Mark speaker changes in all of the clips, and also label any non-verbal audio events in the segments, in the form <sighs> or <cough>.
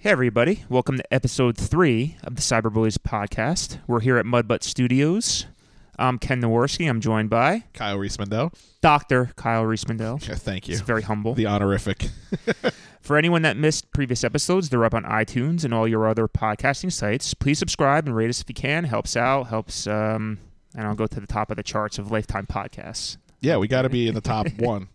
Speaker 1: Hey, everybody. Welcome to episode three of the Cyberbullies podcast. We're here at Mudbutt Studios. I'm Ken Noworski. I'm joined by
Speaker 2: Kyle Reesmandel.
Speaker 1: Dr. Kyle Reesmandel.
Speaker 2: Yeah, Thank you.
Speaker 1: He's very humble.
Speaker 2: The honorific.
Speaker 1: For anyone that missed previous episodes, they're up on iTunes and all your other podcasting sites. Please subscribe and rate us if you can. Helps out, helps, um, and I'll go to the top of the charts of lifetime podcasts.
Speaker 2: Yeah, we got to be in
Speaker 1: <laughs>
Speaker 2: the top one.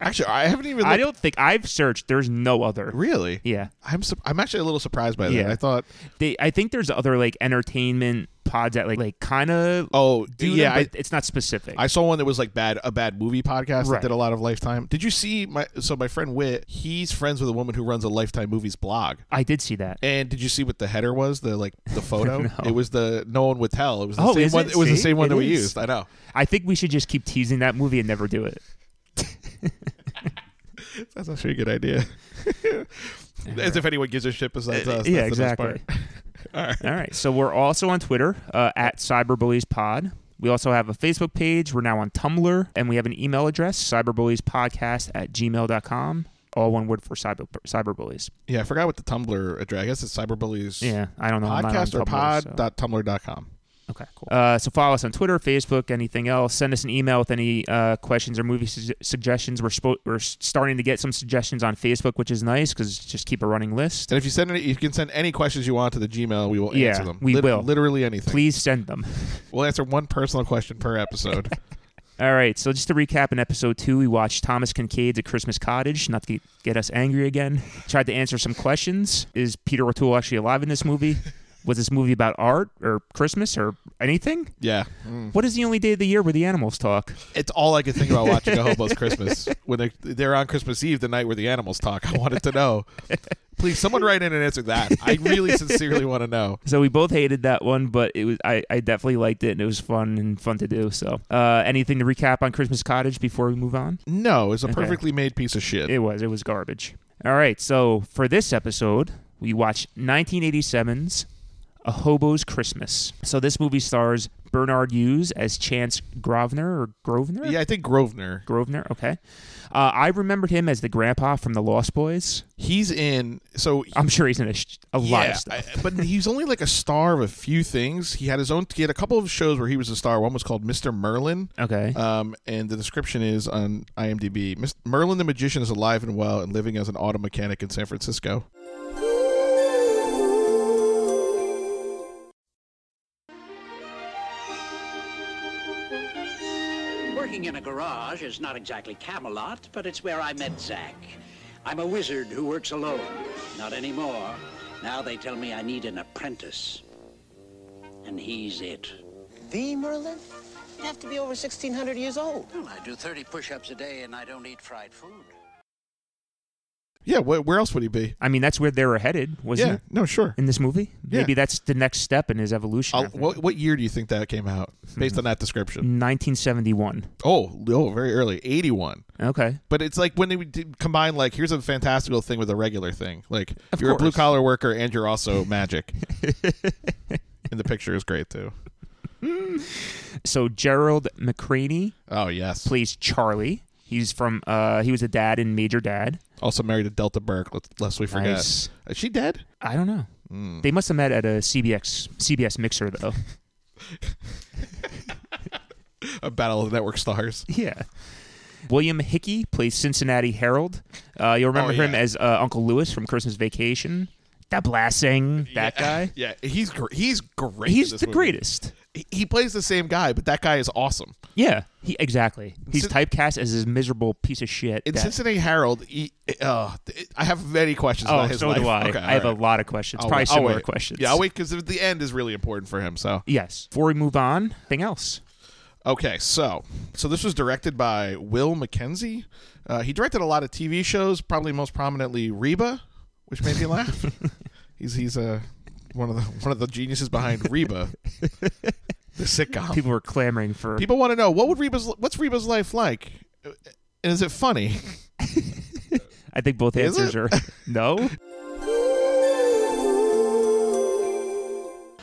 Speaker 2: Actually, I haven't even.
Speaker 1: I
Speaker 2: looked-
Speaker 1: don't think I've searched. There's no other.
Speaker 2: really.
Speaker 1: Yeah.
Speaker 2: I'm. Su- I'm actually a little surprised by that.
Speaker 1: Yeah.
Speaker 2: I thought.
Speaker 1: They, I think there's other like entertainment pods that like, like kind of
Speaker 2: Oh,
Speaker 1: do
Speaker 2: yeah.
Speaker 1: them,
Speaker 2: I,
Speaker 1: but it's not specific.
Speaker 2: I saw one that was like bad. A bad movie podcast
Speaker 1: Right.
Speaker 2: that did a lot of Lifetime. Did you see my? So my friend Wit, he's friends with a woman who runs a Lifetime movies blog.
Speaker 1: I did see that.
Speaker 2: And did you see what the header was? The like
Speaker 1: <laughs>
Speaker 2: the photo.
Speaker 1: No.
Speaker 2: It was the no one would tell. It was the
Speaker 1: Oh,
Speaker 2: same
Speaker 1: is
Speaker 2: one.
Speaker 1: it?
Speaker 2: It, was the
Speaker 1: See?
Speaker 2: same one
Speaker 1: It
Speaker 2: that we
Speaker 1: is.
Speaker 2: used. I know.
Speaker 1: I think we should just keep teasing that movie and never do it.
Speaker 2: That's actually a good idea. <laughs> As if anyone gives a shit besides us.
Speaker 1: Uh, yeah,
Speaker 2: That's the best part.
Speaker 1: exactly.
Speaker 2: <laughs>
Speaker 1: All right. So we're also on Twitter uh, at CyberBulliesPod. We also have a Facebook page. We're now on Tumblr. And we have an email address, cyberbulliespodcast at gmail.com. All one word for cyber cyberbullies.
Speaker 2: Yeah, I forgot what the Tumblr address. I guess it's cyberbullies.
Speaker 1: Yeah, I don't know. I'm not on
Speaker 2: Podcast or
Speaker 1: Tumblr,
Speaker 2: pod
Speaker 1: so-
Speaker 2: dot tumblr dot com.
Speaker 1: Okay, cool. Uh, so follow us on Twitter, Facebook, anything else. Send us an email with any uh, questions or movie su- suggestions. We're spo- we're s- starting to get some suggestions on Facebook, which is nice because just keep a running list.
Speaker 2: And if you send any, you can send any questions you want to the Gmail. We will
Speaker 1: Yeah,
Speaker 2: answer them.
Speaker 1: we will.
Speaker 2: Literally anything.
Speaker 1: Please send them.
Speaker 2: We'll answer one personal question
Speaker 1: <laughs>
Speaker 2: per episode.
Speaker 1: All right, so just to recap, in episode two, we watched Thomas Kincaid's A Christmas Cottage, not to get, get us angry again. Tried to answer some questions. Is Peter O'Toole actually alive in this movie? <laughs> Was this movie about art or Christmas or anything?
Speaker 2: yeah, Mm.
Speaker 1: What is the only day of the year where the animals talk?
Speaker 2: it's all I could think about watching a hobo's Christmas when they they're on Christmas Eve, the night where the animals talk. I wanted to know. Please, someone write in and answer that. I really sincerely want to know.
Speaker 1: So we both hated that one, but it was I, I definitely liked it and it was fun and fun to do. So uh, anything to recap on Christmas Cottage before we move on?
Speaker 2: No, it's a
Speaker 1: Okay.
Speaker 2: perfectly made piece of shit.
Speaker 1: It was. It was garbage. All right. So for this episode, we watched 1987's A Hobo's Christmas. So this movie stars Bernard Hughes as Chance Grosvenor or Grosvenor?
Speaker 2: yeah, I think Grosvenor.
Speaker 1: Grosvenor. Okay. Uh, I remembered him as the grandpa from The Lost Boys.
Speaker 2: He's in. So
Speaker 1: I'm sure he's in a, sh- a lot
Speaker 2: Yeah,
Speaker 1: of stuff.
Speaker 2: I- but he's only like a star of a few things. He had his own. He had a couple of shows where he was a star. One was called Mr. Merlin.
Speaker 1: okay.
Speaker 2: Um, and the description is on IMDb: Mis- Merlin the magician is alive and well and living as an auto mechanic in San Francisco.
Speaker 3: Working in a garage is not exactly Camelot, but it's where I met Zack. I'm a wizard who works alone. Not anymore. Now they tell me I need an apprentice. And he's it.
Speaker 4: The Merlin? You have to be over 1,600 years old.
Speaker 3: Well, I do 30 push ups a day and I don't eat fried food.
Speaker 2: Yeah, wh- where else would he be?
Speaker 1: I mean, that's where they were headed, wasn't
Speaker 2: yeah,
Speaker 1: it?
Speaker 2: no, sure.
Speaker 1: In this movie?
Speaker 2: Yeah.
Speaker 1: Maybe that's the next step in his evolution.
Speaker 2: I'll-
Speaker 1: after
Speaker 2: what,
Speaker 1: that.
Speaker 2: what year do you think that came out
Speaker 1: Mm-hmm.
Speaker 2: based on that description?
Speaker 1: 1971.
Speaker 2: Oh, oh, very early, eighty-one.
Speaker 1: Okay.
Speaker 2: But it's like when they would do- combine like here's a fantastical thing with a regular thing. Like
Speaker 1: Of
Speaker 2: you're
Speaker 1: course.
Speaker 2: a blue collar worker and
Speaker 1: <laughs>
Speaker 2: you're also magic. and the picture is great too.
Speaker 1: So Gerald McCraney
Speaker 2: Oh yes.
Speaker 1: plays Charlie. He's from uh he was a dad in Major Dad.
Speaker 2: Also married to Delta Burke, let- lest we forget. Uh,
Speaker 1: Nice.
Speaker 2: Is she dead?
Speaker 1: I don't know.
Speaker 2: Hmm.
Speaker 1: They must have met at a CBX CBS mixer
Speaker 2: <laughs>
Speaker 1: though.
Speaker 2: A battle of the network stars.
Speaker 1: yeah. William Hickey plays Cincinnati Harold. Uh, you'll remember
Speaker 2: Oh,
Speaker 1: him
Speaker 2: yeah.
Speaker 1: as uh, Uncle Lewis from Christmas Vacation. That blasting, <laughs> that
Speaker 2: <laughs>
Speaker 1: guy.
Speaker 2: Yeah, he's gr- he's great. in
Speaker 1: He's
Speaker 2: this
Speaker 1: the
Speaker 2: movie.
Speaker 1: greatest.
Speaker 2: He- He plays the same guy, but that guy is awesome.
Speaker 1: Yeah, he exactly. He's
Speaker 2: Cin-
Speaker 1: typecast as this miserable piece of shit.
Speaker 2: In
Speaker 1: that-
Speaker 2: Cincinnati Herald, he, uh, I have many questions
Speaker 1: oh,
Speaker 2: about his
Speaker 1: so
Speaker 2: life.
Speaker 1: do I.
Speaker 2: Okay,
Speaker 1: I have
Speaker 2: all
Speaker 1: a
Speaker 2: right.
Speaker 1: lot of questions.
Speaker 2: I'll
Speaker 1: Probably
Speaker 2: wait- I'll
Speaker 1: similar
Speaker 2: wait.
Speaker 1: questions.
Speaker 2: Yeah, I'll wait because the end is really important for him. So
Speaker 1: Yes. Before we move on, anything else?
Speaker 2: Okay, so so this was directed by Will McKenzie. Uh, he directed a lot of TV shows, probably most prominently Reba, which made me
Speaker 1: <laughs>
Speaker 2: laugh. he's he's uh, one of the one of the geniuses
Speaker 1: <laughs>
Speaker 2: behind Reba, the sitcom. People,
Speaker 1: People were clamoring for.
Speaker 2: want to know what would Reba's what's Reba's life like, and is it funny?
Speaker 1: I think both
Speaker 2: Is
Speaker 1: answers
Speaker 2: it?
Speaker 1: are <laughs> no.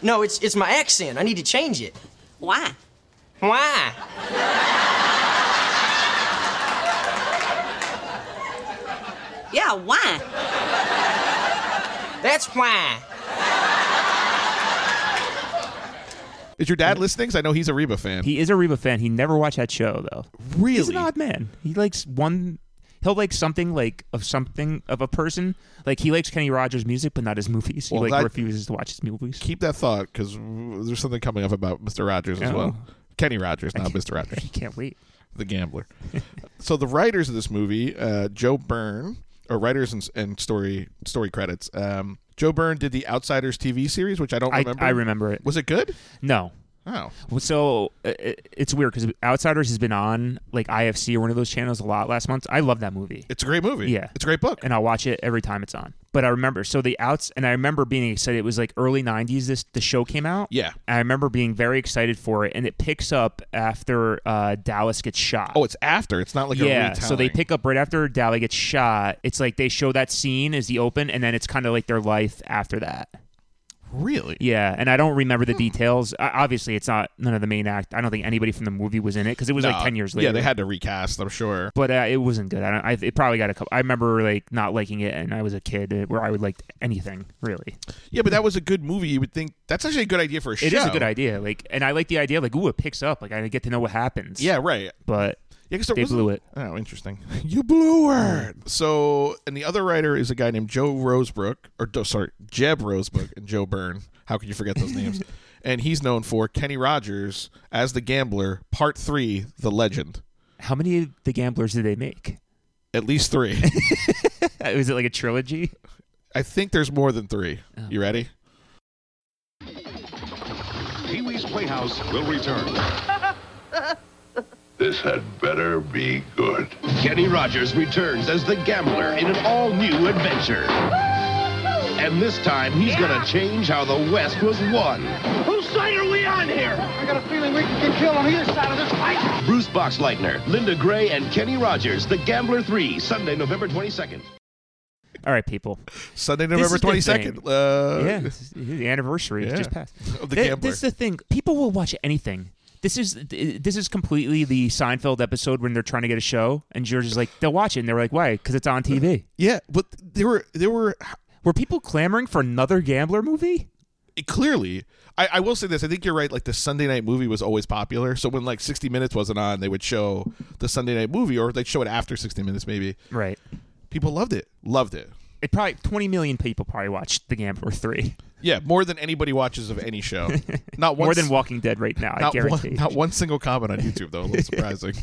Speaker 4: No, it's, it's my accent. I need to change it.
Speaker 5: Why?
Speaker 4: Why?
Speaker 5: Yeah, why? That's why.
Speaker 2: Is your dad listening? 'Cause I know he's a Reba fan.
Speaker 1: He is a Reba fan. He never watched that show though.
Speaker 2: really?
Speaker 1: He's an odd man. He likes one. He'll like something like of something of a person. Like he likes Kenny Rogers' music, but not his movies. He
Speaker 2: Well,
Speaker 1: like
Speaker 2: that-
Speaker 1: refuses to watch his movies.
Speaker 2: Keep that thought because there's something coming up about Mr. Rogers as
Speaker 1: Oh.
Speaker 2: well. Kenny Rogers, not Mr. Rogers.
Speaker 1: <laughs> He can't wait.
Speaker 2: the gambler. <laughs> so the writers of this movie, uh, Joe Byrne, or writers and, and story story credits. Um, Joe Byrne did the Outsiders TV series, which I don't
Speaker 1: I-
Speaker 2: remember.
Speaker 1: I remember it.
Speaker 2: Was it good?
Speaker 1: No.
Speaker 2: Oh,
Speaker 1: Well, So uh, it- it's weird because Outsiders has been on like IFC or one of those channels a lot last month. I love that movie.
Speaker 2: it's a great movie.
Speaker 1: Yeah.
Speaker 2: it's a great book.
Speaker 1: and I'll watch it every time it's on. But I remember so the outs and I remember being excited. It was like early '90s. This the show came out.
Speaker 2: Yeah.
Speaker 1: I remember being very excited for it, and it picks up after uh, Dallas gets shot.
Speaker 2: oh, it's after. It's not like a
Speaker 1: yeah,
Speaker 2: retelling.
Speaker 1: so they pick up right after Dally gets shot. It's like they show that scene as the open, and then it's kind of like their life after that.
Speaker 2: really.
Speaker 1: Yeah, and I don't remember the
Speaker 2: Hmm.
Speaker 1: details. O- obviously, it's not none of the main act. I don't think anybody from the movie was in it because it was like
Speaker 2: Uh,
Speaker 1: ten years later.
Speaker 2: Yeah, they had to recast. I'm sure.
Speaker 1: but uh, it wasn't good. I don't. I, it probably got a couple. I remember like not liking it, and I was a kid uh, where I would like anything really.
Speaker 2: Yeah, but that was a good movie. You would think that's actually a good idea for a show.
Speaker 1: It is a good idea. Like, and I like the idea. Like, ooh, it picks up. Like, I get to know what happens.
Speaker 2: Yeah, right.
Speaker 1: but
Speaker 2: Yeah, 'cause there
Speaker 1: They
Speaker 2: wasn't-
Speaker 1: blew it.
Speaker 2: Oh, interesting. <laughs> You blew it. So, and the other writer is a guy named Joe Rosebrook, or do- sorry, Jeb Rosebrook and Joe Byrne. How could you forget those <laughs> names? And he's known for Kenny Rogers as the Gambler, Part Three, The Legend.
Speaker 1: how many of the gamblers did they make? <laughs>
Speaker 2: At least <laughs> three.
Speaker 1: was it like a trilogy?
Speaker 2: I think there's more than three.
Speaker 1: Oh.
Speaker 2: You ready?
Speaker 6: Pee Wee's Playhouse will return.
Speaker 7: This had better be good.
Speaker 6: Kenny Rogers returns as the gambler in an all new adventure. And this time, he's going to change how the West was won. Whose side are we on here? I got a feeling we can get killed on either side of this fight. Bruce Boxleitner, Linda Gray, and Kenny Rogers, The Gambler 3, Sunday, November 22nd.
Speaker 1: All right,
Speaker 2: <laughs>
Speaker 1: people.
Speaker 2: Sunday,
Speaker 1: This
Speaker 2: November
Speaker 1: is the
Speaker 2: twenty second.
Speaker 1: thing.
Speaker 2: Uh,
Speaker 1: yeah, this is- the anniversary
Speaker 2: Yeah.
Speaker 1: just passed.
Speaker 2: <laughs> Of the
Speaker 1: Th-
Speaker 2: Gambler.
Speaker 1: This is the thing. People will watch anything. This is th- this is completely the Seinfeld episode when they're trying to get a show, and George is like, they'll watch it, and they're like, why? Because it's on
Speaker 2: <laughs>
Speaker 1: TV.
Speaker 2: yeah. But there were there were
Speaker 1: Were people clamoring for another gambler movie?
Speaker 2: clearly I, I will say this i think you're right like the sunday night movie was always popular so when like 60 minutes wasn't on they would show the sunday night movie or they'd show it after 60 minutes maybe
Speaker 1: Right.
Speaker 2: people loved it loved it
Speaker 1: It probably twenty million people probably watched The Gambler three
Speaker 2: yeah more than anybody watches of any
Speaker 1: <laughs>
Speaker 2: show not one
Speaker 1: more than
Speaker 2: s-
Speaker 1: Walking Dead right now. I
Speaker 2: not
Speaker 1: guarantee.
Speaker 2: one, not one single comment on youtube though
Speaker 1: <laughs>
Speaker 2: a little surprising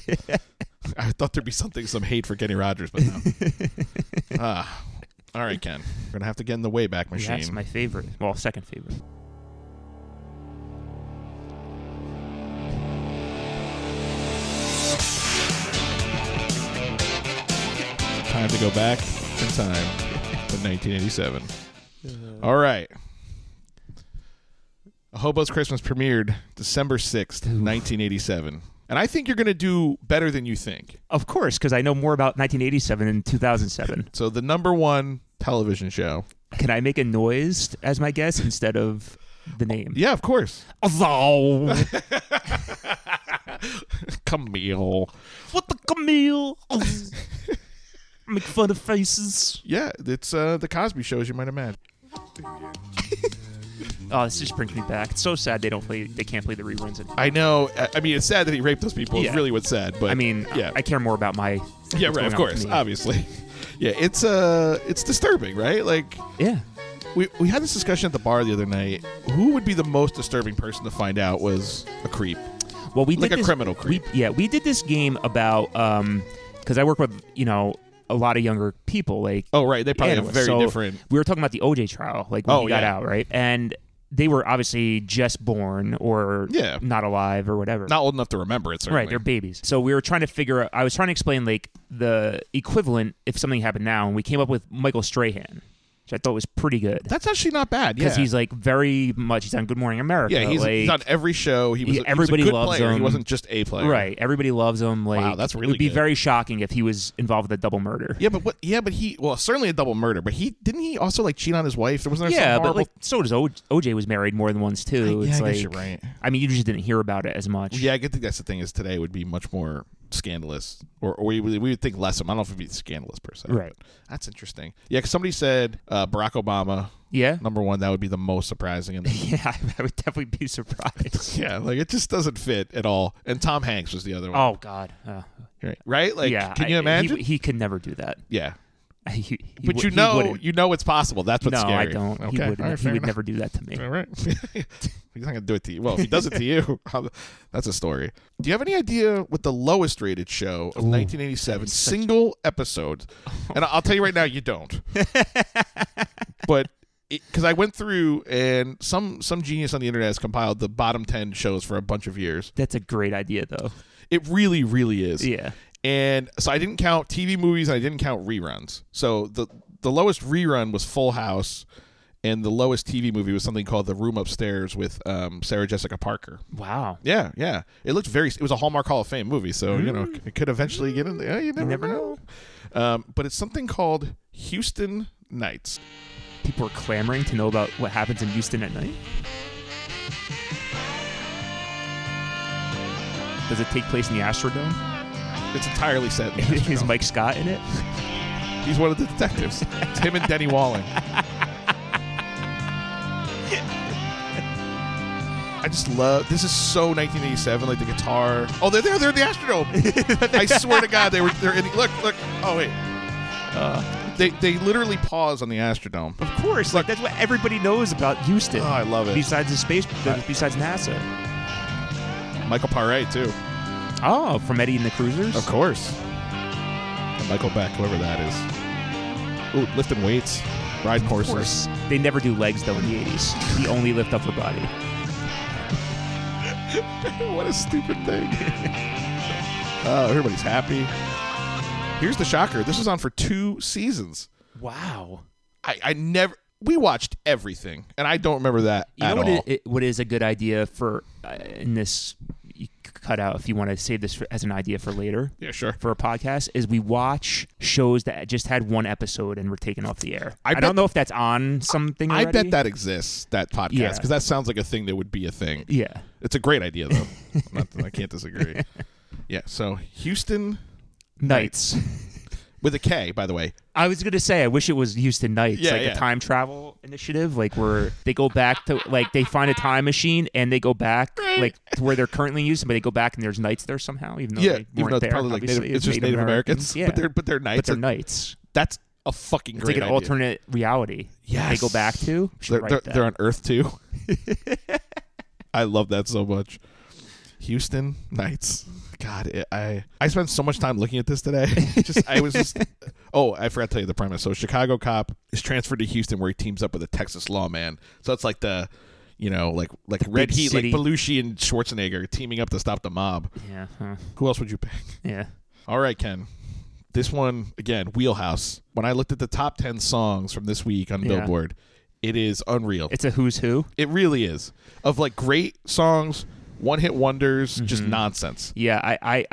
Speaker 2: i thought there'd be something some hate for kenny rogers but
Speaker 1: <laughs>
Speaker 2: no ah all right ken we're gonna have to get in the wayback machine
Speaker 1: That's my favorite. Well, second favorite.
Speaker 2: Time to go back in time to 1987. All right. A Hobo's Christmas premiered December 6th, 1987. And I think you're going to do better than you think.
Speaker 1: Of course, because I know more about 1987 and
Speaker 2: <laughs>
Speaker 1: 2007.
Speaker 2: So, the number one television show.
Speaker 1: Can I make a noise as my guess instead of the name?
Speaker 2: Oh, Yeah, of course.
Speaker 1: Although,
Speaker 2: Camille.
Speaker 1: <laughs> what the
Speaker 2: <laughs>
Speaker 1: Camille? make fun of faces.
Speaker 2: Yeah, it's uh, the Cosby show, as you might imagine.
Speaker 1: Oh, this just brings me back. It's so sad they don't play. They can't play the reruns. And,
Speaker 2: I know. I- I mean, it's sad that he raped those people. It's
Speaker 1: Yeah.
Speaker 2: really what's sad. But
Speaker 1: I mean,
Speaker 2: yeah,
Speaker 1: I, I care more about my.
Speaker 2: yeah,
Speaker 1: what's
Speaker 2: right.
Speaker 1: going on
Speaker 2: Of
Speaker 1: with
Speaker 2: course, Um,
Speaker 1: me.
Speaker 2: obviously. <laughs> Yeah, it's uh, it's disturbing, right? Like,
Speaker 1: Yeah.
Speaker 2: We, we had this discussion at the bar the other night. Who would be the most disturbing person to find out was a creep?
Speaker 1: Well, we
Speaker 2: Like
Speaker 1: did
Speaker 2: a
Speaker 1: this-
Speaker 2: criminal
Speaker 1: we-
Speaker 2: creep.
Speaker 1: yeah, we did this game about um because I work with you know a lot of younger people like
Speaker 2: Oh, right. They probably have
Speaker 1: analysts.
Speaker 2: very
Speaker 1: So
Speaker 2: different.
Speaker 1: We were talking about the OJ trial, like when
Speaker 2: Oh,
Speaker 1: he got
Speaker 2: yeah.
Speaker 1: out, right? And they were obviously just born or
Speaker 2: Yeah.
Speaker 1: not alive or whatever.
Speaker 2: Not old enough to remember it, certainly.
Speaker 1: Right, they're babies. So we were trying to figure out. I was trying to explain like the equivalent if something happened now, and we came up with Michael Strahan, which I thought was pretty good
Speaker 2: That's actually not bad. Yeah.
Speaker 1: because he's like very much. He's on Good Morning America.
Speaker 2: yeah, he's,
Speaker 1: like,
Speaker 2: he's on every show. He was,
Speaker 1: he-
Speaker 2: a- he was
Speaker 1: everybody
Speaker 2: a good
Speaker 1: loves
Speaker 2: player. He
Speaker 1: him.
Speaker 2: wasn't just a player.
Speaker 1: right. Everybody loves him. Like,
Speaker 2: that's
Speaker 1: It
Speaker 2: really
Speaker 1: would be
Speaker 2: good.
Speaker 1: very shocking if he was involved with a double murder.
Speaker 2: Yeah, but what? Yeah, but he. Well, certainly a double murder. But he didn't he also like cheat on his wife? There wasn't there
Speaker 1: Yeah,
Speaker 2: some
Speaker 1: but
Speaker 2: horrible-
Speaker 1: like so does o- OJ was married more than once too.
Speaker 2: I- yeah,
Speaker 1: it's
Speaker 2: I
Speaker 1: like
Speaker 2: guess you're right.
Speaker 1: I mean, you just didn't hear about it as much.
Speaker 2: Yeah, I could think that's the thing. Is today would be much more scandalous, or, or we would- we would think less of. him. I don't know if it'd be scandalous per se.
Speaker 1: Right.
Speaker 2: That's interesting. Yeah, 'cause somebody said uh, Barack Obama
Speaker 1: Yeah.
Speaker 2: Number one, that would be the most surprising.
Speaker 1: <laughs> <laughs>
Speaker 2: And
Speaker 1: Yeah, I would definitely be surprised.
Speaker 2: yeah, like it just doesn't fit at all. And Tom Hanks was the other one.
Speaker 1: oh God. Uh,
Speaker 2: right. right? Like,
Speaker 1: yeah.
Speaker 2: can
Speaker 1: I-
Speaker 2: you imagine?
Speaker 1: He, he could never do that. <laughs>
Speaker 2: yeah,
Speaker 1: He- he
Speaker 2: but
Speaker 1: would-
Speaker 2: you
Speaker 1: he
Speaker 2: know,
Speaker 1: wouldn't.
Speaker 2: you know it's possible. That's what's
Speaker 1: no,
Speaker 2: scary.
Speaker 1: I don't.
Speaker 2: Okay,
Speaker 1: He would.
Speaker 2: all right,
Speaker 1: he
Speaker 2: fair
Speaker 1: would
Speaker 2: enough.
Speaker 1: never do that to me.
Speaker 2: All right. <laughs> He's not gonna do it to you. Well, if he does it to you, <laughs> how- that's a story. Do you have any idea what the lowest rated show of 1987 single episode? And I- I'll tell you right now, you don't. <laughs> but because I went through and some some genius on the internet has compiled the bottom 10 shows for a bunch of years.
Speaker 1: That's a great idea, though.
Speaker 2: It really, really is.
Speaker 1: Yeah.
Speaker 2: And so I didn't count TV movies and I didn't count reruns. So the the lowest rerun was Full House and the lowest TV movie was something called The Room Upstairs with um, Sarah Jessica Parker.
Speaker 1: Wow.
Speaker 2: Yeah, yeah. It looked very it was a Hallmark Hall of Fame movie, so you know, it could eventually get in there. Mm. You never,
Speaker 1: never
Speaker 2: know. Um, but it's something called Houston Nights.
Speaker 1: People are clamoring to know about what happens in Houston at night. Does it take place in the Astrodome?
Speaker 2: It's entirely set. in <laughs>
Speaker 1: <laughs>
Speaker 2: the
Speaker 1: Is
Speaker 2: Astrodome.
Speaker 1: Mike Scott in it?
Speaker 2: He's one of the detectives. It's him and Denny Walling. I just love this is so 1987 like the guitar. Oh, they're there, they're in the Astrodome. I swear to god <laughs> they were they're in look, look. Oh wait. they they literally pause on the Astrodome.
Speaker 1: Of course. Like that's what everybody knows about Houston.
Speaker 2: Oh, I love it.
Speaker 1: Besides the space, besides NASA.
Speaker 2: Michael Paré too.
Speaker 1: Oh, from Eddie and the Cruisers.
Speaker 2: Of course. And Michael Beck, whoever that is. Ooh, lifting weights, riding
Speaker 1: Of
Speaker 2: horses.
Speaker 1: course. They never do legs though in the 80s. He only lift upper body.
Speaker 2: what a stupid thing. Oh, everybody's happy. Here's the shocker. This was on for two seasons.
Speaker 1: Wow.
Speaker 2: I, I never. We watched everything, and I don't remember that
Speaker 1: You
Speaker 2: at
Speaker 1: know what,
Speaker 2: all.
Speaker 1: it, it- what is a good idea for uh, in this you c- cut out if you want to save this for, as an idea for later
Speaker 2: yeah, sure.
Speaker 1: for a podcast is we watch shows that just had one episode and were taken off the air.
Speaker 2: I
Speaker 1: I,
Speaker 2: bet-
Speaker 1: don't know if that's on something.
Speaker 2: I bet
Speaker 1: already.
Speaker 2: that exists. That podcast
Speaker 1: Yeah.
Speaker 2: because that sounds like a thing that would be a thing.
Speaker 1: Yeah.
Speaker 2: It's a great
Speaker 1: <laughs>
Speaker 2: idea though. Not that I can't disagree. Yeah. So Houston
Speaker 1: Nights. <laughs>
Speaker 2: with a K, by the way.
Speaker 1: I was gonna say I wish it was Houston Nights,
Speaker 2: Yeah,
Speaker 1: like
Speaker 2: yeah.
Speaker 1: a time travel initiative, like where they go back to like they find a time machine and they go back like to where they're currently using, but they go back and there's nights there somehow, even though
Speaker 2: yeah,
Speaker 1: Oh, they
Speaker 2: even
Speaker 1: weren't
Speaker 2: though it's
Speaker 1: there.
Speaker 2: probably like Native,
Speaker 1: obviously,
Speaker 2: it's
Speaker 1: as
Speaker 2: just Native Americans,
Speaker 1: yeah,
Speaker 2: but they're but they're knights.
Speaker 1: but they're
Speaker 2: Like,
Speaker 1: nights.
Speaker 2: That's a fucking
Speaker 1: It's
Speaker 2: great
Speaker 1: like an
Speaker 2: idea.
Speaker 1: alternate reality. that They go
Speaker 2: Yes.
Speaker 1: back to. We should
Speaker 2: They're,
Speaker 1: write
Speaker 2: they're,
Speaker 1: that.
Speaker 2: they're on Earth too. <laughs> I love that so much. Houston Knights. God, it, I I spent so much time looking at
Speaker 1: <laughs>
Speaker 2: this today. <laughs> just I was just. Oh, I forgot to tell you the premise. So Chicago cop is transferred to Houston, where he teams up with a Texas lawman. So it's like the, you know, like like red
Speaker 1: big
Speaker 2: heat,
Speaker 1: city.
Speaker 2: like Belushi and Schwarzenegger teaming up to stop the mob.
Speaker 1: yeah, huh,
Speaker 2: Who else would you pick? <laughs>
Speaker 1: yeah.
Speaker 2: All right, Ken. This one again, wheelhouse. When I looked at the top ten songs from this week on
Speaker 1: Yeah.
Speaker 2: Billboard, it is unreal.
Speaker 1: It's a who's who.
Speaker 2: It really is. Of like great songs, one hit wonders,
Speaker 1: Mm-hmm.
Speaker 2: just nonsense.
Speaker 1: Yeah, I, I,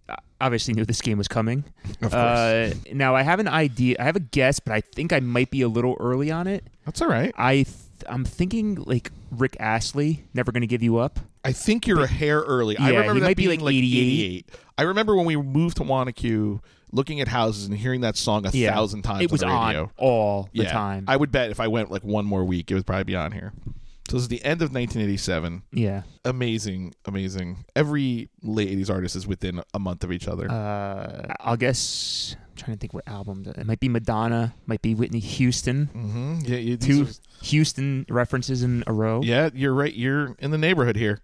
Speaker 1: I obviously knew this game was coming.
Speaker 2: Of course.
Speaker 1: Uh, now I have an idea. I have a guess, but I think I might be a little early on it.
Speaker 2: That's all right.
Speaker 1: I th- I'm thinking like Rick Astley, never gonna give you up.
Speaker 2: I think you're a hair early. I
Speaker 1: Yeah,
Speaker 2: remember
Speaker 1: he
Speaker 2: that
Speaker 1: might be,
Speaker 2: being
Speaker 1: like, 88.
Speaker 2: I remember when we moved to Wanacue, looking at houses and hearing that song a
Speaker 1: Yeah,
Speaker 2: thousand times.
Speaker 1: It was
Speaker 2: on, the radio.
Speaker 1: on all the
Speaker 2: yeah.
Speaker 1: time.
Speaker 2: I would bet if I went like one more week, it would probably be on here. So this is the end of 1987.
Speaker 1: yeah.
Speaker 2: Amazing, amazing. Every late 80s artist is within a month of each other.
Speaker 1: Uh, I'll guess. I'm trying to think what album. that- It might be Madonna. Might be Whitney Houston.
Speaker 2: hmm Yeah, you, these
Speaker 1: Two
Speaker 2: are-
Speaker 1: Houston references in a row.
Speaker 2: yeah, you're right. You're in the
Speaker 1: <laughs>
Speaker 2: neighborhood here.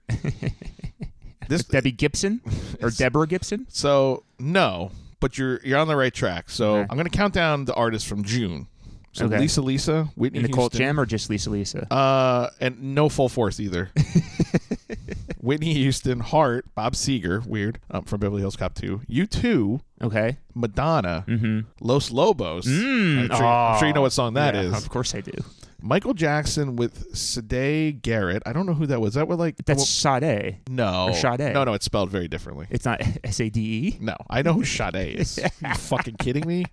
Speaker 2: this
Speaker 1: Debbie
Speaker 2: <laughs>
Speaker 1: Gibson or Deborah Gibson.
Speaker 2: So no, but you're you're on the right track. So
Speaker 1: Okay.
Speaker 2: I'm gonna count down the artists from June. So
Speaker 1: Okay.
Speaker 2: Lisa, Lisa, Whitney
Speaker 1: In the Colt
Speaker 2: Houston,
Speaker 1: Jam or just Lisa Lisa?
Speaker 2: uh, and no full force
Speaker 1: <laughs>
Speaker 2: either. Whitney Houston, Hart, Bob Seger, weird, um, from Beverly Hills Cop 2, You 2
Speaker 1: okay.
Speaker 2: Madonna,
Speaker 1: Mm-hmm.
Speaker 2: Los Lobos. I'm, sure, I'm
Speaker 1: Oh.
Speaker 2: sure you know what song that
Speaker 1: Yeah,
Speaker 2: is.
Speaker 1: Of course I do.
Speaker 2: Michael Jackson with Sade Garrett. I don't know who that was. That was like
Speaker 1: That's Sade.
Speaker 2: well, no,
Speaker 1: or Sade.
Speaker 2: No, no, it's spelled very differently.
Speaker 1: It's not <laughs> S A D
Speaker 2: No, I know who
Speaker 1: <laughs>
Speaker 2: Sade is. you fucking kidding me?
Speaker 1: E.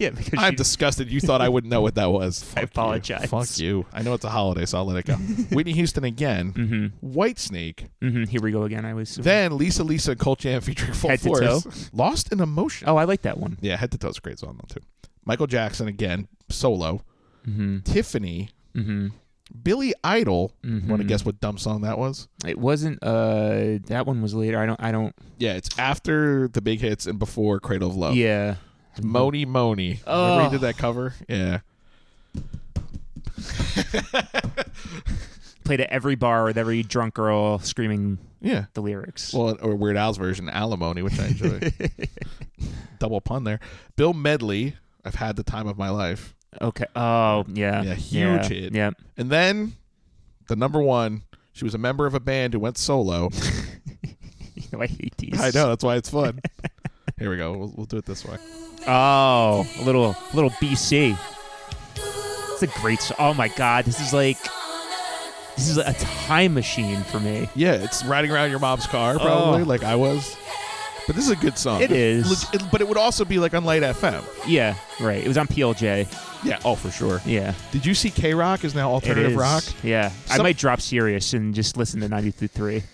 Speaker 1: Yeah, because
Speaker 2: I'm
Speaker 1: she-
Speaker 2: disgusted. You thought I wouldn't know what that <laughs> was. Fuck
Speaker 1: I
Speaker 2: you.
Speaker 1: apologize.
Speaker 2: Fuck you. Mm-hmm. I know it's a holiday, so I'll let it <laughs> go. Whitney Houston again. White Snake.
Speaker 1: Mhm, here we go again. I was
Speaker 2: Then Lisa Lisa and Colt Jam featuring Full
Speaker 1: Head to
Speaker 2: Force.
Speaker 1: Toe.
Speaker 2: Lost in Emotion.
Speaker 1: Oh, I like that one.
Speaker 2: Yeah, Head to Toe's a great song though too. Michael Jackson again solo. Tiffany, Billy Idol. Want to guess what dumb song that was?
Speaker 1: It wasn't. Uh, that one was later. I don't. I don't.
Speaker 2: Yeah, it's after the big hits and before Cradle of Love.
Speaker 1: Yeah.
Speaker 2: Moni Moni. Remember he did that cover? Yeah.
Speaker 1: Played at every bar with every drunk girl screaming
Speaker 2: Yeah.
Speaker 1: the lyrics.
Speaker 2: Well, or Weird Al's version, Alimony, which I
Speaker 1: <laughs>
Speaker 2: enjoy. Double pun there. Bill Medley, I've had the time of my life.
Speaker 1: okay. Oh yeah.
Speaker 2: Yeah, huge
Speaker 1: yeah. <laughs>
Speaker 2: hit.
Speaker 1: Yep.
Speaker 2: And then the number one, she was a member of a band who went solo.
Speaker 1: I hate these.
Speaker 2: I know, that's why
Speaker 1: <laughs>
Speaker 2: it's fun. Here we go. We'll, we'll do it this way.
Speaker 1: Oh, a little a little BC. It's a great song. Oh my god, this is like this is a time machine for me.
Speaker 2: Yeah, it's riding around your mom's car, probably,
Speaker 1: Oh.
Speaker 2: like I was. But this is a good song.
Speaker 1: It is.
Speaker 2: Leg- it- but it would also be like on Light FM.
Speaker 1: Yeah, right. It was on PLJ.
Speaker 2: Yeah, oh, for sure.
Speaker 1: Yeah.
Speaker 2: Did you see K Rock is now
Speaker 1: It
Speaker 2: alternative
Speaker 1: is.
Speaker 2: rock?
Speaker 1: Yeah. I
Speaker 2: Some-
Speaker 1: might drop Sirius and just listen to 92.3.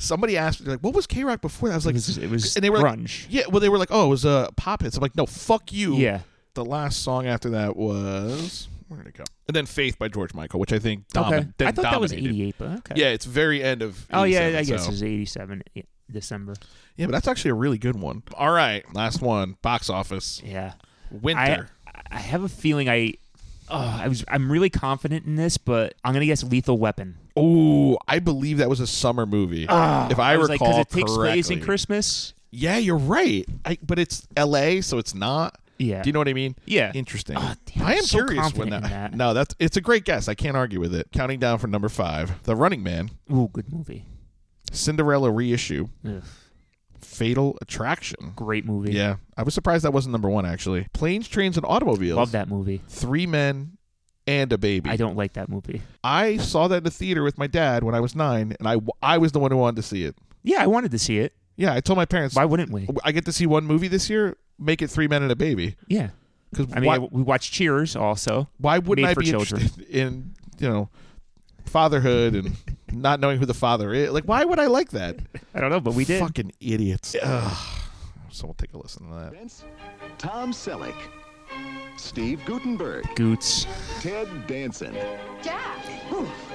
Speaker 2: Somebody asked me, they're like, what was K Rock before that? I was like,
Speaker 1: It was, it was
Speaker 2: and they were
Speaker 1: grunge.
Speaker 2: Like, yeah, well, they were like, oh, it was uh, pop hits. I'm like, no, fuck you.
Speaker 1: yeah.
Speaker 2: The last song after that was where did it go? And then Faith by George Michael, which I think domi-
Speaker 1: okay.
Speaker 2: then
Speaker 1: I thought that was
Speaker 2: dominated.
Speaker 1: 88, but okay.
Speaker 2: Yeah, it's very end of.
Speaker 1: Oh yeah,
Speaker 2: 87,
Speaker 1: I guess
Speaker 2: so-
Speaker 1: it was 87 yeah, December.
Speaker 2: Yeah, but that's actually a really good one. All right, last one. Box office.
Speaker 1: Yeah. I,
Speaker 2: Winter.
Speaker 1: I have a feeling I oh, I was I'm really confident in this, but I'm going to guess Lethal Weapon.
Speaker 2: oh, I believe that was a summer movie. if I,
Speaker 1: Ah, I was like,
Speaker 2: recall
Speaker 1: it takes place in
Speaker 2: correctly.
Speaker 1: Christmas.
Speaker 2: Yeah, you're right. I, but it's L.A., so it's not.
Speaker 1: Yeah.
Speaker 2: Do you know what I mean?
Speaker 1: Yeah.
Speaker 2: Interesting.
Speaker 1: Ah, damn,
Speaker 2: I am
Speaker 1: I'm so
Speaker 2: curious when
Speaker 1: confident in
Speaker 2: that,
Speaker 1: that.
Speaker 2: No, that's it's a great guess. I can't argue with it. Counting down for number five, The Running Man,
Speaker 1: Ooh, good movie.
Speaker 2: Cinderella reissue,
Speaker 1: Ugh,
Speaker 2: Fatal Attraction.
Speaker 1: great movie.
Speaker 2: Yeah, I was surprised that wasn't number one actually. Planes, Trains, and Automobiles.
Speaker 1: Love that movie.
Speaker 2: Three Men and a Baby.
Speaker 1: I don't like that movie.
Speaker 2: I saw that in the theater with my dad when I was nine, and I I was the one who wanted to see it.
Speaker 1: Yeah, I wanted to see it.
Speaker 2: Yeah, I told my parents
Speaker 1: Why wouldn't we?
Speaker 2: I get to see one movie this year. Make it Three Men and a Baby.
Speaker 1: Yeah.
Speaker 2: Because
Speaker 1: I mean, I- we watched Cheers also.
Speaker 2: why wouldn't
Speaker 1: Made
Speaker 2: I
Speaker 1: for
Speaker 2: be
Speaker 1: children.
Speaker 2: interested <laughs> in you know fatherhood and <laughs> not knowing who the father is? Like, why would I like that?
Speaker 1: I don't know, but we did.
Speaker 2: Fucking idiots. Ugh. <sighs> Someone take a listen to that.
Speaker 6: Tom Selleck, Steve Gutenberg,
Speaker 1: Goots.
Speaker 6: Ted Danson,
Speaker 5: Jack,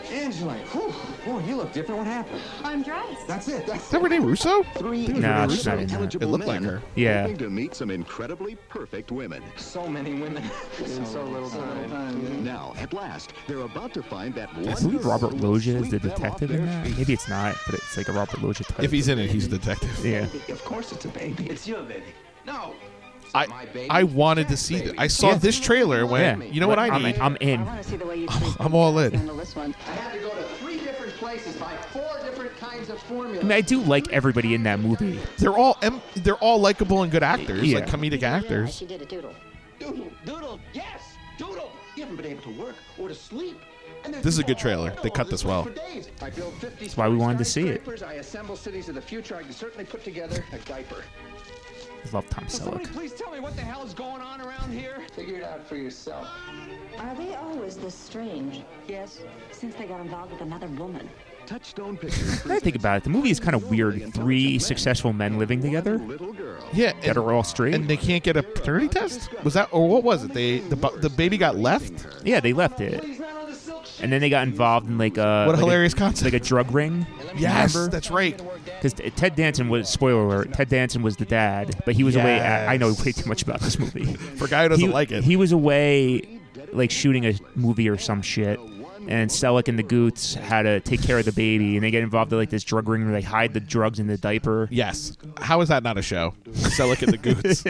Speaker 8: Angela, whew, boy, you look different. What happened?
Speaker 5: I'm dressed.
Speaker 8: That's it. That's
Speaker 2: Is that Renee Russo?
Speaker 6: three
Speaker 1: Nah,
Speaker 6: intelligent
Speaker 1: she's not in that.
Speaker 6: intelligible
Speaker 2: It looked like
Speaker 6: men
Speaker 2: her.
Speaker 1: Yeah.
Speaker 6: hoping to meet some incredibly perfect women.
Speaker 8: so many <laughs> women in so little time.
Speaker 6: Now, at last, they're about to find that one.
Speaker 1: I believe Robert Loggia is the detective in that.
Speaker 6: that.
Speaker 1: Maybe it's not, but it's like a Robert Loggia type.
Speaker 2: If he's in it, he's a detective.
Speaker 1: yeah.
Speaker 8: Of course, it's a baby. It's your baby. No. It's not my
Speaker 2: I
Speaker 8: baby.
Speaker 2: I wanted to see that. I saw
Speaker 1: Yeah.
Speaker 2: this trailer when
Speaker 1: Yeah.
Speaker 2: you know what I
Speaker 1: I'm
Speaker 2: need.
Speaker 1: in. I'm in.
Speaker 5: want to see
Speaker 8: <laughs>
Speaker 5: the way you treat
Speaker 2: <sighs> I'm all in.
Speaker 5: handle this one.
Speaker 8: I had to go to three different places, buy four different kinds of formula.
Speaker 1: I mean, I do like everybody in that movie.
Speaker 2: They're all em- they're all likable and good actors,
Speaker 1: Yeah.
Speaker 2: like comedic
Speaker 5: Yeah,
Speaker 2: actors.
Speaker 5: she did a doodle.
Speaker 8: Doodle, doodle, yes, doodle. You haven't been able to work or to sleep. And there's
Speaker 2: This is a
Speaker 8: people
Speaker 2: good trailer.
Speaker 8: all
Speaker 2: They cut
Speaker 8: over
Speaker 2: this
Speaker 8: place
Speaker 2: well.
Speaker 8: for days. I build 50
Speaker 1: why we wanted to see it.
Speaker 8: skyscrapers, I assemble cities of the future. I can certainly put together a diaper.
Speaker 1: Love Tom Selleck.
Speaker 8: please tell me what the hell is going on around here? Figure it out for yourself.
Speaker 5: Are they always this strange? Yes. Since they got involved with another woman.
Speaker 1: <laughs>
Speaker 6: Touchstone Pictures.
Speaker 1: Now that I think about it, the movie is kind of weird. Three successful men living together
Speaker 6: Little girl.
Speaker 2: Yeah,
Speaker 1: that
Speaker 2: and-
Speaker 1: are all straight.
Speaker 2: and they can't get a paternity test. Was that or what was it? They the bu- the baby got left.
Speaker 1: Yeah, they left it, and then they got involved in like a
Speaker 2: What a
Speaker 1: like
Speaker 2: hilarious
Speaker 1: a,
Speaker 2: concept.
Speaker 1: like a drug ring.
Speaker 2: Yes, that's right.
Speaker 1: Because Ted Danson was spoiler alert. Ted Danson was the dad, but he was away. At, I know
Speaker 2: Yes.
Speaker 1: way too much about this movie.
Speaker 2: For a guy who doesn't
Speaker 1: he,
Speaker 2: like it.
Speaker 1: he was away, like shooting a movie or some shit. And Selleck and the Goots had to take care of the baby, and they get involved in like this drug ring where they hide the drugs in the diaper.
Speaker 2: Yes. How is that not a show? Selleck and
Speaker 1: <laughs>
Speaker 2: the Goots.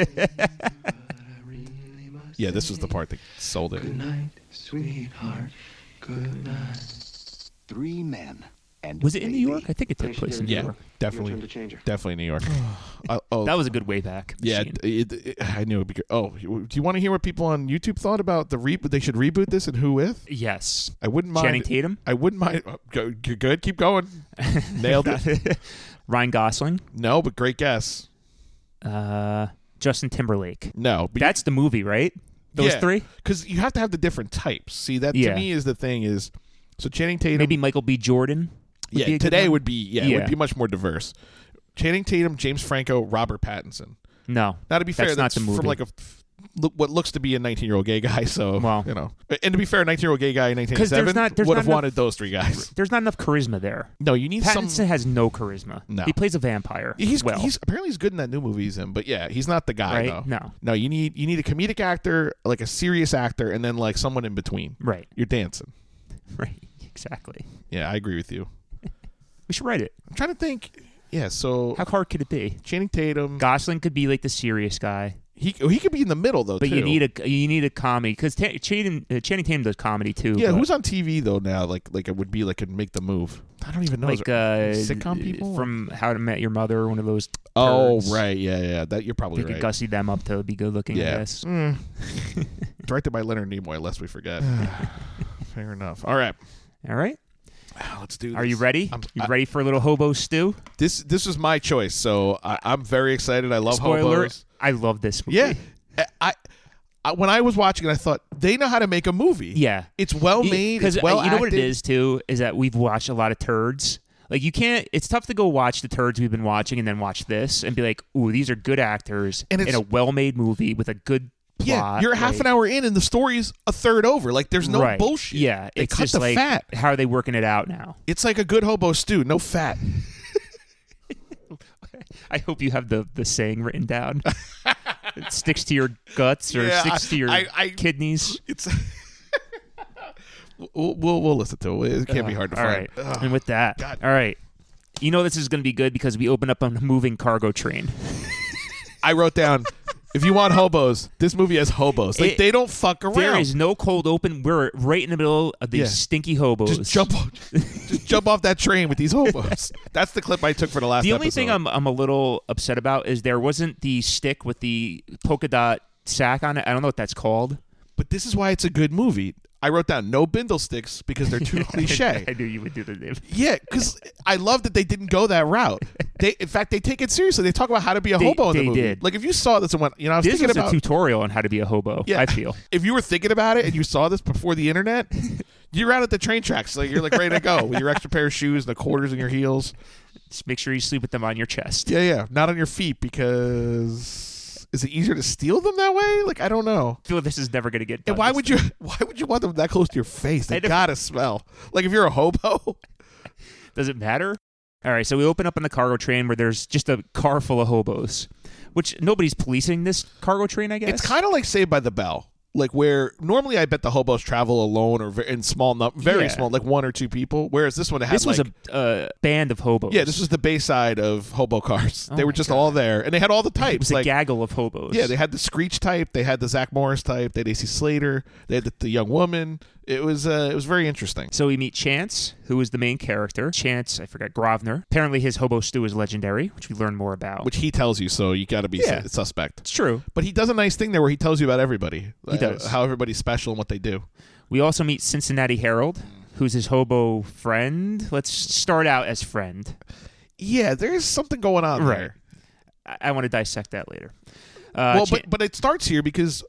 Speaker 2: yeah, this was the part that sold it.
Speaker 8: Night, sweetheart. Good night.
Speaker 6: Three men. And
Speaker 1: Was it in New
Speaker 6: baby.
Speaker 1: York? I think it took place in New
Speaker 2: Yeah,
Speaker 1: York.
Speaker 8: Your turn to
Speaker 2: definitely,
Speaker 8: change her.
Speaker 2: definitely
Speaker 1: <sighs>
Speaker 2: New York. Uh, oh,
Speaker 1: That was a good way back.
Speaker 2: yeah.
Speaker 1: Gene.
Speaker 2: It, it- I knew. It'd be good. Oh, do you want to hear what people on YouTube thought about the re? They should reboot this and who with?
Speaker 1: Yes.
Speaker 2: I wouldn't mind.
Speaker 1: Channing Tatum,
Speaker 2: I wouldn't mind. oh, go- You're good.
Speaker 1: <laughs>
Speaker 2: Keep going. Nailed it.
Speaker 1: Ryan Gosling,
Speaker 2: No, but great guess.
Speaker 1: uh, Justin Timberlake.
Speaker 2: No, but
Speaker 1: That's the movie, right? Those three.
Speaker 2: Because you have to have the different types. See, that
Speaker 1: Yeah.
Speaker 2: to me is the thing. Is so Channing Tatum.
Speaker 1: Maybe Michael B. Jordan. would be
Speaker 2: yeah,
Speaker 1: a good
Speaker 2: today
Speaker 1: one?
Speaker 2: would be yeah, it
Speaker 1: Yeah.
Speaker 2: would be much more diverse. Channing Tatum, James Franco, Robert Pattinson.
Speaker 1: no.
Speaker 2: Now to be fair,
Speaker 1: that's,
Speaker 2: that's
Speaker 1: not the movie.
Speaker 2: from like a f- lo- what looks to be a 19 year old gay guy. <laughs> So
Speaker 1: Wow.
Speaker 2: you know, and to be fair, 19 year old gay guy in
Speaker 1: 'Cause there's not-
Speaker 2: 1987
Speaker 1: there's
Speaker 2: would
Speaker 1: not
Speaker 2: have
Speaker 1: enough-
Speaker 2: wanted those three guys.
Speaker 1: There's not enough charisma there.
Speaker 2: No, you need
Speaker 1: Pattinson
Speaker 2: some.
Speaker 1: has no charisma.
Speaker 2: No.
Speaker 1: He plays a vampire.
Speaker 2: He's
Speaker 1: well.
Speaker 2: he's apparently he's good in that new movie he's in, but yeah, he's not the guy
Speaker 1: Right?
Speaker 2: though.
Speaker 1: No.
Speaker 2: no, you need you need a comedic actor, like a serious actor, and then like someone in between.
Speaker 1: right.
Speaker 2: You're dancing.
Speaker 1: <laughs> Right. Exactly.
Speaker 2: Yeah, I agree with you.
Speaker 1: We should write it.
Speaker 2: I'm trying to think. Yeah, so
Speaker 1: How hard could it be?
Speaker 2: Channing Tatum,
Speaker 1: Gosling could be like the serious guy,
Speaker 2: he he could be in the middle though.
Speaker 1: but you
Speaker 2: too.
Speaker 1: need a you need a comedy because Ta- Channing uh, Channing Tatum does comedy too.
Speaker 2: Yeah,
Speaker 1: but
Speaker 2: who's on TV though now? Like like it would be like could make the move. I don't even know. Is
Speaker 1: like
Speaker 2: there
Speaker 1: uh,
Speaker 2: sitcom people
Speaker 1: from How to Met Your Mother? One of those.
Speaker 2: Oh
Speaker 1: turds.
Speaker 2: right, yeah, yeah. That you're probably
Speaker 1: They could
Speaker 2: right.
Speaker 1: gussy them up to be good looking. I
Speaker 2: yeah.
Speaker 1: guess.
Speaker 2: Mm. Directed by Leonard Nimoy, lest we forget. <sighs> Fair enough. All right,
Speaker 1: All right.
Speaker 2: Ah, let's do. This.
Speaker 1: Are you ready?
Speaker 2: I'm-
Speaker 1: you
Speaker 2: I-
Speaker 1: ready for a little hobo stew?
Speaker 2: This this is my choice, so I, I'm very excited. I love
Speaker 1: Spoiler:
Speaker 2: hobos.
Speaker 1: I love this movie.
Speaker 2: Yeah, I, I, I when I was watching it, I thought they know how to make a movie.
Speaker 1: Yeah.
Speaker 2: it's well made.
Speaker 1: Because
Speaker 2: It's well
Speaker 1: you know what it
Speaker 2: acted.
Speaker 1: is too is that we've watched a lot of turds. Like you can't. It's tough to go watch the turds we've been watching and then watch this and be like, "Ooh, these are good actors
Speaker 2: And
Speaker 1: in
Speaker 2: it's-
Speaker 1: a well-made movie with a good plot."
Speaker 2: Yeah, you're half an
Speaker 1: like-
Speaker 2: hour in, and the story's a third over. Like, there's no
Speaker 1: right.
Speaker 2: bullshit.
Speaker 1: Yeah,
Speaker 2: they
Speaker 1: it's
Speaker 2: cut
Speaker 1: just
Speaker 2: the
Speaker 1: like
Speaker 2: fat.
Speaker 1: how are they working it out now?
Speaker 2: It's like a good hobo stew, no fat.
Speaker 1: I hope you have the the saying written down. <laughs> it sticks to your guts or
Speaker 2: Yeah,
Speaker 1: sticks to your
Speaker 2: I- I-
Speaker 1: kidneys.
Speaker 2: It's we'll, we'll we'll listen to it. It can't be hard to
Speaker 1: Uh-huh. All
Speaker 2: find.
Speaker 1: right.
Speaker 2: Ugh.
Speaker 1: And with that,
Speaker 2: God.
Speaker 1: all right. You know this is going to be good because we open up on a moving cargo train.
Speaker 2: I wrote down. If you want hobos, this movie has hobos. Like
Speaker 1: It-
Speaker 2: they don't fuck around.
Speaker 1: There is no cold open. We're right in the middle of these
Speaker 2: Yeah.
Speaker 1: stinky hobos.
Speaker 2: just jump, on- just jump off that train with these hobos. That's the clip I took for the last.
Speaker 1: The only thing
Speaker 2: episode.
Speaker 1: I'm I'm a little upset about is there wasn't the stick with the polka dot sack on it. I don't know what that's called.
Speaker 2: but this is why it's a good movie. I wrote down no bindle sticks because they're too cliche.
Speaker 1: <laughs> I knew you would do the name.
Speaker 2: Yeah, because I love that they didn't go that route. They, in fact, they take it seriously. They talk about how to be a
Speaker 1: They-
Speaker 2: hobo in the
Speaker 1: they
Speaker 2: movie.
Speaker 1: did.
Speaker 2: Like if you saw this and went, you know, I was
Speaker 1: This
Speaker 2: thinking
Speaker 1: is a
Speaker 2: about.
Speaker 1: tutorial on how to be a hobo.
Speaker 2: yeah,
Speaker 1: I feel.
Speaker 2: <laughs> If you were thinking about it and you saw this before the
Speaker 1: <laughs>
Speaker 2: internet, you're out at the train tracks. Like you're like ready to go with your extra pair of shoes and the quarters in your heels.
Speaker 1: Just make sure you sleep with them on your chest.
Speaker 2: Yeah, yeah, not on your feet because is it easier to steal them that way? Like I don't know.
Speaker 1: I feel this is never going to get done.
Speaker 2: And why would you? <laughs> Why would you want them that close to your face? They
Speaker 1: I don't-
Speaker 2: gotta smell. Like if you're a hobo. <laughs>
Speaker 1: Does it matter? All right, so we open up on the cargo train where there's just a car full of hobos, which nobody's policing this cargo train, I guess.
Speaker 2: It's kind of like Saved by the Bell, like where normally I bet the hobos travel alone or ve- in small, num- very
Speaker 1: Yeah.
Speaker 2: small, like one or two people. Whereas this one had
Speaker 1: This was
Speaker 2: like-
Speaker 1: a uh, band of hobos.
Speaker 2: yeah, this was the Bayside of hobo cars.
Speaker 1: Oh
Speaker 2: they were
Speaker 1: my
Speaker 2: just
Speaker 1: God.
Speaker 2: all there, and they had all the
Speaker 1: it
Speaker 2: types.
Speaker 1: was a
Speaker 2: Like
Speaker 1: gaggle of hobos.
Speaker 2: yeah, they had the Screech type, they had the Zach Morris type, they had AC Slater, they had the, the young woman. It was uh, it was very interesting.
Speaker 1: So we meet Chance, who is the main character. Chance, I forgot Grovner. Apparently, his hobo stew is legendary, which we learn more about.
Speaker 2: Which he tells you, so you got to be
Speaker 1: Yeah.
Speaker 2: su- suspect.
Speaker 1: it's true.
Speaker 2: But he does a nice thing there where he tells you about everybody.
Speaker 1: He does.
Speaker 2: How everybody's special and what they do.
Speaker 1: We also meet Cincinnati Harold, who's his hobo friend. Let's start out as friend.
Speaker 2: Yeah, there's something going on
Speaker 1: Right.
Speaker 2: there.
Speaker 1: I, I want to dissect that later. Uh,
Speaker 2: well,
Speaker 1: Chan-
Speaker 2: but but it starts here because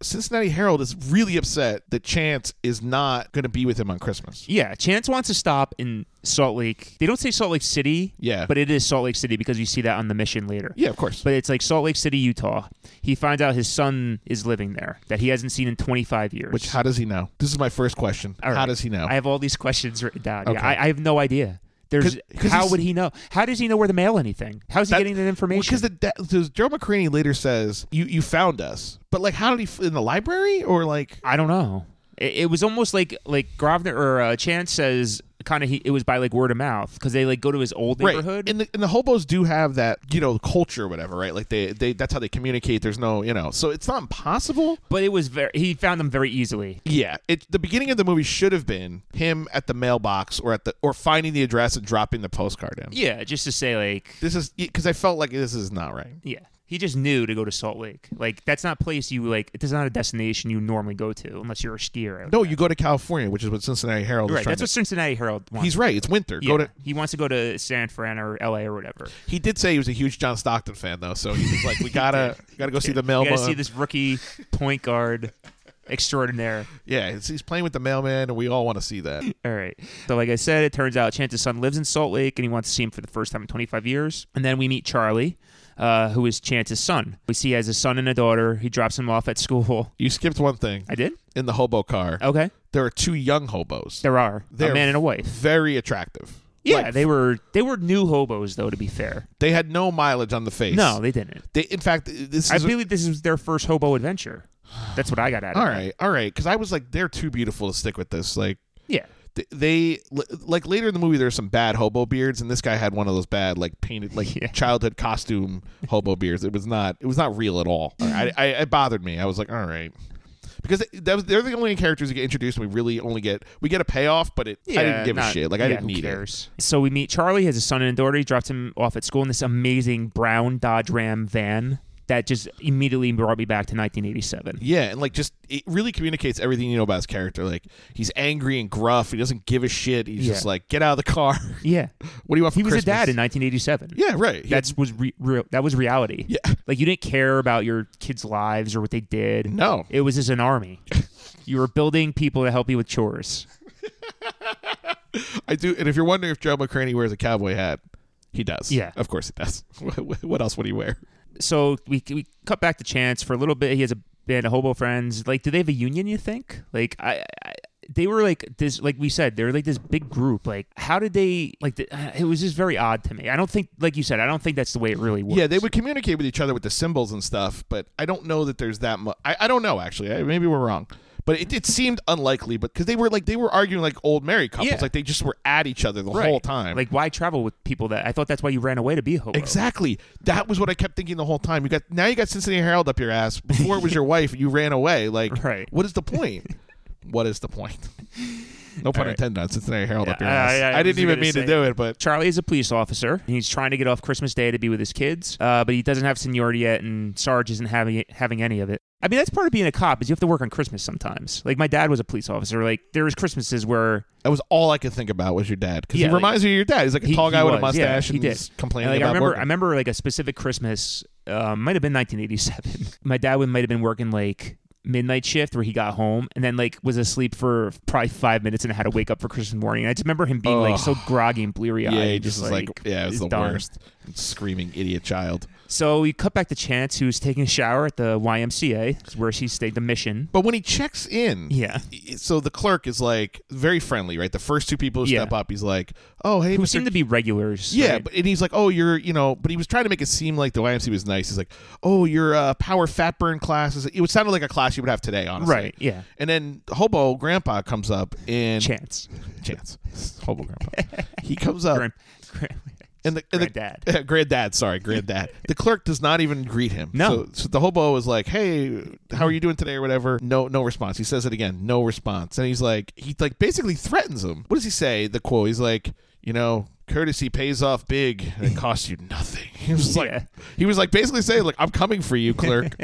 Speaker 2: Cincinnati Herald is really upset that Chance is not going to be with him on Christmas.
Speaker 1: Yeah, Chance wants to stop in Salt Lake. They don't say Salt Lake City.
Speaker 2: Yeah.
Speaker 1: But it is Salt Lake City because you see that on the mission later.
Speaker 2: Yeah, of course.
Speaker 1: But it's like Salt Lake City, Utah. He finds out his son is living there that he hasn't seen in 25 years.
Speaker 2: Which how does he know? This is my first question.
Speaker 1: All
Speaker 2: How
Speaker 1: right.
Speaker 2: does he know?
Speaker 1: I have all these questions written down.
Speaker 2: Okay.
Speaker 1: Yeah, I, I have no idea.
Speaker 2: 'Cause-
Speaker 1: There's
Speaker 2: 'cause
Speaker 1: how
Speaker 2: he's-
Speaker 1: would he know? How does he know where to mail anything? How's he getting that information?
Speaker 2: Because the, the Joe McCraney later says you you found us, but like how did he f- in the library or like
Speaker 1: I don't know. It, it was almost like like Grovner or uh, Chance says kind of he, it was by like word of mouth because they like go to his old neighborhood.
Speaker 2: And the, and the hobos do have that you know culture or whatever, right? Like they they that's how they communicate. There's no you know, so it's not impossible.
Speaker 1: but it was very he found them very easily.
Speaker 2: Yeah, it the beginning of the movie should have been him at the mailbox or at the or finding the address and dropping the postcard in.
Speaker 1: Yeah, just to say like
Speaker 2: This is because I felt like this is not right.
Speaker 1: yeah, he just knew to go to Salt Lake. Like that's not a place you like. It's not a destination you normally go to unless you're a skier.
Speaker 2: No, you go to California, which is what Cincinnati Herald is
Speaker 1: right.
Speaker 2: trying
Speaker 1: That's what
Speaker 2: to.
Speaker 1: Cincinnati Herald wants.
Speaker 2: he's right. It's winter.
Speaker 1: Yeah,
Speaker 2: Go to.
Speaker 1: he wants to go to San Fran or L.A. or whatever.
Speaker 2: He did say he was a huge John Stockton fan though, so he was like,
Speaker 1: <laughs>
Speaker 2: "We gotta, gotta go see the
Speaker 1: You
Speaker 2: mailman."
Speaker 1: got to see this rookie point guard extraordinaire.
Speaker 2: Yeah, it's, he's playing with the mailman, and we all want to
Speaker 1: <laughs>
Speaker 2: see that.
Speaker 1: All right. So, like I said, it turns out Chance's son lives in Salt Lake and he wants to see him for the first time in 25 years. And then we meet Charlie, uh, who is Chance's son. We see he has a son and a daughter. He drops him off at school. <laughs>
Speaker 2: You skipped one thing
Speaker 1: I did?
Speaker 2: in the hobo car.
Speaker 1: Okay.
Speaker 2: There are two young hobos.
Speaker 1: There are.
Speaker 2: They're
Speaker 1: a man and a wife.
Speaker 2: Very attractive.
Speaker 1: Yeah,
Speaker 2: Like,
Speaker 1: they were they were new hobos though, to be fair.
Speaker 2: they had no mileage on the face.
Speaker 1: No, they didn't.
Speaker 2: They, in fact, this
Speaker 1: I
Speaker 2: is a-
Speaker 1: believe this is their first hobo adventure. That's what I got out of
Speaker 2: all
Speaker 1: it.
Speaker 2: right, all right. Because I was like, they're too beautiful to stick with this. Like
Speaker 1: Yeah.
Speaker 2: th- they, li- like later in the movie, there's some bad hobo beards, and this guy had one of those bad, like painted, like
Speaker 1: <laughs> Yeah.
Speaker 2: childhood costume hobo beards. It was not, it was not real at all. I, I, it bothered me. I was like, all right. Because th- that was, they're the only characters who get introduced, and we really only get we get a payoff, but it I didn't
Speaker 1: Yeah,
Speaker 2: give a
Speaker 1: not-
Speaker 2: shit. Like I
Speaker 1: yeah,
Speaker 2: didn't
Speaker 1: who
Speaker 2: need it.
Speaker 1: cares. So we meet Charlie, has a son and a daughter. He drops him off at school in this amazing brown Dodge Ram van that just immediately brought me back to 1987.
Speaker 2: Yeah, and like just it really communicates everything you know about his character. Like he's angry and gruff. He doesn't give a shit. He's
Speaker 1: Yeah.
Speaker 2: just like, get out of the car. <laughs>
Speaker 1: Yeah,
Speaker 2: what do you want? For
Speaker 1: he was
Speaker 2: Christmas?
Speaker 1: a dad in 1987.
Speaker 2: Yeah, right. He had-
Speaker 1: That's was re- real. That was reality.
Speaker 2: Yeah.
Speaker 1: like you didn't care about your kids' lives or what they did.
Speaker 2: No.
Speaker 1: it was just an
Speaker 2: <laughs>
Speaker 1: army. you were building people to help you with chores.
Speaker 2: I do. And if you're wondering if Joe McCraney wears a cowboy hat, he does.
Speaker 1: Yeah.
Speaker 2: of course he does. <laughs> What- what else would he wear?
Speaker 1: So we we cut back to Chance for a little bit. He has a band of hobo friends. Like, do they have a union? You think? Like, I. I they were like this, like we said, they were like this big group. Like, how did they, like, the, it was just very odd to me. I don't think, like you said, I don't think that's the way it really works.
Speaker 2: Yeah, they would communicate with each other with the symbols and stuff, but I don't know that there's that much. I, I don't know actually. I, maybe we're wrong, but it, it seemed unlikely. But because they were like they were arguing like old married couples,
Speaker 1: Yeah.
Speaker 2: like they just were at each other the whole time.
Speaker 1: Like, why travel with people that I thought that's why you ran away to be a hobo?
Speaker 2: Exactly. That was what I kept thinking the whole time. You got now you got Cincinnati Herald up your ass.
Speaker 1: <laughs>
Speaker 2: Before it was your wife, you ran away. Like,
Speaker 1: Right.
Speaker 2: what is the point? what is the point? No pun
Speaker 1: right.
Speaker 2: intended on Cincinnati Herald up your
Speaker 1: Yeah,
Speaker 2: ass.
Speaker 1: I-
Speaker 2: I,
Speaker 1: I was
Speaker 2: didn't even
Speaker 1: gonna
Speaker 2: mean
Speaker 1: say
Speaker 2: to do it, but
Speaker 1: Charlie is a police officer. He's trying to get off Christmas Day to be with his kids, uh, but he doesn't have seniority yet, and Sarge isn't having having any of it. I mean, that's part of being a cop is you have to work on Christmas sometimes. Like my dad was a police officer. Like there was Christmases where
Speaker 2: that was all I could think about was your dad because
Speaker 1: Yeah,
Speaker 2: he
Speaker 1: like-
Speaker 2: reminds me of your dad. He's like a
Speaker 1: he,
Speaker 2: tall
Speaker 1: he
Speaker 2: guy with a
Speaker 1: was, yeah,
Speaker 2: mustache
Speaker 1: he
Speaker 2: and
Speaker 1: did.
Speaker 2: he's complaining
Speaker 1: And, like, I
Speaker 2: about
Speaker 1: remember,
Speaker 2: working.
Speaker 1: I remember like a specific Christmas, uh, might have been 1987. <laughs> my dad would might have been working like midnight shift where he got home and then like was asleep for probably five minutes and had to wake up for Christmas morning. And I just remember him being like so groggy and bleary eyed.
Speaker 2: yeah, he just was like, yeah, it was the
Speaker 1: done.
Speaker 2: worst screaming idiot child.
Speaker 1: So we cut back to Chance, who's taking a shower at the YMCA, where she stayed the mission.
Speaker 2: But when he checks in,
Speaker 1: Yeah.
Speaker 2: So the clerk is like very friendly, right? The first two people who
Speaker 1: Yeah.
Speaker 2: step up, he's like, "Oh, hey,
Speaker 1: Who
Speaker 2: Mr.
Speaker 1: seem to be regulars.
Speaker 2: Yeah,
Speaker 1: right?
Speaker 2: but and he's like, oh, you're, you know, but he was trying to make it seem like the YMCA was nice. He's like, oh, your uh, power fat burn class is. It would sounded like a class you would have today, honestly.
Speaker 1: Right, yeah.
Speaker 2: And then hobo grandpa comes up and
Speaker 1: Chance.
Speaker 2: chance hobo grandpa. he comes up
Speaker 1: Grand- grand-
Speaker 2: and the and
Speaker 1: granddad.
Speaker 2: The, <laughs> granddad,
Speaker 1: <laughs>
Speaker 2: sorry, granddad. the clerk does not even greet him.
Speaker 1: No.
Speaker 2: So, so the hobo is like, hey, how are you doing today or whatever? No, no response. He says it again, no response. And he's like, he like basically threatens him. What does he say? The quote. He's like, you know. Courtesy pays off big and it costs you nothing. <laughs> He was like,
Speaker 1: Yeah.
Speaker 2: he was like basically saying, like, I'm coming for
Speaker 1: <laughs>
Speaker 2: you, clerk.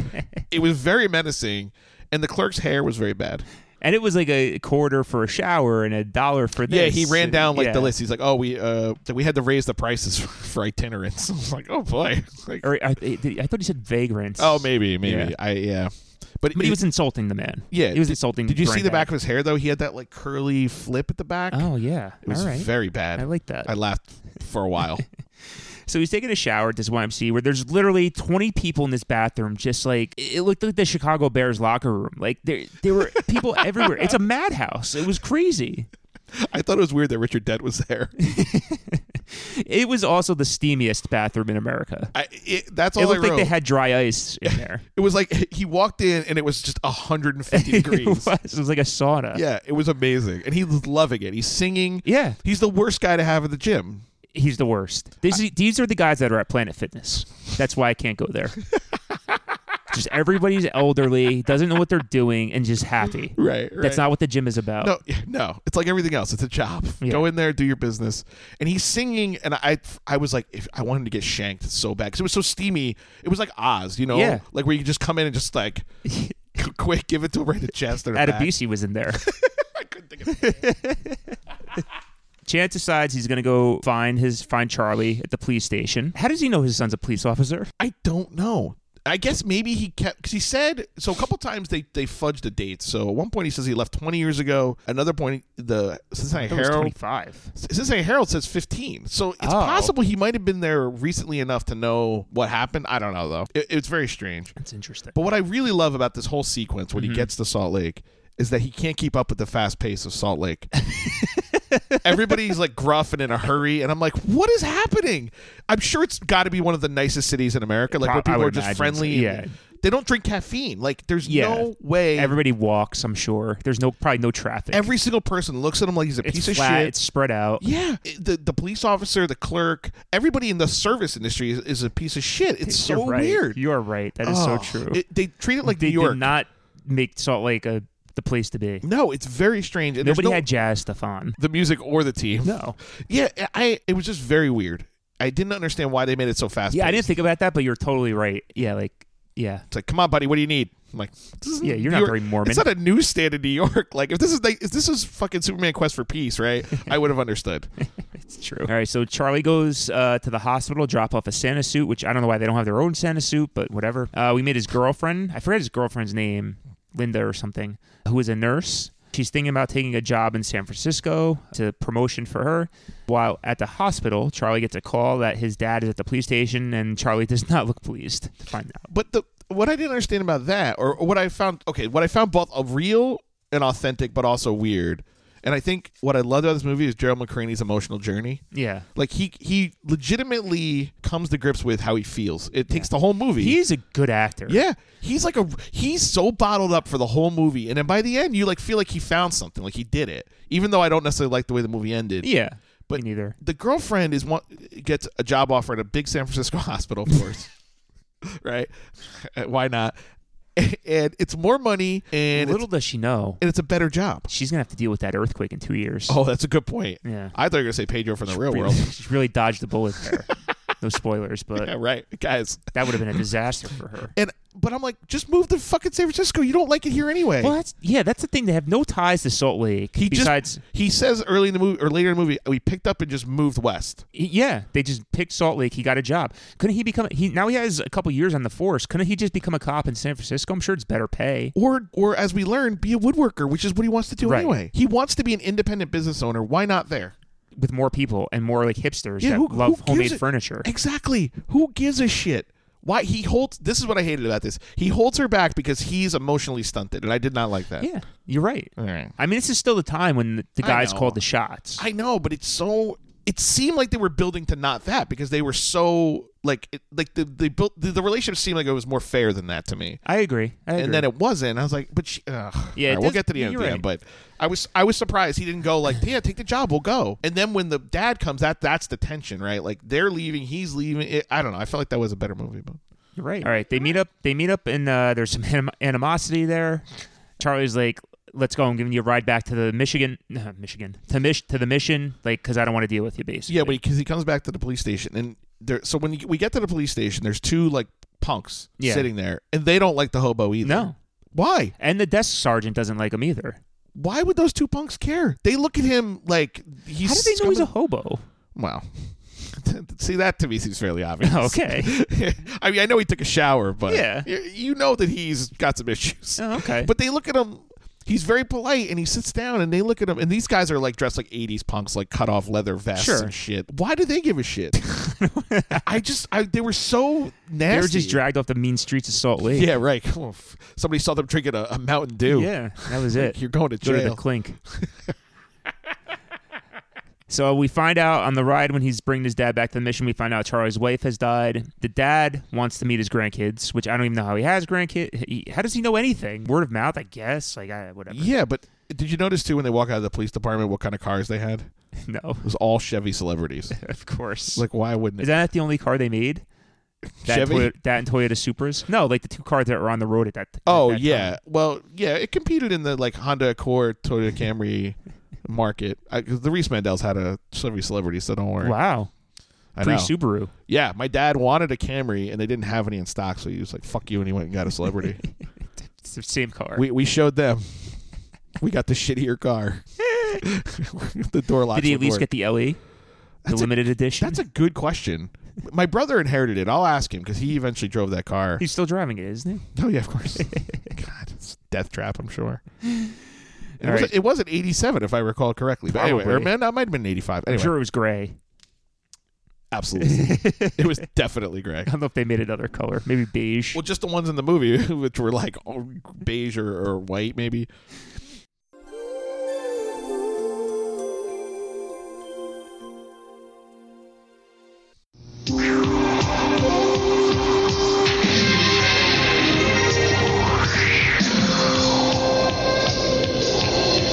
Speaker 2: it was very menacing, and the clerk's hair was very bad.
Speaker 1: <laughs> and it was like a quarter for a shower and a dollar for this.
Speaker 2: Yeah, he ran
Speaker 1: and-
Speaker 2: down like the
Speaker 1: yeah.
Speaker 2: list. He's like, "Oh, we uh, that we had to raise the prices <laughs> for itinerants." <laughs> I was like, "Oh boy!" Like,
Speaker 1: Or I, I thought he said vagrants.
Speaker 2: oh, maybe, maybe,
Speaker 1: Yeah.
Speaker 2: I yeah. But,
Speaker 1: But
Speaker 2: it-
Speaker 1: he was insulting the man.
Speaker 2: yeah.
Speaker 1: He was
Speaker 2: did-
Speaker 1: insulting
Speaker 2: Did you see the
Speaker 1: Granddad.
Speaker 2: back of his hair though? He had that like curly flip at the back.
Speaker 1: Oh, yeah.
Speaker 2: it was
Speaker 1: All right.
Speaker 2: very bad.
Speaker 1: I like that.
Speaker 2: I laughed for
Speaker 1: <laughs>
Speaker 2: a while.
Speaker 1: So he's taking a shower at this YMCA where there's literally 20 people in this bathroom, just like it looked like the Chicago Bears locker room. Like there, there
Speaker 2: <laughs>
Speaker 1: were people everywhere. It's a madhouse. It was crazy.
Speaker 2: I thought it was weird that Richard Dent was there.
Speaker 1: It was also the steamiest bathroom in America.
Speaker 2: I, it, that's all
Speaker 1: It looked
Speaker 2: I wrote.
Speaker 1: like they had dry ice
Speaker 2: <laughs>
Speaker 1: in there.
Speaker 2: it was like he walked in and it was just
Speaker 1: <laughs>
Speaker 2: 150
Speaker 1: it, was,
Speaker 2: degrees.
Speaker 1: it was like a sauna.
Speaker 2: Yeah, it was amazing, and he was loving it. He's singing.
Speaker 1: Yeah.
Speaker 2: he's the worst guy to have at the gym.
Speaker 1: He's the worst. These, these are the guys that are at Planet Fitness. That's why I can't go
Speaker 2: <laughs>
Speaker 1: there. just everybody's elderly, doesn't know what they're doing, and just happy.
Speaker 2: <laughs> Right, right.
Speaker 1: That's not what the gym is about.
Speaker 2: No, <laughs> yeah, no. It's like everything else. It's a job.
Speaker 1: Yeah.
Speaker 2: Go in there, do your business. And he's singing, and I, I was like, if I wanted to get shanked so bad because it was so steamy. It was like Oz, you know,
Speaker 1: Yeah.
Speaker 2: like where you just come in and
Speaker 1: <laughs>
Speaker 2: just like, <laughs> quick, give it to him right in the chest or the back.
Speaker 1: Adebisi was in there.
Speaker 2: <laughs> I couldn't think of it.
Speaker 1: <laughs> Chance decides he's gonna go find his find Charlie at the police station. How does he know his son's a police officer?
Speaker 2: I don't know. I guess maybe he kept because he said so a couple times they they fudged the dates. So at one point he says he left 20 years ago. Another point the Cincinnati
Speaker 1: That was
Speaker 2: Herald
Speaker 1: 25.
Speaker 2: Cincinnati Herald says 15. So it's
Speaker 1: Oh.
Speaker 2: possible he might have been there recently enough to know what happened. I don't know though. It, it's very strange.
Speaker 1: That's interesting.
Speaker 2: But what I really love about this whole sequence
Speaker 1: Mm-hmm.
Speaker 2: when he gets to Salt Lake is that he can't keep up with the fast pace of Salt Lake. <laughs> Everybody's like gruff and in a hurry, and I'm like, "What is happening?" I'm sure it's got to be one of the nicest cities in America, like
Speaker 1: Pro-
Speaker 2: where
Speaker 1: I
Speaker 2: people
Speaker 1: would
Speaker 2: are just
Speaker 1: imagine
Speaker 2: friendly.
Speaker 1: so,
Speaker 2: and they don't drink caffeine. Like, there's
Speaker 1: Yeah.
Speaker 2: no way. Every,
Speaker 1: Everybody walks, I'm sure. There's no probably no traffic.
Speaker 2: single person looks at him like he's a
Speaker 1: it's
Speaker 2: piece
Speaker 1: flat,
Speaker 2: of shit.
Speaker 1: it's spread out.
Speaker 2: Yeah, it- the the police officer, the clerk, everybody in the service industry is, is a piece of shit. It's
Speaker 1: You're
Speaker 2: so
Speaker 1: right.
Speaker 2: weird.
Speaker 1: You are right. That is
Speaker 2: Oh,
Speaker 1: so true.
Speaker 2: it- they treat it like
Speaker 1: they
Speaker 2: New York.
Speaker 1: did not make Salt Lake a the place to be.
Speaker 2: No, it's very strange. And there's
Speaker 1: Nobody
Speaker 2: no-
Speaker 1: had jazz stuff on.
Speaker 2: the music or the team.
Speaker 1: No.
Speaker 2: <laughs> Yeah, I it was just very weird. I didn't understand why they made it so fast.
Speaker 1: Yeah, I didn't think about that, but you're totally right. Yeah, like yeah.
Speaker 2: It's like, come on, buddy, what do you need? I'm like, this isn't
Speaker 1: Yeah, you're not
Speaker 2: New York-
Speaker 1: very Mormon.
Speaker 2: It's not a newsstand in New York. <laughs> Like, if this is like, if this is fucking Superman Quest for
Speaker 1: <laughs>
Speaker 2: Peace, right? I would have understood.
Speaker 1: It's true. All right, so Charlie goes uh, to the hospital, drop off a Santa suit, which I don't know why they don't have their own Santa suit, but whatever. Uh, we meet his girlfriend. I forget his girlfriend's name, Linda or something, who is a nurse. She's thinking about taking a job in San Francisco to promotion for her. While at the hospital, Charlie gets a call that his dad is at the police station, and Charlie does not look pleased to find out.
Speaker 2: But the what I didn't understand about that, or what I found okay, what I found both a real and authentic, but also weird. And I think what I loved about this movie is Gerald McCraney's emotional journey.
Speaker 1: Yeah.
Speaker 2: Like he he legitimately comes to grips with how he feels. It takes the whole movie.
Speaker 1: He's a good actor.
Speaker 2: Yeah, he's like a he's so bottled up for the whole movie, and then by the end, you like feel like he found something, like he did it. Even though I don't necessarily like the way the movie ended.
Speaker 1: Yeah.
Speaker 2: But-
Speaker 1: But neither.
Speaker 2: the girlfriend is one gets a job offer at a big San Francisco <laughs> hospital, of course. right? <laughs> Why not? <laughs> And it's more money, and
Speaker 1: Little
Speaker 2: it's,
Speaker 1: does she know.
Speaker 2: and it's a better job.
Speaker 1: She's going to have to deal with that earthquake in two years.
Speaker 2: Oh, that's a good point.
Speaker 1: Yeah.
Speaker 2: I thought you were gonna say Pedro from the real
Speaker 1: Really-
Speaker 2: world.
Speaker 1: <laughs>
Speaker 2: <laughs>
Speaker 1: she really dodged the bullet there. no spoilers, but
Speaker 2: yeah, right, guys.
Speaker 1: that would have been a disaster for her.
Speaker 2: And but I'm like, just move to fucking San Francisco. You don't like it here anyway.
Speaker 1: Well, that's yeah, that's the thing. They have no ties to Salt Lake.
Speaker 2: He
Speaker 1: besides,
Speaker 2: just he says early in the movie or later in the movie, we picked up and just moved west.
Speaker 1: he- yeah, they just picked Salt Lake. He got a job. Couldn't he become? He now he has a couple years on the force. Couldn't he just become a cop in San Francisco? I'm sure it's better pay.
Speaker 2: Or or as we learn, be a woodworker, which is what he wants to do
Speaker 1: Right.
Speaker 2: anyway. He wants to be an independent business owner. Why not there?
Speaker 1: with more people and more like hipsters that
Speaker 2: who- who
Speaker 1: love
Speaker 2: gives
Speaker 1: homemade
Speaker 2: a-
Speaker 1: furniture.
Speaker 2: Exactly. Who gives a shit? Why he holds this is what I hated about this. He holds her back because he's emotionally stunted, and I did not like that.
Speaker 1: Yeah, you're right.
Speaker 2: All right.
Speaker 1: I mean, this is still the time when the, the
Speaker 2: I
Speaker 1: guys
Speaker 2: know.
Speaker 1: called the shots.
Speaker 2: I know, but it's so it seemed like they were building to not that because they were so like it, like the they built the, the relationship seemed like it was more fair than that to me.
Speaker 1: I agree. I agree.
Speaker 2: and then it wasn't. I was like, but she, ugh.
Speaker 1: Yeah,
Speaker 2: All
Speaker 1: it
Speaker 2: right, we'll
Speaker 1: does-
Speaker 2: get to the end.
Speaker 1: you're
Speaker 2: yeah,
Speaker 1: right.
Speaker 2: But I was I was surprised he didn't go like, yeah, take the job, we'll go. And then when the dad comes, that that's the tension, right? Like they're leaving, he's leaving. It, I don't know. I felt like that was a better movie, but
Speaker 1: You're right. All right, they meet up. They meet up, and uh, there's some anim- animosity there. Charlie's like, "Let's go. I'm giving you a ride back to the Michigan, <laughs> Michigan to Mich- to the mission, like, because I don't want to deal with you, basically."
Speaker 2: yeah, because he comes back to the police station, and there. So when you, we get to the police station, there's two like punks
Speaker 1: Yeah.
Speaker 2: sitting there, and they don't like the hobo either.
Speaker 1: No.
Speaker 2: why?
Speaker 1: and the desk sergeant doesn't like him either.
Speaker 2: Why would those two punks care? They look at him like he's.
Speaker 1: How do they know he's a
Speaker 2: coming-
Speaker 1: hobo?
Speaker 2: Wow. <laughs> See that to me seems fairly obvious.
Speaker 1: <laughs> <laughs> Okay.
Speaker 2: <laughs> I mean, I know he took a shower, but
Speaker 1: Yeah.
Speaker 2: y- you know that he's got some issues.
Speaker 1: Oh, okay.
Speaker 2: But they look at him. He's very polite, and he sits down, and they look at him. And these guys are like dressed like '80s punks, like cut off leather vests
Speaker 1: Sure.
Speaker 2: and shit. Why do they give
Speaker 1: <laughs>
Speaker 2: a shit? I just, I they were so nasty.
Speaker 1: They were just dragged off the mean streets of Salt Lake.
Speaker 2: Yeah, right. Oof. Somebody saw them drinking a, a Mountain Dew.
Speaker 1: Yeah, that was it.
Speaker 2: You're going to
Speaker 1: Go to
Speaker 2: jail.
Speaker 1: the clink. so we find out on the ride when he's bringing his dad back to the mission, we find out Charlie's wife has died. The dad wants to meet his grandkids, which I don't even know how he has grandkids. How does he know anything? Word of mouth, I guess. Like, I, whatever.
Speaker 2: Yeah, but did you notice too when they walk out of the police department what kind of cars they had?
Speaker 1: <laughs>
Speaker 2: It
Speaker 1: No, <laughs>
Speaker 2: was all Chevy celebrities.
Speaker 1: of course.
Speaker 2: like, why wouldn't it?
Speaker 1: Is that not the only car they made? That,
Speaker 2: Chevy?
Speaker 1: Toyo- that and Toyota Supras? No, like the two cars that were on the road at that. at
Speaker 2: Oh
Speaker 1: that
Speaker 2: yeah,
Speaker 1: time.
Speaker 2: well yeah, it competed in the like Honda Accord, Toyota Camry market. I, 'cause the Reese Mandels had a Chevy celebrity, so don't worry.
Speaker 1: Wow.
Speaker 2: I
Speaker 1: Pre
Speaker 2: know.
Speaker 1: Subaru.
Speaker 2: Yeah, my dad wanted a Camry and they didn't have any in stock, so he was like, "Fuck you," and he went and got
Speaker 1: <laughs>
Speaker 2: a celebrity.
Speaker 1: It's the same car.
Speaker 2: we we showed them. We got the shittier car. <laughs> the door locks.
Speaker 1: Did he at
Speaker 2: would
Speaker 1: least
Speaker 2: work.
Speaker 1: get the LE? The
Speaker 2: That's a-
Speaker 1: limited edition?
Speaker 2: That's a good question. My brother inherited it. I'll ask him because he eventually drove that car.
Speaker 1: He's still driving it, isn't he?
Speaker 2: oh yeah, of course. <laughs> God, it's a death trap.
Speaker 1: <laughs>
Speaker 2: I'm sure. It,
Speaker 1: All
Speaker 2: was,
Speaker 1: right.
Speaker 2: it was an 87, if I recall correctly. But anyway, or
Speaker 1: Probably.
Speaker 2: man, that might have been an 85.
Speaker 1: I'm
Speaker 2: Anyway,
Speaker 1: sure it was gray. <laughs>
Speaker 2: absolutely, it was definitely Greg.
Speaker 1: I don't know if they made another color. Maybe beige.
Speaker 2: Well, just the ones in the movie, <laughs> which were like all beige or, or white, maybe.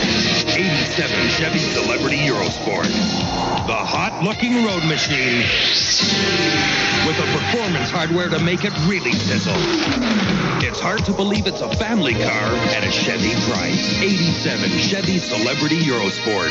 Speaker 6: '87 Chevy Celebrity Eurosport, the hot-looking road machine with the performance hardware to make it really sizzle. It's hard to believe it's a family car at a Chevy price. '87 Chevy Celebrity Eurosport,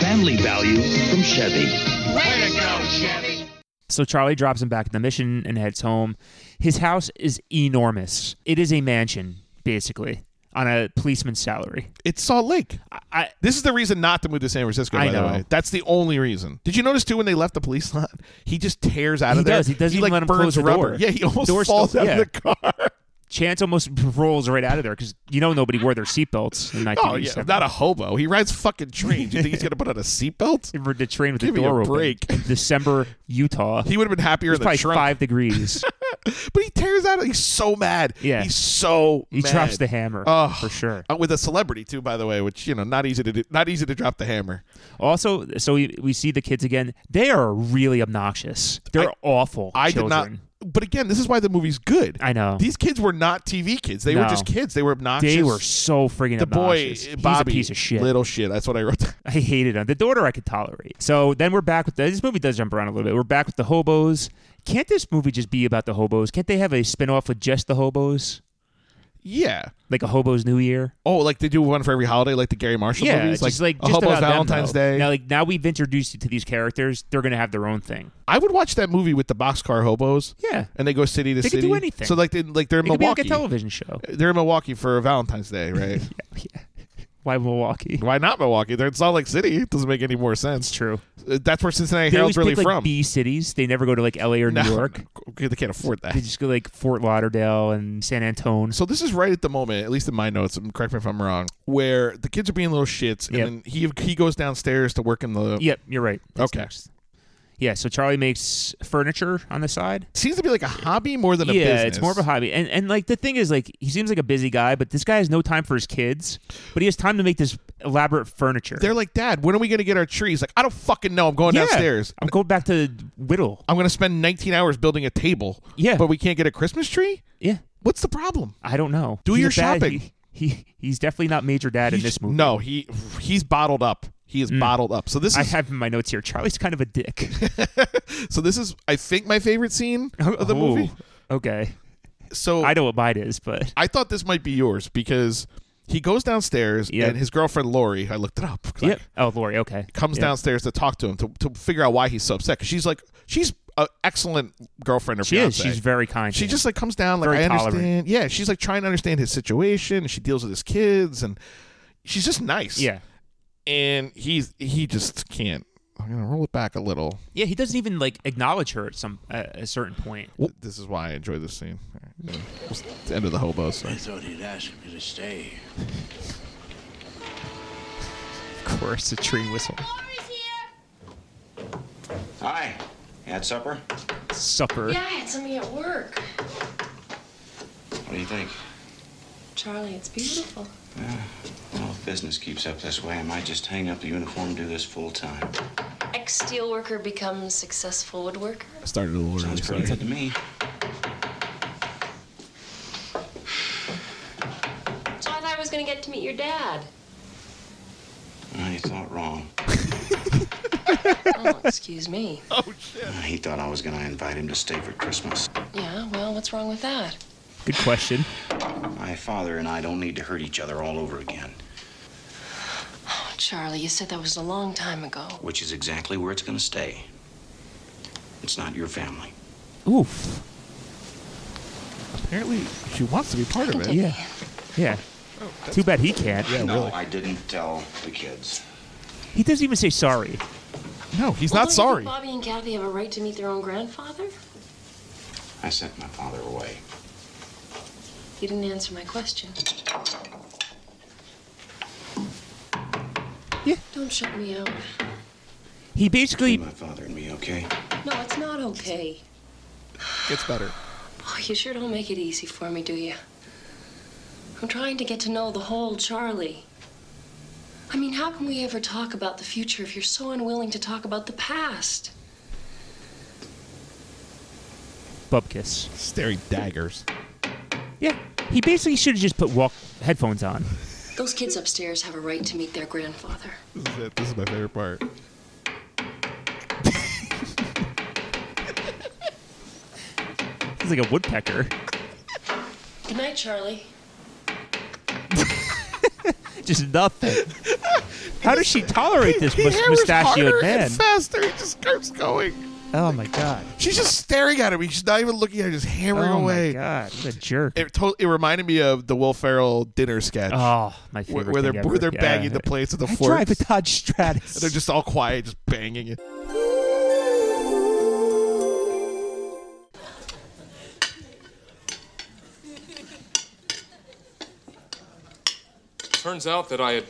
Speaker 6: family value from Chevy. Way to go, Chevy!
Speaker 1: So Charlie drops him back at the mission and heads home. His house is enormous. It is a mansion, basically, on a policeman's salary.
Speaker 2: It's Salt Lake.
Speaker 1: I, I
Speaker 2: This is the reason not to move to San Francisco.
Speaker 1: I
Speaker 2: by
Speaker 1: know.
Speaker 2: the way, that's the only reason. Did you notice too when they left the police lot? He just tears out
Speaker 1: He
Speaker 2: of there.
Speaker 1: does. He doesn't even
Speaker 2: like
Speaker 1: let 'em
Speaker 2: burns
Speaker 1: close the
Speaker 2: rubber.
Speaker 1: door.
Speaker 2: Yeah, he almost
Speaker 1: Door
Speaker 2: falls
Speaker 1: still-
Speaker 2: out
Speaker 1: yeah.
Speaker 2: of the
Speaker 1: <laughs>
Speaker 2: car.
Speaker 1: Chance almost rolls right out of there because you know nobody wore their seatbelts in
Speaker 2: Oh yeah,
Speaker 1: 1987.
Speaker 2: not a hobo. He rides fucking trains. You think he's gonna put on a seatbelt?
Speaker 1: For the train with
Speaker 2: Give
Speaker 1: the
Speaker 2: me a
Speaker 1: door
Speaker 2: break.
Speaker 1: open. in <laughs> December, Utah.
Speaker 2: He would have been happier
Speaker 1: it's
Speaker 2: in the
Speaker 1: probably
Speaker 2: trunk.
Speaker 1: five degrees.
Speaker 2: <laughs> But he tears out. He's so mad.
Speaker 1: Yeah.
Speaker 2: he's so.
Speaker 1: He
Speaker 2: mad.
Speaker 1: drops the hammer
Speaker 2: Oh.
Speaker 1: for sure.
Speaker 2: Uh, with a celebrity too, by the way, which you know, not easy to do, not easy to drop the hammer.
Speaker 1: Also, so we, we see the kids again. They are really obnoxious. They're awful.
Speaker 2: I
Speaker 1: children.
Speaker 2: did not. But again, this is why the movie's good.
Speaker 1: I know.
Speaker 2: These kids were not TV kids. They were
Speaker 1: No.
Speaker 2: just kids. They were obnoxious.
Speaker 1: They were so friggin'
Speaker 2: the boy
Speaker 1: obnoxious.
Speaker 2: Bobby,
Speaker 1: He's a piece of shit.
Speaker 2: little shit. That's what I wrote. down. <laughs>
Speaker 1: I hated him. The daughter I could tolerate. So then we're back with the, this movie does jump around a little bit. We're back with the hobos. Can't this movie just be about the hobos? Can't they have a spin-off with just the hobos?
Speaker 2: Yeah.
Speaker 1: Like a hobos New Year?
Speaker 2: Oh, like they do one for every holiday, like the Gary Marshall
Speaker 1: yeah,
Speaker 2: movies,
Speaker 1: just like,
Speaker 2: a
Speaker 1: just
Speaker 2: Hobo's
Speaker 1: about them,
Speaker 2: Valentine's
Speaker 1: though.
Speaker 2: Day.
Speaker 1: Now like now we've introduced you to these characters, they're going to have their own thing.
Speaker 2: I would watch that movie with the boxcar hobos.
Speaker 1: Yeah.
Speaker 2: and they go city to
Speaker 1: They could
Speaker 2: city.
Speaker 1: do anything.
Speaker 2: So like, they, like they're in
Speaker 1: It could be like
Speaker 2: Milwaukee.
Speaker 1: a television show.
Speaker 2: they're in Milwaukee for Valentine's <laughs> Day, right?
Speaker 1: Why Milwaukee?
Speaker 2: Why not Milwaukee? They're in Salt Lake City. It doesn't make any more sense.
Speaker 1: It's true.
Speaker 2: Uh, That's where Cincinnati
Speaker 1: They always
Speaker 2: Herald's really
Speaker 1: pick like
Speaker 2: from.
Speaker 1: B cities. They never go to like LA or New
Speaker 2: <laughs> No,
Speaker 1: York.
Speaker 2: no, they can't afford that.
Speaker 1: They just go like Fort Lauderdale and San Antone.
Speaker 2: So this is right at the moment, at least in my notes. and Correct me if I'm wrong. Where the kids are being little shits, and
Speaker 1: Yep.
Speaker 2: then he he goes downstairs to work in the.
Speaker 1: Yep, you're right. That's
Speaker 2: Okay.
Speaker 1: next. Yeah, so Charlie makes furniture on the side.
Speaker 2: Seems to be like a hobby more than a
Speaker 1: yeah,
Speaker 2: business.
Speaker 1: it's more of a hobby. And and like the thing is like he seems like a busy guy, but this guy has no time for his kids, but he has time to make this elaborate furniture.
Speaker 2: They're like, Dad, when are we gonna get our trees? Like, I don't fucking know. I'm going
Speaker 1: yeah.
Speaker 2: downstairs.
Speaker 1: I'm going back to whittle.
Speaker 2: I'm gonna spend 19 hours building a table.
Speaker 1: Yeah.
Speaker 2: but we can't get a Christmas tree.
Speaker 1: Yeah.
Speaker 2: What's the problem?
Speaker 1: I don't know.
Speaker 2: Do
Speaker 1: He's
Speaker 2: your
Speaker 1: a bad-
Speaker 2: shopping.
Speaker 1: He, he he's definitely not major dad in
Speaker 2: He's-
Speaker 1: this movie. Mm.
Speaker 2: No, he he's bottled up. He is bottled up. So this
Speaker 1: I
Speaker 2: is
Speaker 1: have in my notes here. Charlie's kind of a dick.
Speaker 2: so this is I think my favorite scene of the
Speaker 1: Ooh.
Speaker 2: movie.
Speaker 1: Okay.
Speaker 2: So
Speaker 1: Oh. I know what mine is, but
Speaker 2: I thought this might be yours because he goes downstairs
Speaker 1: Yep.
Speaker 2: and his girlfriend Lori, I looked it up, 'cause I-
Speaker 1: yep. Oh, Lori. Okay.
Speaker 2: comes
Speaker 1: Yep.
Speaker 2: downstairs to talk to him to, to figure out why he's so upset. 'Cause she's like, she's an excellent girlfriend or
Speaker 1: She is.
Speaker 2: fiance.
Speaker 1: She's very kind. to
Speaker 2: She
Speaker 1: him.
Speaker 2: just like comes down like
Speaker 1: Very
Speaker 2: I
Speaker 1: tolerant.
Speaker 2: understand. Yeah, she's like trying to understand his situation. And she deals with his kids and she's just nice.
Speaker 1: yeah.
Speaker 2: and he's he just can't. I'm gonna roll it back a little.
Speaker 1: Yeah, he doesn't even like acknowledge her at some at a certain point.
Speaker 2: This is why I enjoy this scene. All right. It's the end of the hobos.
Speaker 3: I thought he'd ask me to stay.
Speaker 1: Of course, the train whistle.
Speaker 8: Hi. Had supper?
Speaker 1: Supper.
Speaker 9: Yeah, I had somebody at work.
Speaker 8: What do you think?
Speaker 9: Charlie, it's beautiful.
Speaker 8: Well, if business keeps up this way, I might just hang up the uniform and do this full time.
Speaker 9: Ex steelworker becomes successful woodworker.
Speaker 2: I started a little early.
Speaker 8: Sounds pretty good to me. uh,
Speaker 9: So I thought I was gonna get to meet your dad.
Speaker 8: Uh, he thought wrong.
Speaker 9: Oh, excuse me.
Speaker 8: Uh, he thought I was going to invite him to stay for Christmas.
Speaker 9: Yeah, well, what's wrong with that?
Speaker 1: Good question.
Speaker 8: My father and I don't need to hurt each other all over again,
Speaker 9: Oh, Charlie, you said that was a long time ago.
Speaker 8: which is exactly where it's going to stay. It's not your family.
Speaker 1: Oof.
Speaker 2: Apparently, she wants to be part of it.
Speaker 1: Yeah. Yeah.
Speaker 8: Oh,
Speaker 1: Too bad he can't.
Speaker 8: no, I didn't tell the kids.
Speaker 1: He doesn't even say sorry.
Speaker 2: No, he's
Speaker 9: Well,
Speaker 2: not
Speaker 9: don't you
Speaker 2: sorry.
Speaker 9: think Bobby and Kathy have a right to meet their own grandfather?
Speaker 8: I sent my father away.
Speaker 9: You didn't answer my question.
Speaker 1: Yeah.
Speaker 9: Don't shut me out.
Speaker 1: He basically
Speaker 8: My father and me, okay?
Speaker 9: No, it's not okay.
Speaker 2: Gets better.
Speaker 9: Boy, you sure don't make it easy for me, do you? I'm trying to get to know the whole Charlie. I mean, how can we ever talk about the future if you're so unwilling to talk about the past?
Speaker 1: bub kiss.
Speaker 2: Staring daggers.
Speaker 1: Yeah. He basically should have just put walk headphones on.
Speaker 9: Those kids upstairs have a right to meet their grandfather.
Speaker 2: This is it. This is my favorite part.
Speaker 1: He's like a woodpecker. <laughs>
Speaker 9: Good night, Charlie.
Speaker 1: Just
Speaker 2: <laughs>
Speaker 1: nothing. How does she tolerate this mus-
Speaker 2: hammers harder
Speaker 1: mustachioed man?
Speaker 2: And faster. He just keeps going.
Speaker 1: Oh my god.
Speaker 2: She's just staring at him. She's not even looking at him. Just hammering
Speaker 1: Oh
Speaker 2: away.
Speaker 1: my god. What a jerk.
Speaker 2: It to- it reminded me of the Will Ferrell dinner sketch.
Speaker 1: Oh, my favorite.
Speaker 2: where, where they're
Speaker 1: thing ever.
Speaker 2: where they're
Speaker 1: Yeah.
Speaker 2: banging the plates with the
Speaker 1: I
Speaker 2: forks.
Speaker 1: drive a Dodge <laughs> Stratus.
Speaker 2: They're just all quiet, just banging it.
Speaker 10: Turns out that I had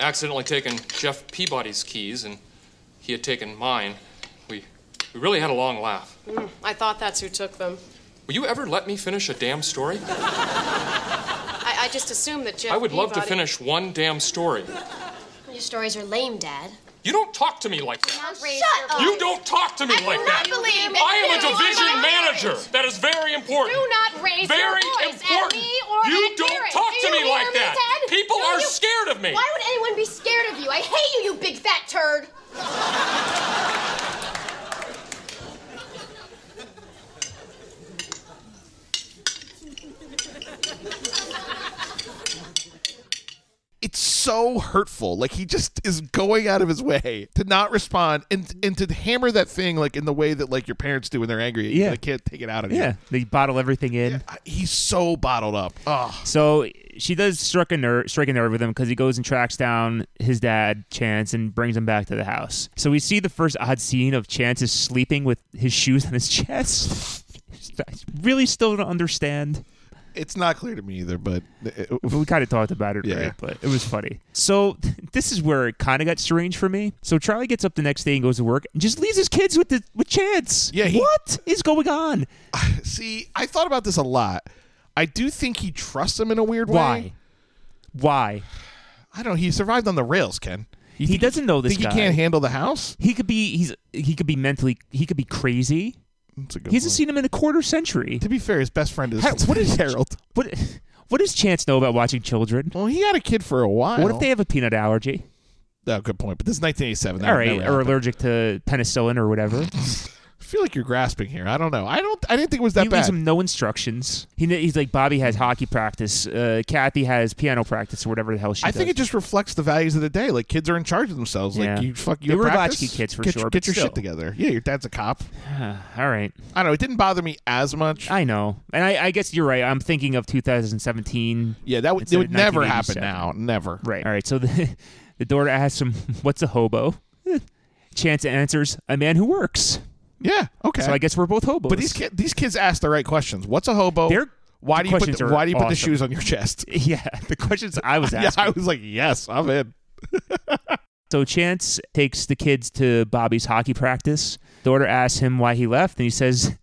Speaker 10: accidentally taken Jeff Peabody's keys and he had taken mine. We, we really had a long laugh.
Speaker 11: I thought that's who took them.
Speaker 10: Will you ever let me finish a damn story?
Speaker 11: <laughs> I, I just assumed that Jeff.
Speaker 10: I would love to
Speaker 11: Peabody-
Speaker 10: finish one damn story.
Speaker 12: Your stories are lame, Dad.
Speaker 10: You don't talk to me like that.
Speaker 12: Shut
Speaker 10: You don't talk to me
Speaker 12: I do
Speaker 10: like
Speaker 12: not
Speaker 10: that.
Speaker 12: believe it.
Speaker 10: I am a
Speaker 12: Do not
Speaker 10: division
Speaker 12: raise
Speaker 10: manager. That is very important.
Speaker 12: Do not raise
Speaker 10: very
Speaker 12: your voice at
Speaker 10: important.
Speaker 12: me or
Speaker 10: you
Speaker 12: at
Speaker 10: don't
Speaker 12: Derek.
Speaker 10: talk
Speaker 12: Do
Speaker 10: to
Speaker 12: you
Speaker 10: me
Speaker 12: hear
Speaker 10: like
Speaker 12: me,
Speaker 10: that.
Speaker 12: Ted?
Speaker 10: People
Speaker 12: No,
Speaker 10: are
Speaker 12: you-
Speaker 10: scared of me.
Speaker 12: Why would anyone be scared of you? I hate you, you big fat turd.
Speaker 2: It's so hurtful. Like he just is going out of his way to not respond and and to hammer that thing like in the way that like your parents do when they're angry. at you.
Speaker 1: Yeah.
Speaker 2: they can't take it out of
Speaker 1: yeah.
Speaker 2: you.
Speaker 1: They bottle everything in.
Speaker 2: I- He's so bottled up. Oh,
Speaker 1: So she does strike a nerve, strike a nerve with him because he goes and tracks down his dad, Chance, and brings him back to the house. So we see the first odd scene of Chance is sleeping with his shoes on his chest. <laughs> I really still don't understand.
Speaker 2: it's not clear to me either, but uh, it- it-
Speaker 1: We kind of talked about it,
Speaker 2: Yeah.
Speaker 1: right? But it was funny. So <laughs> this is where it kind of got strange for me. So Charlie gets up the next day and goes to work and just leaves his kids with the with Chance.
Speaker 2: Yeah, he-
Speaker 1: what is going on?
Speaker 2: see, I thought about this a lot. I do think he trusts him in a weird way.
Speaker 1: Why? Why?
Speaker 2: I don't. know. He survived on the rails, Ken.
Speaker 1: He
Speaker 2: You think
Speaker 1: doesn't know this
Speaker 2: Think
Speaker 1: guy.
Speaker 2: he can't handle the house?
Speaker 1: he could be he's he could be mentally he could be crazy.
Speaker 2: That's a good
Speaker 1: He hasn't
Speaker 2: point.
Speaker 1: seen him in a quarter century.
Speaker 2: To be fair, his best friend is
Speaker 1: How- what is
Speaker 2: Harold.
Speaker 1: What what does Chance know about watching children?
Speaker 2: Well, he had a kid for a while.
Speaker 1: What if they have a peanut allergy?
Speaker 2: Oh, good point. But this is 1987. That
Speaker 1: All
Speaker 2: would
Speaker 1: right,
Speaker 2: never
Speaker 1: or
Speaker 2: happen.
Speaker 1: allergic to penicillin or whatever.
Speaker 2: I feel like you're grasping here. I don't know. I don't. I didn't think it was that
Speaker 1: he
Speaker 2: bad.
Speaker 1: leaves him no instructions. He, kn- he's like Bobby has hockey practice, uh, Kathy has piano practice or whatever the hell she
Speaker 2: I
Speaker 1: does.
Speaker 2: think it just reflects the values of the day. Like kids are in charge of themselves. Like
Speaker 1: Yeah.
Speaker 2: you fuck. You
Speaker 1: They
Speaker 2: gotta
Speaker 1: were
Speaker 2: practice.
Speaker 1: latchkey kids for
Speaker 2: get,
Speaker 1: sure,
Speaker 2: Get
Speaker 1: but
Speaker 2: your
Speaker 1: still.
Speaker 2: shit together. Yeah, your dad's a cop.
Speaker 1: All right,
Speaker 2: I don't know. It didn't bother me as much.
Speaker 1: I know, and I, I guess you're right. I'm thinking of 2017.
Speaker 2: yeah, that would
Speaker 1: Instead
Speaker 2: it
Speaker 1: of
Speaker 2: would never happen
Speaker 1: 1987.
Speaker 2: now. Never.
Speaker 1: Right. All right. So <laughs> the, the daughter asks him, "What's a hobo?" <laughs> Eh, Chance answers, "A man who works."
Speaker 2: Yeah. Okay.
Speaker 1: So I guess we're both hobos. <laughs>
Speaker 2: But these kids, these kids ask the right questions. What's a hobo?
Speaker 1: Their-
Speaker 2: why
Speaker 1: the
Speaker 2: do you put
Speaker 1: questions
Speaker 2: the,
Speaker 1: are
Speaker 2: why do you put the
Speaker 1: awesome.
Speaker 2: shoes on your chest?
Speaker 1: yeah, the questions <laughs> I was
Speaker 2: <laughs> Yeah,
Speaker 1: asking.
Speaker 2: I was like, yes, I'm in.
Speaker 1: So Chance takes the kids to Bobby's hockey practice. Daughter asks him why he left, and he says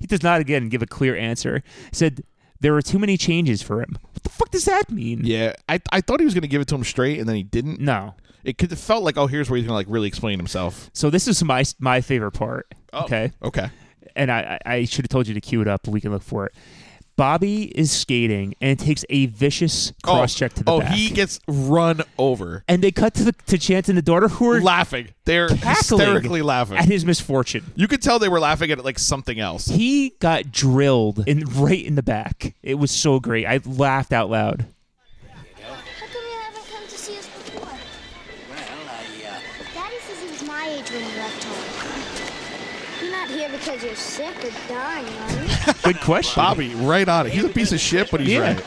Speaker 1: he does not again give a clear answer. He said there were too many changes for him. What the fuck does that mean?
Speaker 2: Yeah, I, I thought he was gonna give it to him straight, and then he didn't.
Speaker 1: No.
Speaker 2: It could, it felt like, oh, here's where he's gonna like really explain himself.
Speaker 1: So this is my my favorite part.
Speaker 2: Oh,
Speaker 1: Okay.
Speaker 2: okay.
Speaker 1: and I, I I should have told you to cue it up, but we can look for it. Bobby is skating and takes a vicious cross check
Speaker 2: oh,
Speaker 1: to the
Speaker 2: oh,
Speaker 1: back.
Speaker 2: he gets run over,
Speaker 1: and they cut to the to Chance and the daughter who are
Speaker 2: laughing. They're
Speaker 1: cackling
Speaker 2: hysterically laughing.
Speaker 1: at his misfortune.
Speaker 2: you could tell they were laughing at like something else.
Speaker 1: He got drilled in right in the back. It was so great. I laughed out loud.
Speaker 12: How come you haven't come to see us before?
Speaker 3: Well, I, uh,
Speaker 12: Daddy says he was my age when you left home. You're not here because you're sick or dying, are you?
Speaker 2: <laughs>
Speaker 1: Good question.
Speaker 2: Bobby, right on it. He's a piece of shit, but he's
Speaker 1: Yeah.
Speaker 2: right.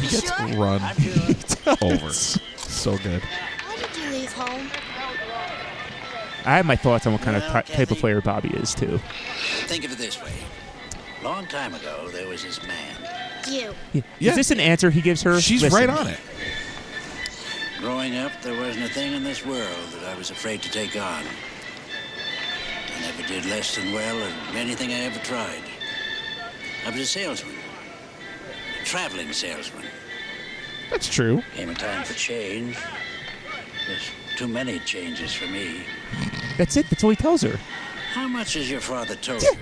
Speaker 2: He gets run
Speaker 3: I'm sure.
Speaker 2: <laughs> over. So good.
Speaker 12: Why did you leave home?
Speaker 1: I have my thoughts on what kind
Speaker 3: Well,
Speaker 1: of ty- type of player Bobby is too.
Speaker 3: Think of it this way. Long time ago, there was this man.
Speaker 12: You.
Speaker 1: Yeah. Is this an answer he gives her?
Speaker 3: She's
Speaker 1: Listen.
Speaker 3: right on it. Growing up, there wasn't a thing in this world that I was afraid to take on. I never did less than well at anything I ever tried. I was a salesman, a traveling salesman.
Speaker 2: That's true.
Speaker 3: Came a time for change. There's too many changes for me.
Speaker 1: That's it. That's all he tells her.
Speaker 3: How much has your father told you?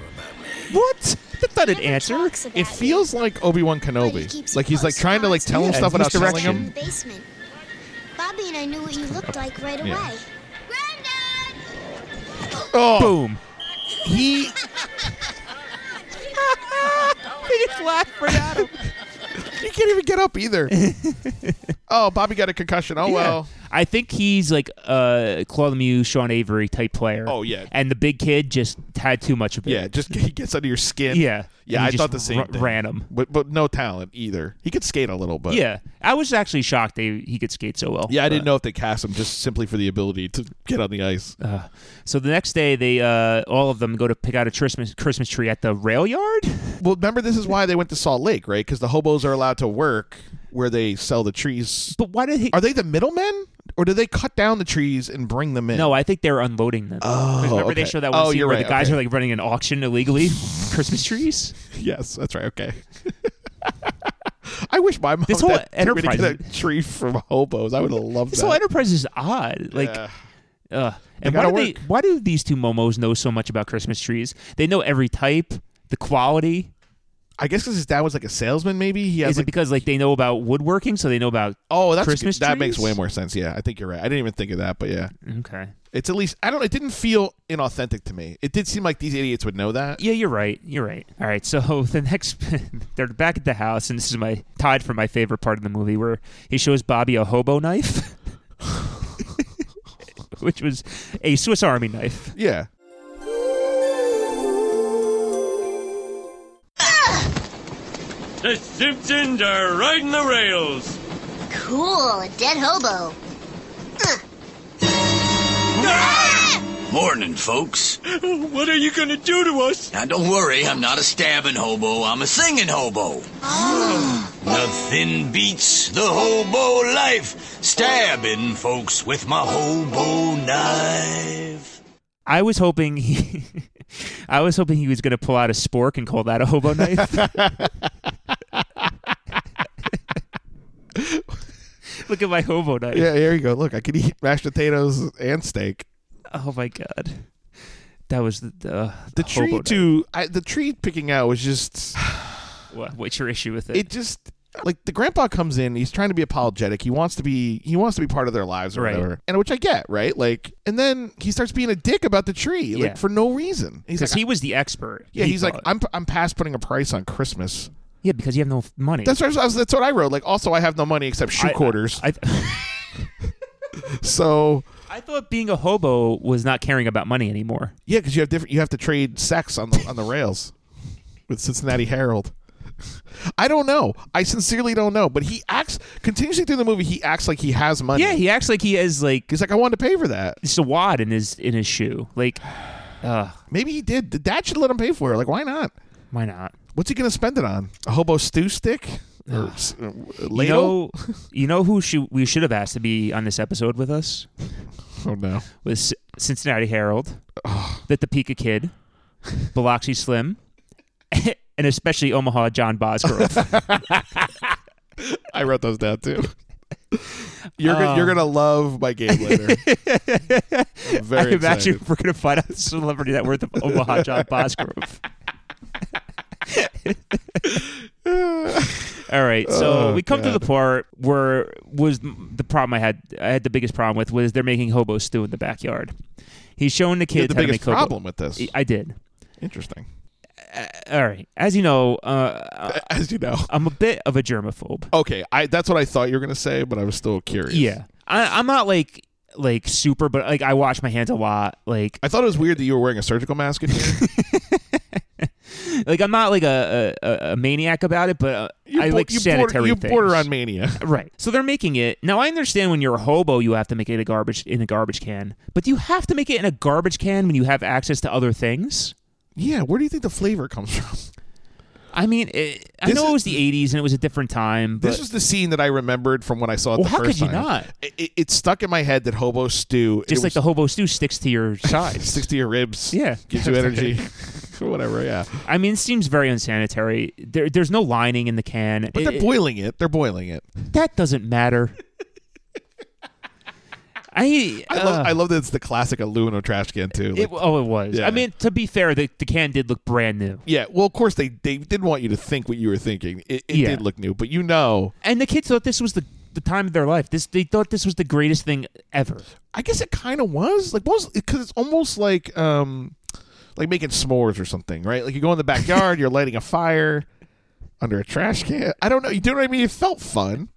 Speaker 1: What? That's not an answer.
Speaker 2: It feels like Obi Wan Kenobi. Like he's like trying to like tell him stuff without telling
Speaker 12: In the
Speaker 2: him.
Speaker 12: basement. Bobby and I knew what you looked like right
Speaker 2: Yeah.
Speaker 12: away.
Speaker 2: Oh,
Speaker 1: Boom. <laughs> He. they just laughed right at him.
Speaker 2: You can't even get up
Speaker 1: <laughs>
Speaker 2: either. oh, Bobby got a concussion. Oh
Speaker 1: Yeah.
Speaker 2: well.
Speaker 1: I think he's like uh Claude Lemieux, Sean Avery type player.
Speaker 2: Oh, yeah.
Speaker 1: And the big kid just had too much of it.
Speaker 2: Yeah, just he gets under your skin.
Speaker 1: Yeah.
Speaker 2: yeah.
Speaker 1: And he
Speaker 2: I
Speaker 1: just
Speaker 2: thought the same.
Speaker 1: ra-
Speaker 2: thing.
Speaker 1: ran him.
Speaker 2: but but no talent either. He could skate a little, but
Speaker 1: yeah. I was actually shocked they he could skate so well.
Speaker 2: yeah. I didn't
Speaker 1: but-
Speaker 2: know if they cast him just simply for the ability to get on the ice.
Speaker 1: Uh, so the next day, they uh, all of them go to pick out a Christmas Christmas tree at the rail yard.
Speaker 2: Well, remember this is why they went to Salt Lake, right? Because the hobos are allowed to work where they sell the trees.
Speaker 1: But why did he?
Speaker 2: Are they the middlemen, or do they cut down the trees and bring them in?
Speaker 1: No, I think they're unloading them.
Speaker 2: Oh,
Speaker 1: remember they
Speaker 2: okay.
Speaker 1: show that one
Speaker 2: Oh,
Speaker 1: scene
Speaker 2: you're
Speaker 1: where
Speaker 2: right,
Speaker 1: the guys
Speaker 2: okay.
Speaker 1: are like running an auction illegally, Christmas
Speaker 2: <laughs>
Speaker 1: trees.
Speaker 2: <laughs> Yes, that's right. Okay. <laughs> I wish my mom
Speaker 1: This whole
Speaker 2: had- took me to
Speaker 1: enterprise-
Speaker 2: get a tree from hobos. I would have loved
Speaker 1: This
Speaker 2: that.
Speaker 1: whole enterprise is odd. Like,
Speaker 2: Yeah.
Speaker 1: uh, and why
Speaker 2: gotta
Speaker 1: do they? Why do these two momos know so much about Christmas trees? They know every type, the quality.
Speaker 2: I guess because his dad was like a salesman, maybe he has
Speaker 1: Is it because like they know about woodworking, so they know about
Speaker 2: Oh, that's
Speaker 1: Christmas
Speaker 2: that makes
Speaker 1: trees?
Speaker 2: way more sense. Yeah, I think you're right. I didn't even think of that, but yeah,
Speaker 1: Okay.
Speaker 2: it's at least I don't. It didn't feel inauthentic to me. It did seem like these idiots would know that.
Speaker 1: Yeah, you're right. You're right. All right. So <laughs> the next, they're back at the house, and this is my tied for my favorite part of the movie, where he shows Bobby a hobo knife, <laughs> which was a Swiss Army knife.
Speaker 2: Yeah.
Speaker 13: The Simpsons are riding the rails.
Speaker 12: Cool, a dead hobo.
Speaker 14: Morning, folks.
Speaker 13: What are you going to do to us?
Speaker 14: Now, don't worry, I'm not a stabbing hobo, I'm a singing hobo. Nothing beats the hobo life. Stabbing folks with my hobo knife.
Speaker 1: I was hoping he, <laughs> I was hoping he was going to pull out a spork and call that a hobo knife. <laughs> Look at my hobo knife.
Speaker 2: Yeah, here you go. Look, I could eat <laughs> mashed potatoes and steak.
Speaker 1: Oh my god, that was the the,
Speaker 2: The
Speaker 1: hobo
Speaker 2: tree
Speaker 1: knife.
Speaker 2: too. I, the tree picking out was just. <sighs>
Speaker 1: What, what's your issue with it?
Speaker 2: It just like the grandpa comes in. He's trying to be apologetic. He wants to be. He wants to be part of their lives or
Speaker 1: Right.
Speaker 2: whatever. And which I get, right? Like, and then he starts being a dick about the tree,
Speaker 1: Yeah.
Speaker 2: like for no reason. He's
Speaker 1: because
Speaker 2: like,
Speaker 1: he was the expert.
Speaker 2: yeah.
Speaker 1: He
Speaker 2: He's like,
Speaker 1: thought.
Speaker 2: I'm I'm past putting a price on Christmas.
Speaker 1: yeah, because you have no f- money.
Speaker 2: That's what I was, that's what I wrote. Like, also, I have no money except shoe
Speaker 1: I-
Speaker 2: quarters.
Speaker 1: I,
Speaker 2: <laughs>
Speaker 1: <laughs>
Speaker 2: so
Speaker 1: I thought being a hobo was not caring about money anymore.
Speaker 2: yeah, because you have different. You have to trade sex on the on the rails with Cincinnati Herald. <laughs> I don't know. I sincerely don't know. But he acts continuously through the movie. He acts like he has money.
Speaker 1: Yeah, he acts like he has like
Speaker 2: he's like I wanted to pay for that.
Speaker 1: just a wad in his in his shoe. Like, uh,
Speaker 2: Maybe he did. The dad should let him pay for it. Like why not?
Speaker 1: why not?
Speaker 2: What's he gonna spend it on? A hobo stew stick or s- uh, ladle?
Speaker 1: You know, you know who should, we should have asked to be on this episode with us
Speaker 2: oh no.
Speaker 1: was Cincinnati Herald, the Topeka Kid, Biloxi Slim, <laughs> and especially Omaha John Bosgrove. <laughs>
Speaker 2: I wrote those down too. <laughs> You're
Speaker 1: Oh.
Speaker 2: gonna, you're gonna love my game later.
Speaker 1: <laughs>
Speaker 2: I'm very
Speaker 1: I imagine
Speaker 2: excited.
Speaker 1: we're gonna find out the celebrity net worth of Omaha
Speaker 2: <laughs>
Speaker 1: John Bosgrove. All right, so
Speaker 2: Oh,
Speaker 1: we come to
Speaker 2: God.
Speaker 1: the part where was the problem I had. I had the biggest problem with was they're making hobo stew in the backyard. He's showing the
Speaker 2: You had
Speaker 1: kids how
Speaker 2: the
Speaker 1: to
Speaker 2: biggest
Speaker 1: make hobo.
Speaker 2: problem with this.
Speaker 1: I did.
Speaker 2: Interesting. <laughs>
Speaker 1: All right, as you know, uh,
Speaker 2: As you know.
Speaker 1: I'm a bit of a germaphobe.
Speaker 2: Okay, I that's what I thought you were gonna say, but I was still curious.
Speaker 1: Yeah, I, I'm not like like super, but like I wash my hands a lot. Like <laughs>
Speaker 2: I thought it was weird that you were wearing a surgical mask in here.
Speaker 1: like I'm not like a a, a maniac about it, but uh,
Speaker 2: You
Speaker 1: I
Speaker 2: bo-
Speaker 1: like
Speaker 2: you border-
Speaker 1: sanitary
Speaker 2: you
Speaker 1: things.
Speaker 2: border on
Speaker 1: <laughs>
Speaker 2: mania.
Speaker 1: right? So they're making it now. I understand when you're a hobo, you have to make it a garbage in a garbage can, but do you have to make it in a garbage can when you have access to other things?
Speaker 2: Yeah, where do you think the flavor comes from?
Speaker 1: I mean, it, I
Speaker 2: This
Speaker 1: know
Speaker 2: is-
Speaker 1: it was the '80s and it was a different time, but
Speaker 2: This was the scene that I remembered from when I saw it
Speaker 1: Well,
Speaker 2: the
Speaker 1: how
Speaker 2: first
Speaker 1: could you
Speaker 2: time.
Speaker 1: not?
Speaker 2: It, it, it stuck in my head that hobo stew.
Speaker 1: just like the hobo stew sticks to
Speaker 2: <laughs>
Speaker 1: your sides.
Speaker 2: sticks to your ribs.
Speaker 1: Yeah. <laughs>
Speaker 2: gives you energy, or <laughs> whatever. Yeah,
Speaker 1: I mean, it seems very unsanitary. There, there's no lining in the can.
Speaker 2: but
Speaker 1: It-
Speaker 2: they're
Speaker 1: it-
Speaker 2: boiling it. They're boiling it.
Speaker 1: That doesn't matter. I
Speaker 2: I love,
Speaker 1: uh,
Speaker 2: I love that it's the classic aluminum trash can too.
Speaker 1: it,
Speaker 2: Like-
Speaker 1: oh, it was.
Speaker 2: Yeah.
Speaker 1: I mean, to be fair, the, the can did look brand new.
Speaker 2: yeah, well, of course they they did want you to think what you were thinking. It, it
Speaker 1: Yeah.
Speaker 2: did look new, but you know,
Speaker 1: And the kids thought this was the, the time of their life. This They thought this was the greatest thing ever.
Speaker 2: I guess it kind of was like most because it's almost like um like making s'mores or something, right? Like you go in the backyard, you're lighting a fire under a trash can. I don't know. You do what I mean? It felt fun.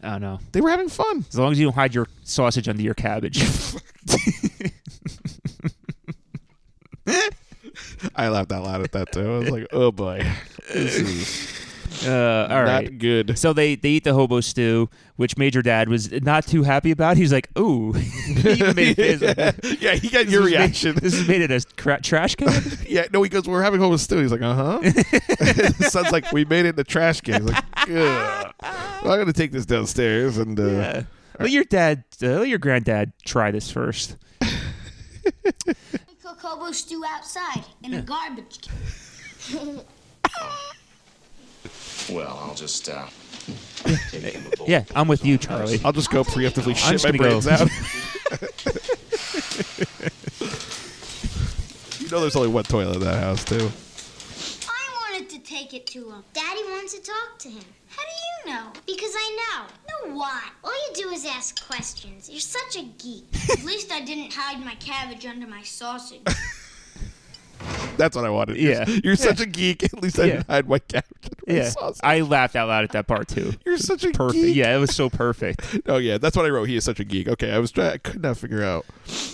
Speaker 1: I don't know.
Speaker 2: They were having fun.
Speaker 1: As long as you don't hide your sausage under your
Speaker 2: <laughs>
Speaker 1: cabbage.
Speaker 2: I laughed out loud at that too. I was like, oh boy, this is
Speaker 1: Uh, all
Speaker 2: Not
Speaker 1: right.
Speaker 2: good.
Speaker 1: So they, they eat the hobo stew, which Major Dad was not too happy about. He's like, ooh. <laughs> he even made a
Speaker 2: <laughs>
Speaker 1: face like that.
Speaker 2: yeah. He got
Speaker 1: This
Speaker 2: your
Speaker 1: was made-
Speaker 2: reaction.
Speaker 1: this is made it as cra- trash
Speaker 2: <laughs>
Speaker 1: can?
Speaker 2: yeah, no, he goes, we're having homeless stew. He's like, <laughs> uh huh. Sounds like we made it in the trash can. He's like, "Ugh. Well, I'm gonna take this downstairs and uh,
Speaker 1: Yeah. Let your dad, uh, let your granddad try this first.
Speaker 12: We cook hobo stew outside in a garbage can.
Speaker 15: Well, I'll just, uh. maybe give him a bowl.
Speaker 1: Yeah, I'm with you, Charlie.
Speaker 2: I'll just go preemptively
Speaker 1: I'm
Speaker 2: shit
Speaker 1: just
Speaker 2: my
Speaker 1: gonna
Speaker 2: brains
Speaker 1: go. <laughs>
Speaker 2: out. you know, there's only one toilet in that house too.
Speaker 12: I wanted to take it to him. Daddy wants to talk to him. How do you know? Because I know. Know what? All you do is ask questions. You're such a geek. At least I didn't hide my cabbage under my sausage.
Speaker 2: That's what I wanted.
Speaker 1: Yeah.
Speaker 2: You're, you're such a geek. At least I
Speaker 1: Yeah.
Speaker 2: didn't hide my cabbage.
Speaker 1: Yeah, I laughed out loud at that part too.
Speaker 2: You're such a
Speaker 1: perfect.
Speaker 2: geek.
Speaker 1: Yeah, it was so
Speaker 2: <laughs>
Speaker 1: perfect.
Speaker 2: Oh yeah, that's what I wrote. He is such a geek. Okay, I was trying. I could not figure out.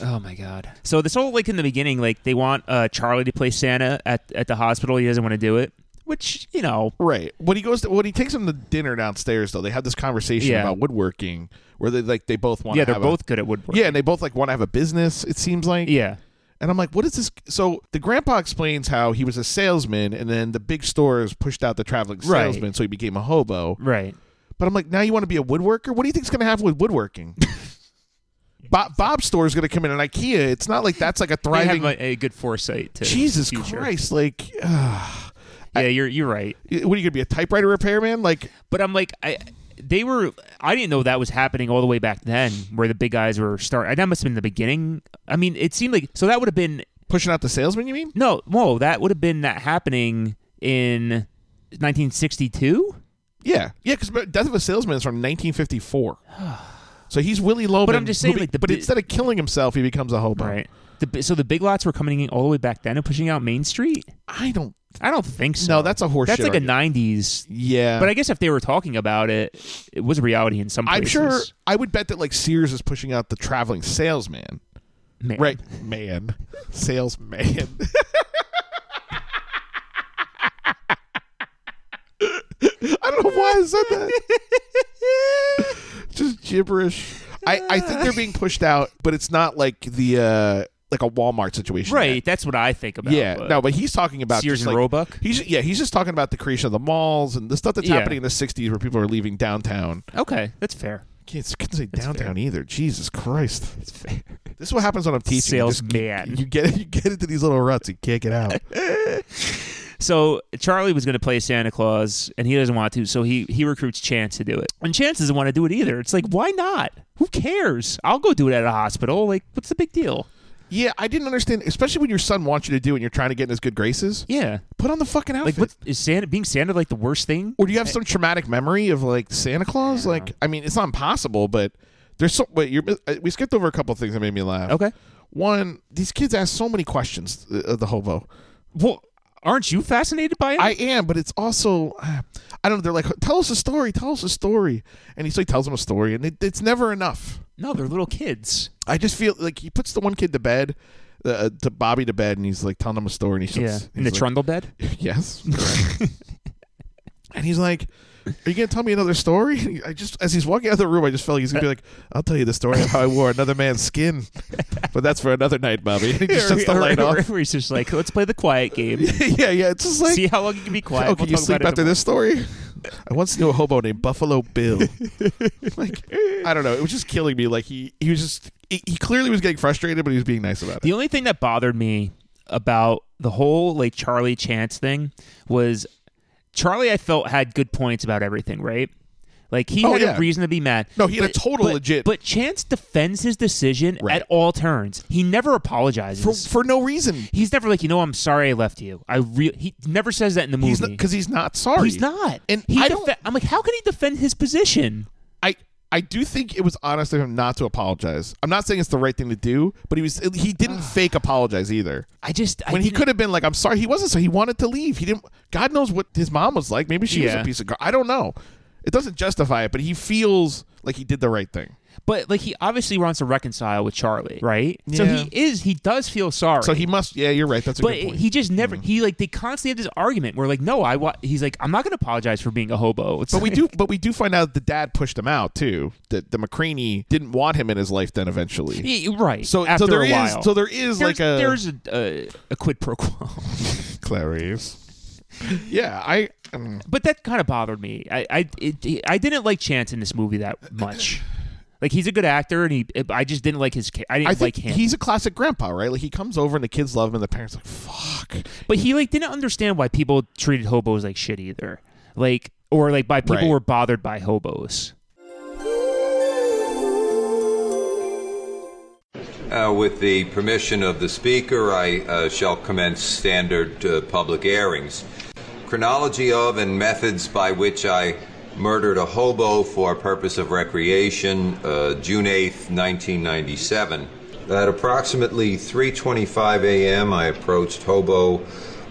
Speaker 1: Oh my god. So this whole like in the beginning, like they want uh, Charlie to play Santa at at the hospital. He doesn't want to do it, which you know.
Speaker 2: Right. When he goes to when he takes him to dinner downstairs though, they have this conversation
Speaker 1: Yeah.
Speaker 2: about woodworking where they like they both want
Speaker 1: Yeah,
Speaker 2: to
Speaker 1: they're
Speaker 2: have
Speaker 1: both
Speaker 2: a,
Speaker 1: good at woodworking.
Speaker 2: Yeah, and they both like want to have a business, it seems like.
Speaker 1: Yeah.
Speaker 2: And I'm like, what is this? So the grandpa explains how he was a salesman and then the big stores pushed out the traveling
Speaker 1: Right.
Speaker 2: salesman, so he became a hobo.
Speaker 1: Right.
Speaker 2: But I'm like, now you want to be a woodworker? What do you think's going to happen with
Speaker 1: <laughs>
Speaker 2: woodworking? Bob, Bob's store is going to come in an IKEA. It's not like that's like a
Speaker 1: They have
Speaker 2: thriving.
Speaker 1: a, a good foresight to
Speaker 2: Jesus
Speaker 1: the future.
Speaker 2: Christ! Like, ah.
Speaker 1: Yeah, you're you're right.
Speaker 2: what are you going to be a typewriter repairman? Like,
Speaker 1: But I'm like I. They were. I didn't know that was happening all the way back then, where the big guys were starting. That must have been the beginning. I mean, it seemed like so that would have been
Speaker 2: pushing out the salesman? You mean?
Speaker 1: No, whoa, that would have been that happening in 1962.
Speaker 2: Yeah, yeah, because Death of a Salesman is from
Speaker 1: <sighs>
Speaker 2: 1954. so he's Willie Loman.
Speaker 1: But I'm just saying,
Speaker 2: who be-
Speaker 1: like, the
Speaker 2: but
Speaker 1: bi-
Speaker 2: instead of killing himself, he becomes a hobo.
Speaker 1: Right. The, bi- so the big lots were coming in all the way back then and pushing out Main Street.
Speaker 2: I don't.
Speaker 1: I don't think so.
Speaker 2: No, that's a horseshit
Speaker 1: That's like
Speaker 2: argument.
Speaker 1: a 90s.
Speaker 2: Yeah,
Speaker 1: But I guess if they were talking about it, it was a reality in some places.
Speaker 2: I'm sure. I would bet that like Sears is pushing out the traveling salesman.
Speaker 1: Man.
Speaker 2: Right, man, <laughs> salesman. <laughs> I don't know why I said
Speaker 1: <laughs>
Speaker 2: that. Just gibberish. I, I think they're being pushed out, but it's not like the uh like a Walmart situation.
Speaker 1: Right. That's what I think about.
Speaker 2: yeah, no, but he's talking about
Speaker 1: Sears
Speaker 2: just
Speaker 1: and
Speaker 2: like-
Speaker 1: Roebuck?
Speaker 2: He's yeah, he's just talking about the creation of the malls and the stuff that's
Speaker 1: Yeah.
Speaker 2: happening in the '60s where people are leaving downtown.
Speaker 1: Okay, that's fair.
Speaker 2: Can't, can't say
Speaker 1: That's
Speaker 2: downtown either. Jesus Christ, that's fair. This is what happens when I'm teaching. You,
Speaker 1: Salesman.
Speaker 2: just, you get you get into these little ruts. You can't get out.
Speaker 1: So Charlie was going to play Santa Claus, and he doesn't want to. So he he recruits Chance to do it, and Chance doesn't want to do it either. It's like, why not? Who cares? I'll go do it at a hospital. Like, what's the big deal?
Speaker 2: <laughs> yeah, I didn't understand, especially when your son wants you to do it and you're trying to get in his good graces.
Speaker 1: Yeah.
Speaker 2: Put on the fucking outfit.
Speaker 1: Like, what is Santa being Santa like the worst thing?
Speaker 2: or do you have some traumatic memory of like Santa Claus? Like, I mean, it's not impossible, but there's so. Wait, you're, uh, we skipped over a couple things that made me laugh.
Speaker 1: Okay.
Speaker 2: One, these kids ask so many questions uh, of the uh, hobo.
Speaker 1: Well, Aren't you fascinated by it?
Speaker 2: I am, but it's also uh, I don't know. They're like, tell us a story, tell us a story, and he so he tells them a story, and it, it's never enough.
Speaker 1: No, they're little kids.
Speaker 2: I just feel like he puts the one kid to bed, uh, to Bobby to bed, and he's like telling him a story, and he
Speaker 1: Yeah.
Speaker 2: starts,
Speaker 1: In the
Speaker 2: he's like-
Speaker 1: trundle bed?
Speaker 2: Yes. correct. <laughs> and he's like, "Are you gonna tell me another story?" <laughs> And he- I just, as he's walking out of the room, I just felt like he's gonna be like, "I'll tell you the story of how I wore another
Speaker 1: <laughs>
Speaker 2: man's skin," but that's for another night, Bobby. And <laughs> <laughs> he just shuts the
Speaker 1: Or-
Speaker 2: light
Speaker 1: or- <laughs>
Speaker 2: off.
Speaker 1: or he's just like, let's play the quiet game.
Speaker 2: <laughs> yeah, yeah. It's just like
Speaker 1: See how long you can
Speaker 2: <laughs>
Speaker 1: be quiet.
Speaker 2: Oh, can
Speaker 1: We'll
Speaker 2: you
Speaker 1: talk
Speaker 2: sleep
Speaker 1: about it
Speaker 2: after this
Speaker 1: tomorrow.
Speaker 2: story? I once knew a hobo named Buffalo
Speaker 1: <laughs>
Speaker 2: Bill. like, I don't know. It was just killing me. Like he, he was just, he, he clearly was getting frustrated, but he was being nice about it.
Speaker 1: The only thing that bothered me about the whole like Charlie Chance thing was Charlie I felt had good points about everything, right? Like he
Speaker 2: Oh,
Speaker 1: had
Speaker 2: yeah.
Speaker 1: a reason to be mad.
Speaker 2: No, he had a total
Speaker 1: but-
Speaker 2: legit-
Speaker 1: But Chance defends his decision at all turns. He never apologizes for,
Speaker 2: for no reason.
Speaker 1: He's never like, you know, I'm sorry I left you. I re-, he never says that in the movie
Speaker 2: because he's not sorry.
Speaker 1: He's not.
Speaker 2: And
Speaker 1: he
Speaker 2: I
Speaker 1: defe-
Speaker 2: don't.
Speaker 1: I'm like, how can he defend his position?
Speaker 2: I I do think it was honest of him not to apologize. I'm not saying it's the right thing to do, but he was
Speaker 1: <sighs>
Speaker 2: he didn't fake apologize either.
Speaker 1: I just I
Speaker 2: when he
Speaker 1: didn't-
Speaker 2: could have been like, "I'm sorry," he wasn't. So he wanted to leave. He didn't. God knows what his mom was like. Maybe she was
Speaker 1: Yeah.
Speaker 2: a piece of. Gar- I don't know. It doesn't justify it, but he feels like he did the right thing.
Speaker 1: But like he obviously wants to reconcile with Charlie, right? So
Speaker 2: Yeah.
Speaker 1: he is he does feel sorry.
Speaker 2: So he must. Yeah, you're right. That's a
Speaker 1: but
Speaker 2: good point. Mm-hmm.
Speaker 1: he just never he like they constantly have this argument where like no I wa-, he's like I'm not gonna apologize for being a hobo. It's
Speaker 2: but
Speaker 1: <laughs>
Speaker 2: we
Speaker 1: like-
Speaker 2: do. But we do find out the dad pushed him out too. That the McCraney didn't want him in his life. Then eventually,
Speaker 1: Y- right.
Speaker 2: So
Speaker 1: after
Speaker 2: so there
Speaker 1: a
Speaker 2: is-
Speaker 1: while,
Speaker 2: so there is like
Speaker 1: There's-
Speaker 2: a
Speaker 1: there's a, a, a quid pro quo. <laughs>
Speaker 2: Clarice. Yeah, I. um,
Speaker 1: But that kind of bothered me. I I it, I didn't like Chance in this movie that
Speaker 2: <clears throat>
Speaker 1: much. Like he's a good actor, and he I just didn't like his. ca- I didn't
Speaker 2: I think
Speaker 1: like him.
Speaker 2: he's a classic grandpa, right? Like he comes over and the kids love him, and the parents are like, "Fuck." <laughs>
Speaker 1: But he like didn't understand why people treated hobos like shit either. Like or like by people
Speaker 2: Right.
Speaker 1: were bothered by hobos.
Speaker 16: Uh, With the permission of the speaker, I uh, shall commence standard uh, public airings. Chronology of and methods by which I murdered a hobo for purpose of recreation, uh, June 8th, 1997. At approximately 3:25 a.m., I approached hobo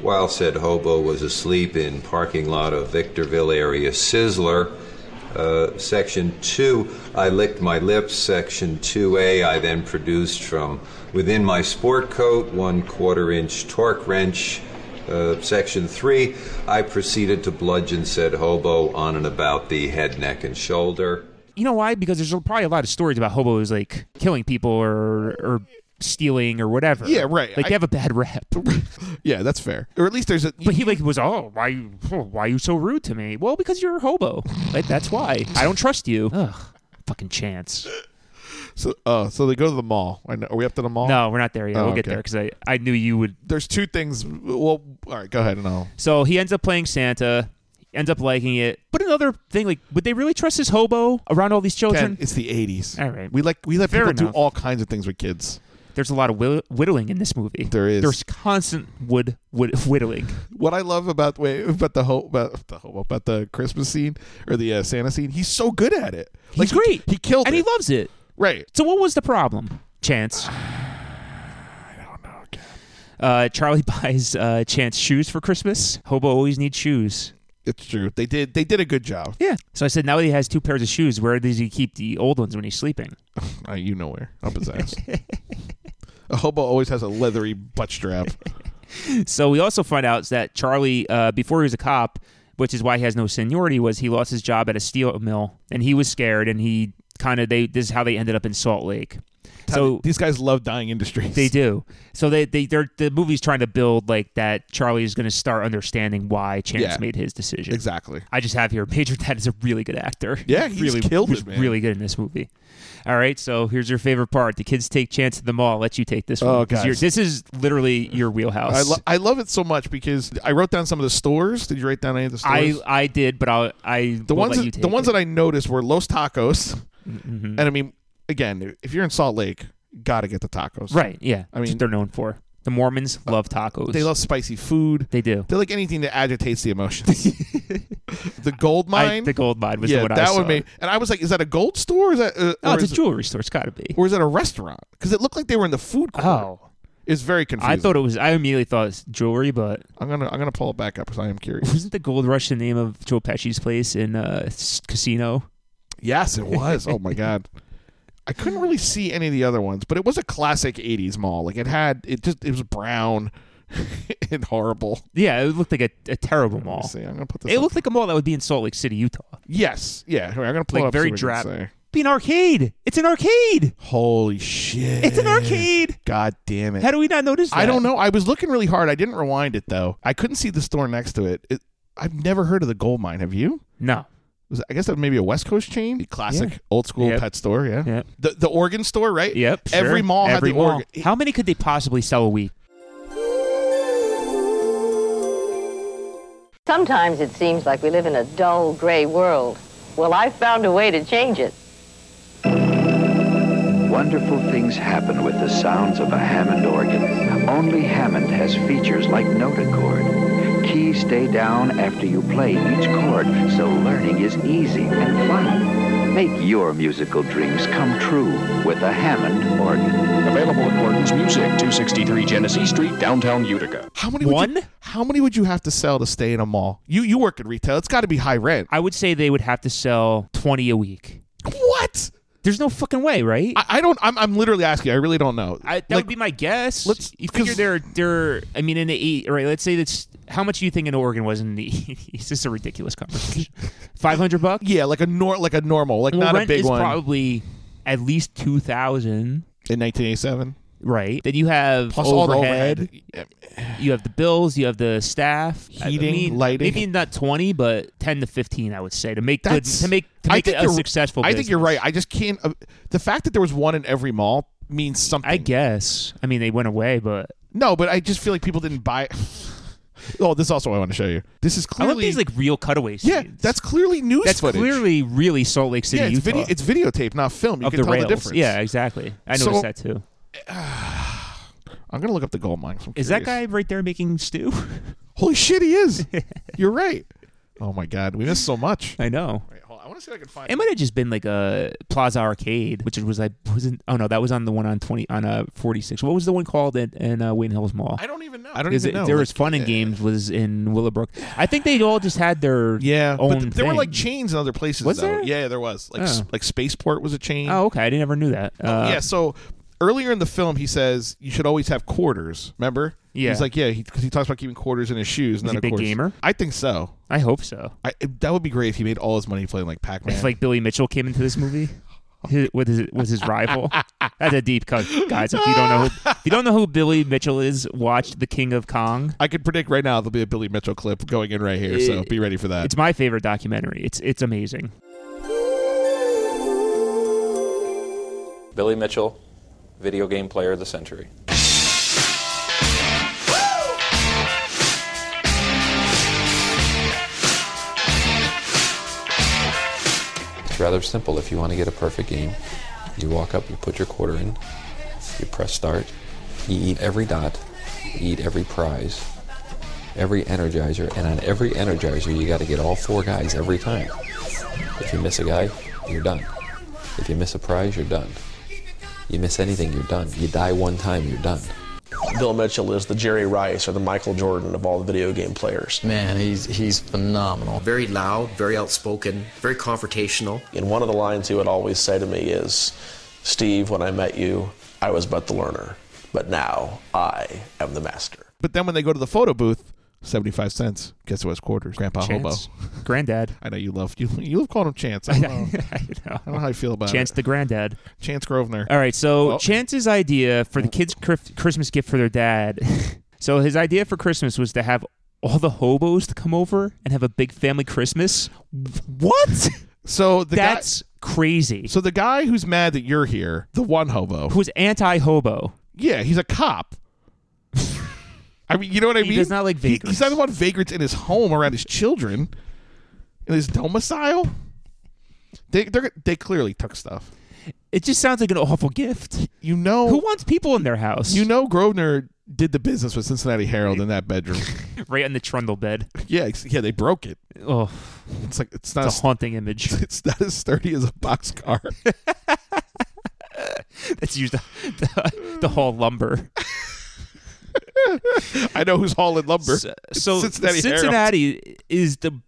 Speaker 16: while said hobo was asleep in parking lot of Victorville area Sizzler. Uh, section 2, I licked my lips. Section 2A, I then produced from within my sport coat one quarter inch torque wrench. Uh, section 3, I proceeded to bludgeon said hobo on and about the head, neck, and shoulder.
Speaker 1: You know why? Because there's probably a lot of stories about hobos like killing people or or stealing or whatever.
Speaker 2: Yeah, right.
Speaker 1: Like
Speaker 2: I-
Speaker 1: they have a bad
Speaker 2: <laughs>
Speaker 1: rep.
Speaker 2: Yeah, that's fair. Or at least there's a.
Speaker 1: But he like was oh why you- oh, why are you so rude to me? Well, because you're a hobo. Like that's why I don't trust
Speaker 2: <laughs>
Speaker 1: you. Ugh, fucking chance.
Speaker 2: So, uh, so they go to the mall. I know- Are we up to the mall?
Speaker 1: No, we're not there yet.
Speaker 2: Oh,
Speaker 1: we'll get
Speaker 2: okay.
Speaker 1: there because I I knew you would
Speaker 2: There's two things. Well, all right, go ahead and I'll.
Speaker 1: So he ends up playing Santa, ends up liking it. But another thing, like, would they really trust this hobo around all these children?
Speaker 2: Ken, it's the '80s.
Speaker 1: All right.
Speaker 2: we like we let
Speaker 1: Fair
Speaker 2: people do
Speaker 1: enough.
Speaker 2: all kinds of things with kids.
Speaker 1: There's a lot of whitt- whittling in this movie.
Speaker 2: There is.
Speaker 1: There's constant wood, wood whittling.
Speaker 2: What I love about wait, about the whole about the whole about the Christmas scene or the uh, Santa scene, he's so good at it. Like,
Speaker 1: He's great.
Speaker 2: He, killed
Speaker 1: and
Speaker 2: it.
Speaker 1: he loves it.
Speaker 2: Right.
Speaker 1: So what was the problem? Chance. Uh, Charlie <laughs> buys uh, Chance shoes for Christmas. Hobo always needs shoes.
Speaker 2: It's true. They did. They did a good job.
Speaker 1: Yeah. So I said, now he has two pairs of shoes. Where does he keep the old ones when he's sleeping?
Speaker 2: Uh, you know where up his ass. <laughs> a hobo always has a leathery butt
Speaker 1: <laughs>
Speaker 2: strap.
Speaker 1: so we also find out that Charlie, uh, before he was a cop, which is why he has no seniority, was he lost his job at a steel mill, and he was scared, and he kind of they this is how they ended up in Salt Lake. So
Speaker 2: These guys love dying industries.
Speaker 1: they do. So they they they're, the movie's trying to build like that. Charlie is going to start understanding why Chance
Speaker 2: Yeah.
Speaker 1: made his decision.
Speaker 2: Exactly.
Speaker 1: I just have here <laughs> Major Dad is a really good actor.
Speaker 2: Yeah, he's
Speaker 1: really
Speaker 2: killed
Speaker 1: was
Speaker 2: it, man.
Speaker 1: Really good in this movie. All right, so here's your favorite part. The kids take Chance to the mall. I'll let you take this one.
Speaker 2: Oh,
Speaker 1: 'cause you're-
Speaker 2: guys.
Speaker 1: This is literally your wheelhouse.
Speaker 2: I, lo- I love it so much because I wrote down some of the stores. Did you write down any of the
Speaker 1: I
Speaker 2: stores?
Speaker 1: I did, but I'll, I
Speaker 2: the
Speaker 1: will
Speaker 2: ones
Speaker 1: let
Speaker 2: that,
Speaker 1: you
Speaker 2: the
Speaker 1: take
Speaker 2: ones
Speaker 1: it. Mm-hmm.
Speaker 2: that I noticed were Los Tacos, and I mean, again, if you're in Salt Lake, gotta get the tacos.
Speaker 1: right, yeah.
Speaker 2: I
Speaker 1: I mean,
Speaker 2: mean- uh,
Speaker 1: they're known for the Mormons love tacos.
Speaker 2: They love spicy food.
Speaker 1: They do.
Speaker 2: They like anything that agitates
Speaker 1: <laughs>
Speaker 2: the emotions. the gold
Speaker 1: I-
Speaker 2: mine.
Speaker 1: the gold mine was
Speaker 2: yeah,
Speaker 1: the one I
Speaker 2: that
Speaker 1: saw.
Speaker 2: one made. And I was like, is that a gold store? Or is that? Uh,
Speaker 1: Oh,
Speaker 2: or
Speaker 1: it's
Speaker 2: is
Speaker 1: a
Speaker 2: it-
Speaker 1: jewelry store. It's got to be.
Speaker 2: or is that a restaurant? Because it looked like they were in the food court.
Speaker 1: Oh.
Speaker 2: It's very confusing.
Speaker 1: I thought it was. I immediately thought it was jewelry, but
Speaker 2: I'm gonna I'm gonna pull it back up because I am curious. <laughs>
Speaker 1: Wasn't the Gold Rush the name of Joe Pesci's place in uh, s- Casino?
Speaker 2: Yes, it was. oh my god. I couldn't really see any of the other ones, but it was a classic 80s mall. Like it had it just it was brown <laughs> and horrible.
Speaker 1: Yeah, it looked like a, a terrible mall.
Speaker 2: see, I'm gonna put this
Speaker 1: It
Speaker 2: up.
Speaker 1: looked like a mall that would be in Salt Lake City, Utah.
Speaker 2: Yes. Yeah, here, I'm going to pull
Speaker 1: Like
Speaker 2: it up
Speaker 1: very
Speaker 2: so we can
Speaker 1: drab.
Speaker 2: say.
Speaker 1: Be an arcade. It's an arcade.
Speaker 2: Holy shit.
Speaker 1: It's an arcade.
Speaker 2: God damn it.
Speaker 1: How do we not notice? That?
Speaker 2: I don't know. I was looking really hard. I didn't rewind it though. I couldn't see the store next to it. it I've never heard of the gold mine. Have you?
Speaker 1: No.
Speaker 2: Was- I guess that maybe a West Coast chain, The classic
Speaker 1: Yeah.
Speaker 2: old school
Speaker 1: Yep.
Speaker 2: pet store. Yeah.
Speaker 1: Yep.
Speaker 2: The the organ store, right?
Speaker 1: Yep.
Speaker 2: Every
Speaker 1: sure.
Speaker 2: mall
Speaker 1: Every
Speaker 2: had the
Speaker 1: mall.
Speaker 2: organ.
Speaker 1: How many could they possibly sell a week?
Speaker 17: Sometimes it seems like we live in a dull, gray world. Well, I found a way to change it.
Speaker 18: Wonderful things happen with the sounds of a Hammond organ. Only Hammond has features like notochord. Keys stay down after you play each chord, so learning is easy and fun. Make your musical dreams come true with a Hammond organ. Available at Gordon's Music, 263 Genesee Street, downtown Utica.
Speaker 2: How many? would
Speaker 1: One?
Speaker 2: You, how many would you have to sell to stay in a mall? You you work in retail. It's got to be high rent.
Speaker 1: I would say they would have to sell twenty a week.
Speaker 2: What?
Speaker 1: There's no fucking way, right?
Speaker 2: I, I don't. I'm, I'm literally asking. I really don't know.
Speaker 1: I, that would be my guess.
Speaker 2: let's-
Speaker 1: you
Speaker 2: 'cause-
Speaker 1: figure they're they're. I mean, in the eight, right? Let's say that's how much do you think an organ was in the eighties? <laughs> This is a ridiculous conversation. <laughs> Five hundred bucks.
Speaker 2: yeah, like a nor like a normal, like
Speaker 1: well,
Speaker 2: not a
Speaker 1: rent
Speaker 2: big
Speaker 1: is
Speaker 2: one.
Speaker 1: Probably at least two thousand.
Speaker 2: in 1987.
Speaker 1: Right. Then you have
Speaker 2: Plus all the
Speaker 1: overhead. You have the bills. You have the staff. I
Speaker 2: Heating,
Speaker 1: mean,
Speaker 2: lighting.
Speaker 1: Maybe not twenty, but ten to fifteen, I would say, to make good,
Speaker 2: That's
Speaker 1: to make to make it a
Speaker 2: you're-
Speaker 1: successful.
Speaker 2: I think you're right. I just can't. Uh, the fact that there was one in every mall means something.
Speaker 1: I guess. I mean, they went away, but
Speaker 2: no, but I just feel like people didn't buy. <laughs> oh, this is also what I want to show you. This is
Speaker 1: I
Speaker 2: clearly
Speaker 1: love these like real cutaways.
Speaker 2: yeah. That's clearly news
Speaker 1: That's
Speaker 2: footage.
Speaker 1: clearly really Salt Lake City,
Speaker 2: yeah,
Speaker 1: Utah.
Speaker 2: it's, video, it's videotape, not film. You
Speaker 1: of
Speaker 2: can
Speaker 1: the
Speaker 2: tell
Speaker 1: rails.
Speaker 2: the difference.
Speaker 1: Yeah, exactly. I
Speaker 2: So-
Speaker 1: noticed that too.
Speaker 2: I'm gonna look up the gold mine.
Speaker 1: Is that guy right there making stew? <laughs>
Speaker 2: Holy shit, he is. You're right. Oh my god, we missed so much.
Speaker 1: I know.
Speaker 2: Hold on, I want to see if I can find.
Speaker 1: It might have just been like a Plaza Arcade, which it was like wasn't. Oh no, that was on the one on twenty on uh forty six. What was the one called in, in uh, Wayne Hills Mall?
Speaker 2: I don't even know. I don't
Speaker 1: Because
Speaker 2: even know.
Speaker 1: There
Speaker 2: Like,
Speaker 1: was fun and games was in Willowbrook. I think they all just had their
Speaker 2: Yeah,
Speaker 1: own
Speaker 2: but th- there were
Speaker 1: thing.
Speaker 2: like chains in other places.
Speaker 1: Was
Speaker 2: though.
Speaker 1: there?
Speaker 2: Yeah, there was. Like s-
Speaker 1: Oh.
Speaker 2: like Spaceport was a chain.
Speaker 1: oh okay, I didn't ever knew that. Uh,
Speaker 2: yeah. So earlier in the film, he says you should always have quarters. Remember?
Speaker 1: Yeah.
Speaker 2: He's like, yeah, because he, talks about keeping quarters in his shoes. And
Speaker 1: Is
Speaker 2: then
Speaker 1: he a
Speaker 2: of
Speaker 1: big
Speaker 2: course-
Speaker 1: gamer?
Speaker 2: I think so.
Speaker 1: I hope so.
Speaker 2: I, that would be great if he made all his money playing like Pac Man.
Speaker 1: If like Billy Mitchell came into this movie. His, with his was his rival. That's a deep cut, guys. If you don't know, who, if you don't know who Billy Mitchell is, watch The King of Kong.
Speaker 2: I could predict right now there'll be a Billy Mitchell clip going in right here. so
Speaker 1: It-
Speaker 2: be ready for that.
Speaker 1: It's my favorite documentary. It's it's amazing.
Speaker 19: Billy Mitchell, video game player of the century. It's rather simple. If you want to get a perfect game, you walk up, you put your quarter in, you press start, you eat every dot, you eat every prize, every energizer, and on every energizer, you got to get all four guys every time. If you miss a guy, you're done. If you miss a prize, you're done. You miss anything, you're done. You die one time, you're done.
Speaker 20: Bill Mitchell is the Jerry Rice or the Michael Jordan of all the video game players. Man, he's he's phenomenal. Very loud, very outspoken, very confrontational. And one of the lines he would always say to me is, "Steve, when I met you, I was but the learner, but now I am the master."
Speaker 2: but then when they go to the photo booth, seventy five cents. Guess what's quarters? Grandpa
Speaker 1: Chance.
Speaker 2: Hobo.
Speaker 1: Granddad. <laughs>
Speaker 2: I know you love you, you love calling him Chance. I don't know, I don't know how you feel about
Speaker 1: Chance
Speaker 2: it.
Speaker 1: the granddad.
Speaker 2: Chance Grosvenor.
Speaker 1: All right, so
Speaker 2: Oh.
Speaker 1: Chance's idea for the kids' cri- Christmas gift for their dad. <laughs> so his idea for Christmas was to have all the hobos to come over and have a big family Christmas. What?
Speaker 2: So the guy-
Speaker 1: That's crazy.
Speaker 2: So the guy who's mad that you're here, the one hobo,
Speaker 1: Who's anti-hobo?
Speaker 2: yeah, he's a cop. I mean, you know what I
Speaker 1: He
Speaker 2: mean?
Speaker 1: does not like
Speaker 2: He-
Speaker 1: vagrants.
Speaker 2: he's not about vagrants in his home around his children, in his domicile. They they're, they clearly took stuff.
Speaker 1: It just sounds like an awful gift.
Speaker 2: You know
Speaker 1: who wants people in their house?
Speaker 2: You know Grosvenor did the business with Cincinnati Herald in
Speaker 1: <laughs>
Speaker 2: that bedroom.
Speaker 1: right on the trundle bed.
Speaker 2: yeah, ex- yeah, they broke it.
Speaker 1: Oh,
Speaker 2: It's like it's not
Speaker 1: it's a
Speaker 2: as-
Speaker 1: haunting image.
Speaker 2: <laughs>
Speaker 1: <laughs>
Speaker 2: it's not as sturdy as a boxcar. <laughs>
Speaker 1: That's used to, to, to haul lumber.
Speaker 2: I know who's hauling lumber. <laughs>
Speaker 1: So, so
Speaker 2: Cincinnati Herald.
Speaker 1: Cincinnati is the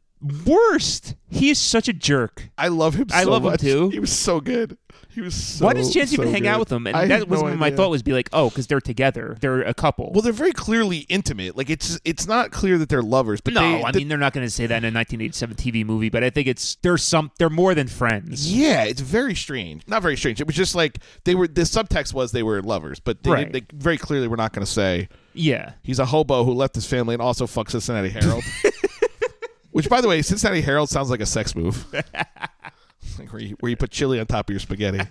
Speaker 1: worst. He is such a jerk.
Speaker 2: I love him.
Speaker 1: I
Speaker 2: so
Speaker 1: love
Speaker 2: much.
Speaker 1: him too.
Speaker 2: He was so good. He was. so
Speaker 1: Why does Chance even
Speaker 2: so
Speaker 1: hang
Speaker 2: good.
Speaker 1: out with him? And
Speaker 2: I
Speaker 1: that
Speaker 2: have
Speaker 1: was
Speaker 2: no
Speaker 1: when my
Speaker 2: idea.
Speaker 1: thought was be like, oh, because they're together. They're a couple.
Speaker 2: Well, they're very clearly intimate. Like it's it's not clear that they're lovers. But
Speaker 1: no,
Speaker 2: they,
Speaker 1: I
Speaker 2: the-
Speaker 1: mean they're not going to say that in a 1987 TV movie. But I think it's they're some they're more than friends.
Speaker 2: Yeah, it's very strange. Not very strange. It was just like they were. The subtext was they were lovers, but they,
Speaker 1: Right.
Speaker 2: they very clearly were not going to say.
Speaker 1: Yeah.
Speaker 2: he's a hobo who left his family and also fucks
Speaker 1: <laughs>
Speaker 2: Cincinnati Herald. Which, by the way, Cincinnati Herald sounds like a sex move, <laughs> like where you, where you put chili on top of your
Speaker 1: <laughs>
Speaker 2: spaghetti.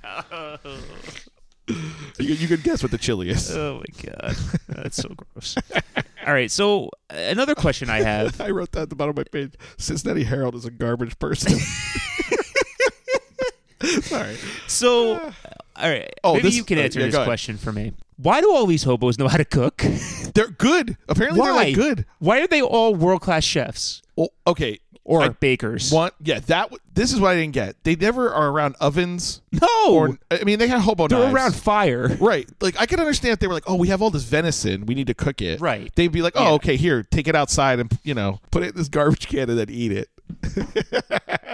Speaker 2: you, you could guess what the chili is. <laughs>
Speaker 1: Oh my god, that's so gross. <laughs> All right, so uh, another question I have.
Speaker 2: I wrote that at the bottom of my page. Cincinnati Herald is a
Speaker 1: <laughs>
Speaker 2: garbage person. Sorry. <sighs>
Speaker 1: So, uh, all right,
Speaker 2: Oh,
Speaker 1: maybe
Speaker 2: this-
Speaker 1: you can
Speaker 2: uh,
Speaker 1: answer
Speaker 2: yeah, go
Speaker 1: this
Speaker 2: ahead.
Speaker 1: question for me. Why do all these hobos know how to cook?
Speaker 2: <laughs> They're good. Apparently,
Speaker 1: Why?
Speaker 2: they're like good.
Speaker 1: Why are they all world class chefs?
Speaker 2: Well, okay.
Speaker 1: Or bakers.
Speaker 2: One, yeah, that. w- This is what I didn't get. They never are around ovens.
Speaker 1: No,
Speaker 2: or I mean, they had hobo
Speaker 1: they're
Speaker 2: knives.
Speaker 1: around fire.
Speaker 2: Right. Like I could understand if they were like, "Oh, we have all this venison. We need to cook it."
Speaker 1: Right.
Speaker 2: They'd be like, "Oh,
Speaker 1: Yeah.
Speaker 2: okay, here, take it outside and, you know, put it in this garbage can and then eat it." <laughs>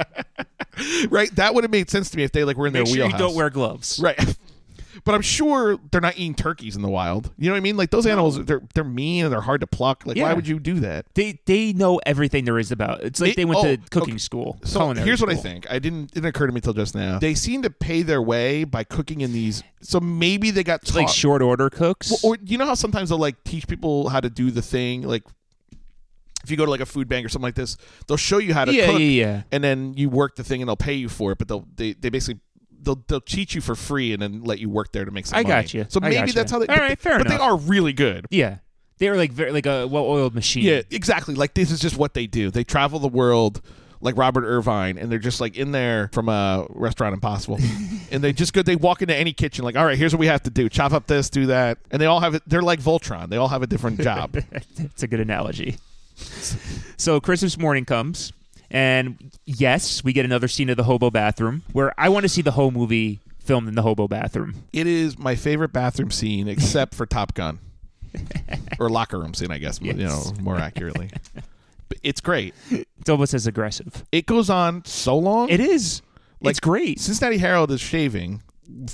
Speaker 2: right? That would have made sense to me if they like were in
Speaker 1: Make
Speaker 2: their
Speaker 1: sure you
Speaker 2: wheelhouse.
Speaker 1: don't wear gloves.
Speaker 2: right. <laughs> But I'm sure they're not eating turkeys in the wild. You know what I mean? Like those animals, they're they're mean and they're hard to pluck. Like
Speaker 1: Yeah.
Speaker 2: why would you do that?
Speaker 1: They they know everything there is about. It's like
Speaker 2: It-
Speaker 1: they went
Speaker 2: oh,
Speaker 1: to cooking school.
Speaker 2: So
Speaker 1: culinary
Speaker 2: here's what I
Speaker 1: school.
Speaker 2: think. I didn't. It didn't occur to me till just now. They seem to pay their way by cooking in these. So maybe they got
Speaker 1: It's like
Speaker 2: taught-
Speaker 1: short order cooks.
Speaker 2: Well, or you know how sometimes they'll like teach people how to do the thing, like if you go to like a food bank or something like this, they'll show you how to
Speaker 1: Yeah,
Speaker 2: cook,
Speaker 1: yeah, yeah.
Speaker 2: and then you work the thing and they'll pay you for it, but they'll they, they basically they'll they'll teach you for free and then let you work there to make some
Speaker 1: I
Speaker 2: money.
Speaker 1: got you.
Speaker 2: So
Speaker 1: I
Speaker 2: maybe
Speaker 1: got you.
Speaker 2: that's how they.
Speaker 1: All
Speaker 2: but
Speaker 1: right,
Speaker 2: they-
Speaker 1: fair
Speaker 2: But
Speaker 1: enough.
Speaker 2: they are really good.
Speaker 1: yeah, they're like very like a well oiled machine.
Speaker 2: Yeah, exactly. Like this is just what they do. They travel the world like Robert Irvine and they're just like in there from a restaurant impossible.
Speaker 1: <laughs>
Speaker 2: and they just go they walk into any kitchen like, "All right, here's what we have to do. Chop up this, do that." And they all have it they're like Voltron. They all have a
Speaker 1: <laughs>
Speaker 2: different job.
Speaker 1: It's a good analogy. So Christmas morning comes, and yes, we get another scene of the hobo bathroom where I want to see the whole movie filmed in the hobo bathroom.
Speaker 2: it is my favorite bathroom scene except for Top Gun.
Speaker 1: <laughs>
Speaker 2: or locker room scene, I guess, you know,
Speaker 1: Yes.
Speaker 2: more
Speaker 1: <laughs>
Speaker 2: accurately. but it's great.
Speaker 1: It's almost as aggressive.
Speaker 2: It goes on so long.
Speaker 1: It is.
Speaker 2: Like,
Speaker 1: it's great.
Speaker 2: Cincinnati Herald is shaving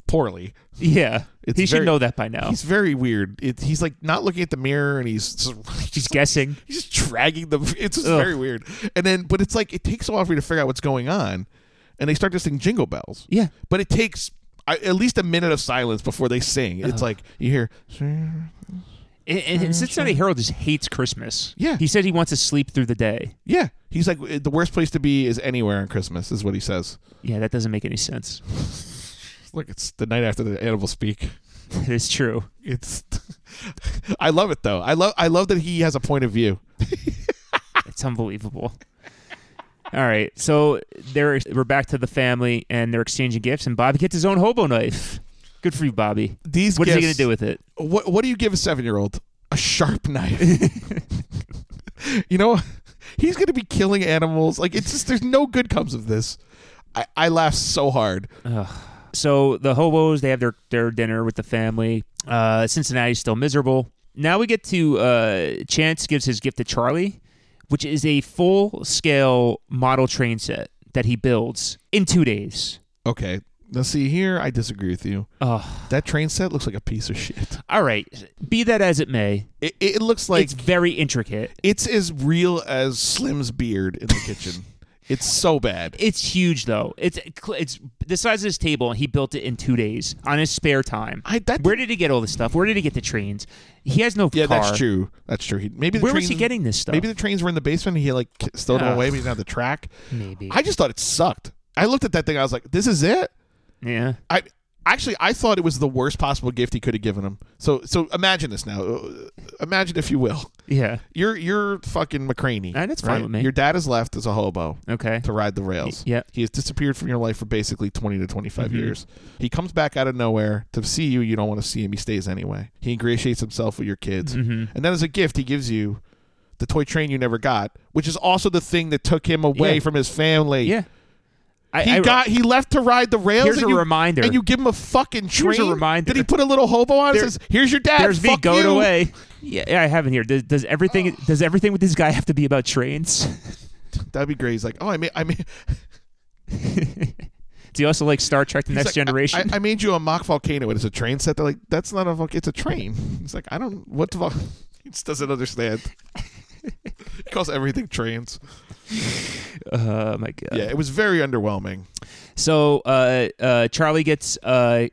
Speaker 2: poorly.
Speaker 1: Yeah,
Speaker 2: It's
Speaker 1: he
Speaker 2: very-
Speaker 1: should know that by now.
Speaker 2: He's
Speaker 1: He's,
Speaker 2: very weird. It, he's like not looking at the mirror, and he's just, <laughs>
Speaker 1: guessing.
Speaker 2: he's just dragging the. It's just
Speaker 1: Ugh.
Speaker 2: very weird. And then, but it's like it takes a while for you to figure out what's going on, and they start to sing jingle bells.
Speaker 1: Yeah.
Speaker 2: but it takes I, at least a minute of silence before they sing. It's like you hear.
Speaker 1: And, and, and Cincinnati Herald just hates Christmas.
Speaker 2: Yeah.
Speaker 1: he said he wants to sleep through the day.
Speaker 2: Yeah, he's like the worst place to be is anywhere on Christmas, is what he says.
Speaker 1: Yeah, that doesn't make any sense. <laughs>
Speaker 2: Look, it's the night after the animals speak.
Speaker 1: it is true.
Speaker 2: It's, <laughs> I love it though. I love, I love that he has a point of view.
Speaker 1: It's unbelievable. All right, so they're we're back to the family, and they're exchanging gifts, and Bobby gets his own hobo knife. Good for you, Bobby.
Speaker 2: These
Speaker 1: what is he gonna
Speaker 2: gifts-
Speaker 1: do with it?
Speaker 2: What What do you give a seven year old? A sharp knife. <laughs> you know, he's going to be killing animals. Like it's just there's no good comes of this. I I laugh so hard.
Speaker 1: So the hobos they have their their dinner with the family. Uh, Cincinnati's still miserable. Now we get to uh, Chance gives his gift to Charlie, which is a full scale model train set that he builds in two days.
Speaker 2: Okay, now see here, I disagree with you.
Speaker 1: Oh,
Speaker 2: That train set looks like a piece of shit.
Speaker 1: all right. Be that as it may,
Speaker 2: It, it looks like
Speaker 1: it's very intricate.
Speaker 2: it's as real as Slim's beard in the <laughs> kitchen. It's so bad.
Speaker 1: It's huge though. It's it's the size of this table, and he built it in two days on his spare time.
Speaker 2: I- that-
Speaker 1: Where did he get all this stuff? Where did he get the trains? He has no
Speaker 2: Yeah,
Speaker 1: car.
Speaker 2: that's true. That's true. He, maybe the
Speaker 1: Where was
Speaker 2: trains-
Speaker 1: he getting this stuff?
Speaker 2: Maybe the trains were in the basement. And he like k- stowed them
Speaker 1: Ugh.
Speaker 2: away. But he didn't have the track.
Speaker 1: Maybe.
Speaker 2: I just thought it sucked. I looked at that thing. I was like, "This is it."
Speaker 1: yeah.
Speaker 2: I actually I thought it was the worst possible gift he could have given him. So so imagine this now. Uh, Imagine if you will.
Speaker 1: Yeah.
Speaker 2: You're you're fucking McCraney.
Speaker 1: Ah, that's fine
Speaker 2: right?
Speaker 1: with me.
Speaker 2: Your dad is left as a hobo
Speaker 1: Okay.
Speaker 2: to ride the rails.
Speaker 1: Y- Mm-hmm. yeah.
Speaker 2: He has disappeared from your life for basically 20 to 25 years. He comes back out of nowhere to see you. You don't want to see him. He stays anyway. He ingratiates himself with your kids.
Speaker 1: Mhm.
Speaker 2: And then as a gift, he gives you the toy train you never got, which is also the thing that took him away
Speaker 1: Yeah.
Speaker 2: from his family.
Speaker 1: Yeah. I-
Speaker 2: he
Speaker 1: I-
Speaker 2: got he left to ride the rails.
Speaker 1: Here's
Speaker 2: and
Speaker 1: a
Speaker 2: you-
Speaker 1: reminder.
Speaker 2: and you give him a fucking train.
Speaker 1: Here's a reminder.
Speaker 2: Did he put a little hobo on? and
Speaker 1: There-
Speaker 2: says, "Here's your dad."
Speaker 1: There's
Speaker 2: fuck
Speaker 1: V. Go
Speaker 2: you. Oh.
Speaker 1: away. Yeah, yeah, I have it here. Does, does everything does everything with this guy have to be about trains? <laughs>
Speaker 2: That'd be great. He's like, "Oh, I made I made."
Speaker 1: Do you also like Star Trek: The
Speaker 2: he's
Speaker 1: Next
Speaker 2: like,
Speaker 1: Generation?
Speaker 2: I, I made you a mock volcano. It is a train set. They're like, "That's not a volcano. It's a train." He's like, "I don't what the fuck." <laughs> He just doesn't understand. <laughs> he calls everything trains.
Speaker 1: oh my god.
Speaker 2: Yeah, it was very underwhelming.
Speaker 1: So uh, uh, Charlie gets uh,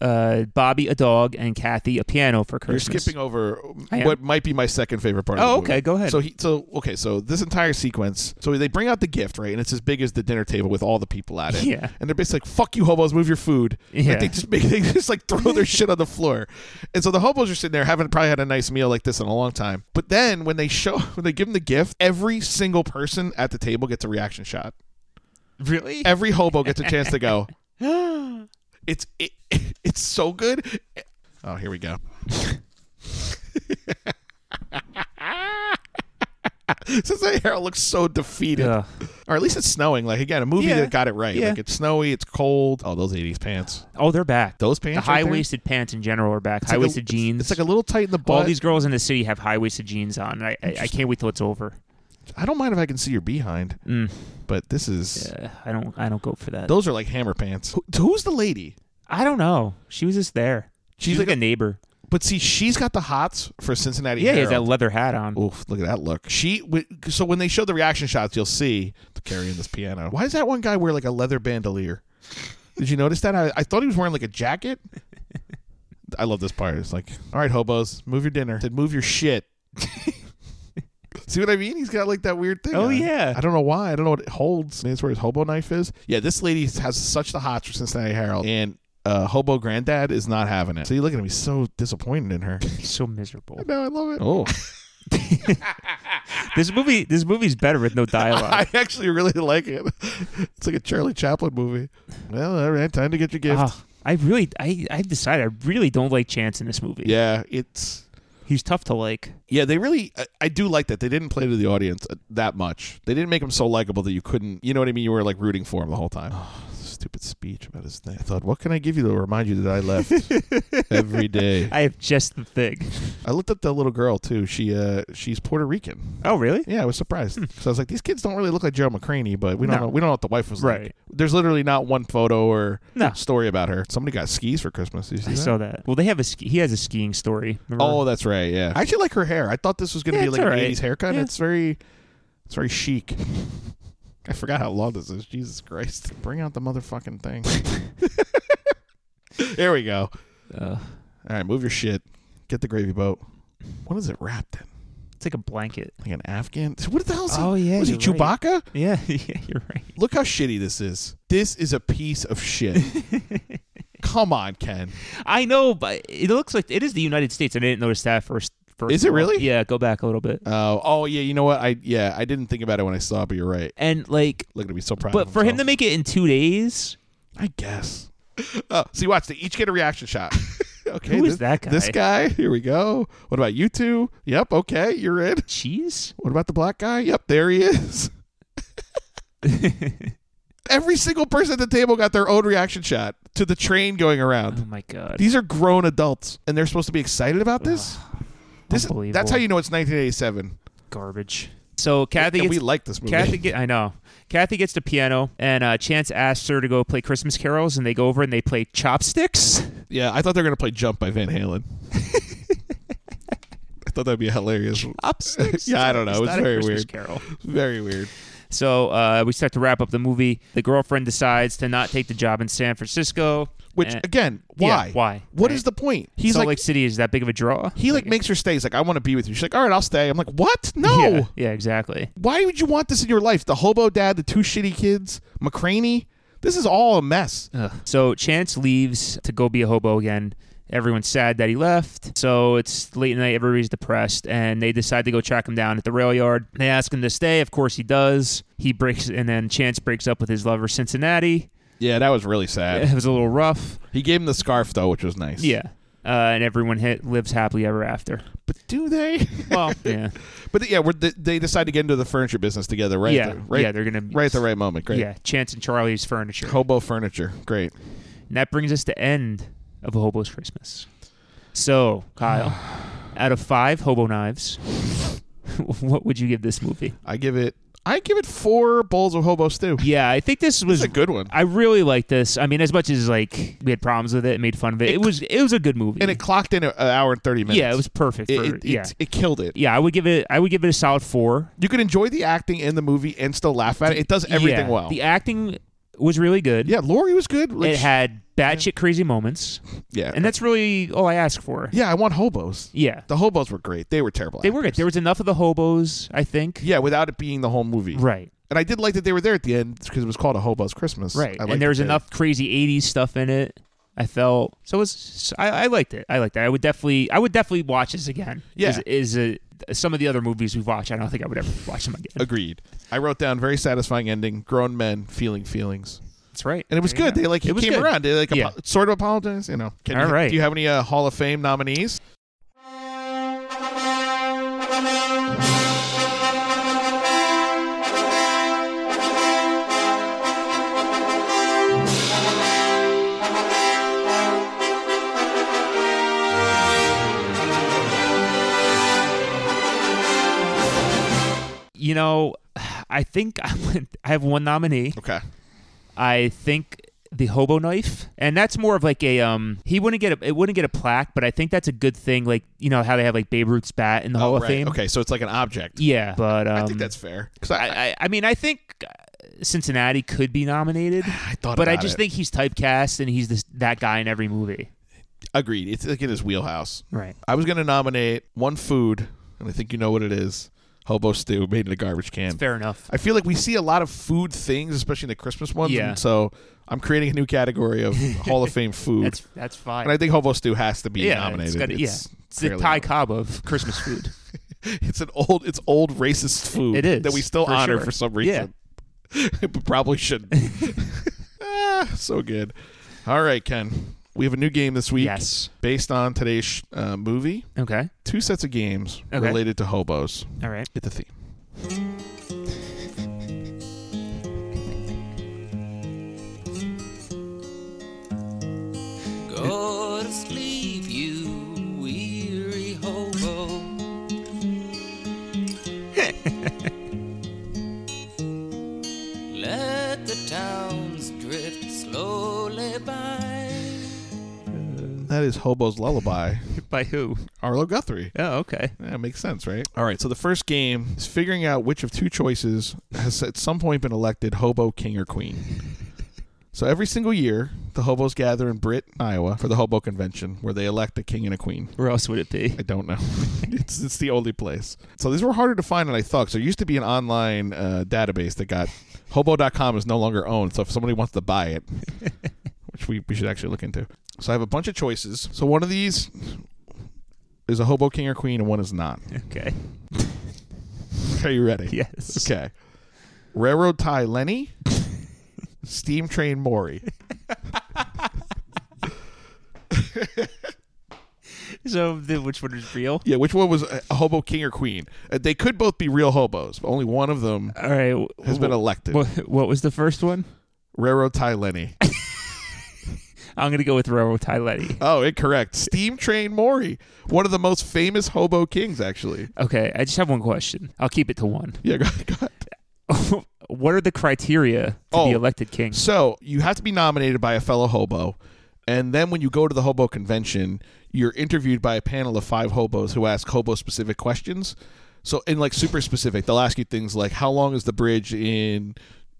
Speaker 1: uh, Bobby a dog and Kathy a piano for Christmas.
Speaker 2: You're skipping over
Speaker 1: I am.
Speaker 2: what might be my second favorite part. of
Speaker 1: Oh,
Speaker 2: the
Speaker 1: okay,
Speaker 2: movie.
Speaker 1: go ahead.
Speaker 2: So he, so okay, so this entire sequence. So they bring out the gift, right, and it's as big as the dinner table with all the people at it.
Speaker 1: <laughs> Yeah.
Speaker 2: and they're basically like, "Fuck you, hobos, move your food." Like,
Speaker 1: Yeah.
Speaker 2: they just make, <laughs> they just like throw their shit on the floor, and so the hobos are sitting there, haven't probably had a nice meal like this in a long time. But then when they show, <laughs> when they give them the gift, every single person at the table gets a reaction shot.
Speaker 1: Really?
Speaker 2: Every hobo gets a chance
Speaker 1: <laughs>
Speaker 2: to go. It's it, <laughs> it's so good. Oh, here we go. <laughs> Since the hair looks so defeated,
Speaker 1: Yeah.
Speaker 2: or at least it's snowing. Like again, a movie
Speaker 1: Yeah.
Speaker 2: that got it right.
Speaker 1: Yeah.
Speaker 2: Like it's snowy, it's cold. Oh, those '80s pants.
Speaker 1: Oh, they're back.
Speaker 2: Those
Speaker 1: The
Speaker 2: pants. right
Speaker 1: high
Speaker 2: there?
Speaker 1: waisted pants in general are back.
Speaker 2: It's
Speaker 1: High
Speaker 2: like a-
Speaker 1: waisted
Speaker 2: it's-
Speaker 1: jeans.
Speaker 2: It's, like a little tight in the butt.
Speaker 1: All these girls in the city have high waisted jeans on. I, I I can't wait till it's over.
Speaker 2: I don't mind if I can see your behind,
Speaker 1: Mm.
Speaker 2: but this is.
Speaker 1: Yeah, Uh, I don't. I don't go for that.
Speaker 2: Those are like hammer pants. Who, who's the lady?
Speaker 1: I don't know. She was just there. She's, like, a, neighbor.
Speaker 2: But see, she's got the hots for Cincinnati.
Speaker 1: Yeah, he has
Speaker 2: Herald.
Speaker 1: that leather hat on.
Speaker 2: Oof, look at that look. She w- so when they show the reaction shots, you'll see carrying this piano. Why does that one guy wear like a leather bandolier? Did you notice that? I, I thought he was wearing like a jacket. <laughs> I love this part. It's like, all right, hobos, move your dinner. Said, move your shit. <laughs> See what I mean? He's got like that weird thing.
Speaker 1: Oh,
Speaker 2: on.
Speaker 1: yeah.
Speaker 2: I don't know why. I don't know what it holds. Maybe it's where his hobo knife is. Yeah, this lady has such the hots for Cincinnati Herald, and uh, hobo granddad is not having it. So you look at him. He's so disappointed in her. Oh.
Speaker 1: He's so miserable.
Speaker 2: <laughs> No, I love it.
Speaker 1: <laughs> This movie. This movie's better with no <laughs> dialogue.
Speaker 2: <laughs> I actually really like it. <laughs> It's like a Charlie Chaplin movie. Well, all right, time to get your gift.
Speaker 1: Ah, I really. I. I've decided. I really don't like Chance in this movie.
Speaker 2: Yeah, it's
Speaker 1: He's tough to like.
Speaker 2: yeah. They really, I, I do like that. They didn't play to the audience uh, that much. They didn't make him so likable that you couldn't, you know what I mean. You were like rooting for him the whole time. Ah, stupid speech about his thing. I thought, what can I give you to remind you that I <laughs> left every day?
Speaker 1: I have just the <laughs> thing.
Speaker 2: I looked up the little girl too. She uh, she's Puerto Rican.
Speaker 1: Oh, really?
Speaker 2: Yeah, I was surprised. So I was like, these kids don't really look like Joe McCraney, but we don't
Speaker 1: No.
Speaker 2: know. We don't know what the wife was
Speaker 1: Right.
Speaker 2: like. There's literally not one photo or
Speaker 1: No.
Speaker 2: story about her. Somebody got skis for Christmas. Did you see
Speaker 1: I
Speaker 2: that?
Speaker 1: saw that. Well, they have a. Ski, he has a skiing story. remember?
Speaker 2: Oh, that's right. Yeah, I actually like her hair. I thought this was gonna
Speaker 1: Yeah,
Speaker 2: be
Speaker 1: it's
Speaker 2: like an
Speaker 1: all right.
Speaker 2: '80s haircut.
Speaker 1: Yeah.
Speaker 2: It's very, it's very chic. <laughs> I forgot how long this is. Jesus Christ! Bring out the motherfucking <laughs> thing. there we go.
Speaker 1: Uh,
Speaker 2: All right, move your shit. Get the gravy boat. What is it wrapped in?
Speaker 1: it's like a blanket.
Speaker 2: Like an Afghan? What the hell is he?
Speaker 1: Oh, yeah,
Speaker 2: was he
Speaker 1: you're right.
Speaker 2: Chewbacca?
Speaker 1: Yeah, <laughs> yeah, you're right.
Speaker 2: Look how shitty this is. This is a piece
Speaker 1: <laughs>
Speaker 2: of shit. Come on, Ken.
Speaker 1: I know, but it looks like it is the United States. I didn't notice that first. first
Speaker 2: Is it
Speaker 1: of all.
Speaker 2: really?
Speaker 1: Yeah, go back a little bit.
Speaker 2: Oh, oh yeah. You know what? I yeah. I didn't think about it when I saw it, but you're right.
Speaker 1: And like,
Speaker 2: Look at me, so proud.
Speaker 1: but
Speaker 2: of
Speaker 1: for him to
Speaker 2: himself.
Speaker 1: make it in two days,
Speaker 2: I guess. <laughs> Oh, so you watch. They each get a reaction shot. <laughs> okay.
Speaker 1: Who is
Speaker 2: this,
Speaker 1: that guy?
Speaker 2: This guy. Here we go. What about you two? Yep. Okay. You're in. <laughs>
Speaker 1: cheese. <laughs>
Speaker 2: What about the black guy? Yep. There he is. <laughs>
Speaker 1: Oh
Speaker 2: Every single person at the table got their own reaction shot to the train going
Speaker 1: <sighs>
Speaker 2: around.
Speaker 1: Oh my god.
Speaker 2: These are grown adults, and they're supposed to be excited about
Speaker 1: <sighs>
Speaker 2: this. this
Speaker 1: Unbelievable.
Speaker 2: that's how you know it's 1987.
Speaker 1: garbage. So Kathy,
Speaker 2: And
Speaker 1: gets,
Speaker 2: we like this movie.
Speaker 1: Kathy, get, I know. Kathy gets the piano, and uh, Chance asks her to go play Christmas carols, and they go over and they play Chopsticks.
Speaker 2: <laughs> Yeah, I thought they were gonna play "Jump" by Van Halen.
Speaker 1: <laughs>
Speaker 2: I thought that'd be hilarious.
Speaker 1: Chopsticks.
Speaker 2: <laughs> <laughs> yeah, I don't know. It's,
Speaker 1: not a
Speaker 2: very
Speaker 1: Christmas
Speaker 2: weird.
Speaker 1: Carol.
Speaker 2: Very weird.
Speaker 1: So uh, we start to wrap up the movie. The girlfriend decides to not take the job in San Francisco,
Speaker 2: Which
Speaker 1: and-
Speaker 2: again,
Speaker 1: Eh, Yeah,
Speaker 2: why?
Speaker 1: why?
Speaker 2: What is
Speaker 1: Right.
Speaker 2: the point? He's
Speaker 1: Salt
Speaker 2: like,
Speaker 1: Lake City is that big of a draw?
Speaker 2: he like makes her stay. He's like, I want to be with you. She's like, all right, I'll stay. I'm like, what? No.
Speaker 1: Yeah, yeah, exactly.
Speaker 2: Why would you want this in your life? The hobo dad, the two shitty kids, McCraney. This is all a mess.
Speaker 1: So Chance leaves to go be a hobo again. Everyone's sad that he left. So it's late at night, everybody's depressed, and they decide to go track him down at the rail yard. They ask him to stay. Of course, he does. He breaks, and then Chance breaks up with his lover, Cincinnati.
Speaker 2: Yeah, that was really sad.
Speaker 1: It was a little rough.
Speaker 2: He gave him the scarf though, which was nice.
Speaker 1: Yeah. uh, and everyone hit, lives happily ever after.
Speaker 2: But do they? <laughs> Well,
Speaker 1: yeah.
Speaker 2: But yeah, we're, they- they decide to get into the furniture business together, right?
Speaker 1: Yeah.
Speaker 2: at the, right
Speaker 1: Yeah, they're gonna-
Speaker 2: right at the right moment. Great.
Speaker 1: Yeah, Chance and Charlie's furniture.
Speaker 2: Hobo furniture. Great.
Speaker 1: And that brings us to end of a hobo's Christmas. So,
Speaker 2: <sighs>
Speaker 1: Kyle, out of five hobo knives, <laughs> what would you give this movie?
Speaker 2: I give it. I give it four bowls of hobo stew.
Speaker 1: Yeah, I think this was
Speaker 2: a good one.
Speaker 1: I really like this. I mean, as much as like we had problems with it, and made fun of it. It, was it was a good movie.
Speaker 2: And it clocked in a- an hour and thirty minutes.
Speaker 1: yeah, it was perfect.
Speaker 2: It,
Speaker 1: for-
Speaker 2: it- it-
Speaker 1: yeah,
Speaker 2: it killed it.
Speaker 1: yeah. I would give it. I would give it a solid four.
Speaker 2: You can enjoy the acting in the movie and still laugh at it. It does everything
Speaker 1: Yeah,
Speaker 2: well.
Speaker 1: The acting was really good.
Speaker 2: Yeah, Lori was good. Like,
Speaker 1: it had batshit crazy moments.
Speaker 2: Yeah.
Speaker 1: and that's really all I ask for.
Speaker 2: Yeah, I want hobos.
Speaker 1: Yeah.
Speaker 2: The hobos were great. They were terrible.
Speaker 1: They were good. There was enough of the hobos, I think.
Speaker 2: Yeah, without it being the whole movie.
Speaker 1: Right.
Speaker 2: And I did like that they were there at the end because it was called a hobo's Christmas.
Speaker 1: Right.
Speaker 2: I
Speaker 1: and there was
Speaker 2: enough.
Speaker 1: enough crazy '80s stuff in it. I felt so. It's I, I liked it. I liked it. I would definitely. I would definitely watch this again.
Speaker 2: Yeah.
Speaker 1: Is, is a, some of the other movies we've watched. I don't think I would ever watch them again.
Speaker 2: Agreed. I wrote down very satisfying ending. Grown men feeling feelings.
Speaker 1: That's right.
Speaker 2: And it was
Speaker 1: There you
Speaker 2: good.
Speaker 1: go.
Speaker 2: They like
Speaker 1: It
Speaker 2: he
Speaker 1: was
Speaker 2: came
Speaker 1: good.
Speaker 2: around. They like
Speaker 1: Yeah.
Speaker 2: apo- sort of apologized. You know. Can
Speaker 1: All
Speaker 2: you,
Speaker 1: right.
Speaker 2: Do you have any uh, Hall of Fame nominees?
Speaker 1: You know, I think I went. I have one nominee.
Speaker 2: Okay.
Speaker 1: I think the hobo knife, and that's more of like a um. He wouldn't get a. It wouldn't get a plaque, but I think that's a good thing. Like you know how they have like Babe Ruth's bat in the Hall of
Speaker 2: Oh, right.
Speaker 1: Fame.
Speaker 2: Okay, so it's like an object.
Speaker 1: Yeah, but um,
Speaker 2: I think that's fair. 'Cause I,
Speaker 1: I, I, I mean, I think uh, Cincinnati could be
Speaker 2: <sighs>
Speaker 1: nominated. I
Speaker 2: thought
Speaker 1: but I
Speaker 2: about
Speaker 1: just
Speaker 2: it.
Speaker 1: think he's typecast and he's this, that guy in every movie.
Speaker 2: agreed. It's like in his wheelhouse.
Speaker 1: Right.
Speaker 2: I was gonna nominate one food, and I think you know what it is: hobo stew made in a garbage can.
Speaker 1: Fair enough.
Speaker 2: I feel like we see a lot of food things, especially in the Christmas ones.
Speaker 1: Yeah.
Speaker 2: And so I'm creating a new category <laughs> of Hall of Fame food.
Speaker 1: That's that's fine.
Speaker 2: And I think hobo stew has to be
Speaker 1: yeah,
Speaker 2: nominated.
Speaker 1: It's gotta- yeah,
Speaker 2: It's
Speaker 1: it's the
Speaker 2: fairly
Speaker 1: Thai Cobb of Christmas
Speaker 2: <laughs>
Speaker 1: food.
Speaker 2: It's an old, it's old racist food.
Speaker 1: It is,
Speaker 2: that we still
Speaker 1: for
Speaker 2: honor
Speaker 1: sure.
Speaker 2: for some reason. <laughs> but probably
Speaker 1: <laughs>
Speaker 2: shouldn't. ah, so good. All right, Ken. We have a new game this week.
Speaker 1: Yes.
Speaker 2: Based on today's sh- uh, movie.
Speaker 1: Okay.
Speaker 2: Two sets of games
Speaker 1: Okay.
Speaker 2: related to hobos.
Speaker 1: All right. <laughs>
Speaker 2: Get the theme.
Speaker 21: Go to sleep, you weary
Speaker 20: <laughs>
Speaker 21: hobo. Let the towns drift slowly by.
Speaker 2: That is Hobo's Lullaby. <laughs>
Speaker 1: By who?
Speaker 2: Arlo Guthrie.
Speaker 1: Oh, okay.
Speaker 2: Yeah, makes sense, right? All right, so the first game is figuring out which of two choices has at some point been elected hobo king or queen. So every single year, the hobos gather in Britt, Iowa, for the hobo convention, where they elect a king and a queen.
Speaker 1: Where else would it be?
Speaker 2: I don't know. <laughs> it's it's the only place. So these were harder to find than I thought. 'cause there used to be an online uh, database that got hobo.com is no longer owned. So if somebody wants to buy <laughs> it, which we, we should actually look into. So I have a bunch of choices. So one of these is a hobo king or queen, and one is not.
Speaker 1: Okay. <laughs>
Speaker 2: Are you ready?
Speaker 1: Yes.
Speaker 2: Okay. Railroad tie Lenny, steam train Maury.
Speaker 1: <laughs> So the, which one is real?
Speaker 2: Yeah, which one was a a hobo king or queen? Uh, they could both be real hobos, but only one of them
Speaker 1: All right. w-
Speaker 2: has been
Speaker 1: w-
Speaker 2: elected.
Speaker 1: What, what was the first one?
Speaker 2: Railroad tie <laughs> Lenny.
Speaker 1: I'm gonna go with Railroad Ty Letty.
Speaker 2: Oh, incorrect. Steam Train Maury, one of the most famous hobo kings, actually.
Speaker 1: Okay, I just have one question. I'll keep it to one.
Speaker 2: Yeah, go ahead.
Speaker 1: what are the criteria to
Speaker 2: Oh.
Speaker 1: be elected king?
Speaker 2: So you have to be nominated by a fellow hobo, and then when you go to the hobo convention, you're interviewed by a panel of five hobos who ask hobo specific questions. So in like super specific, they'll ask you things like how long is the bridge in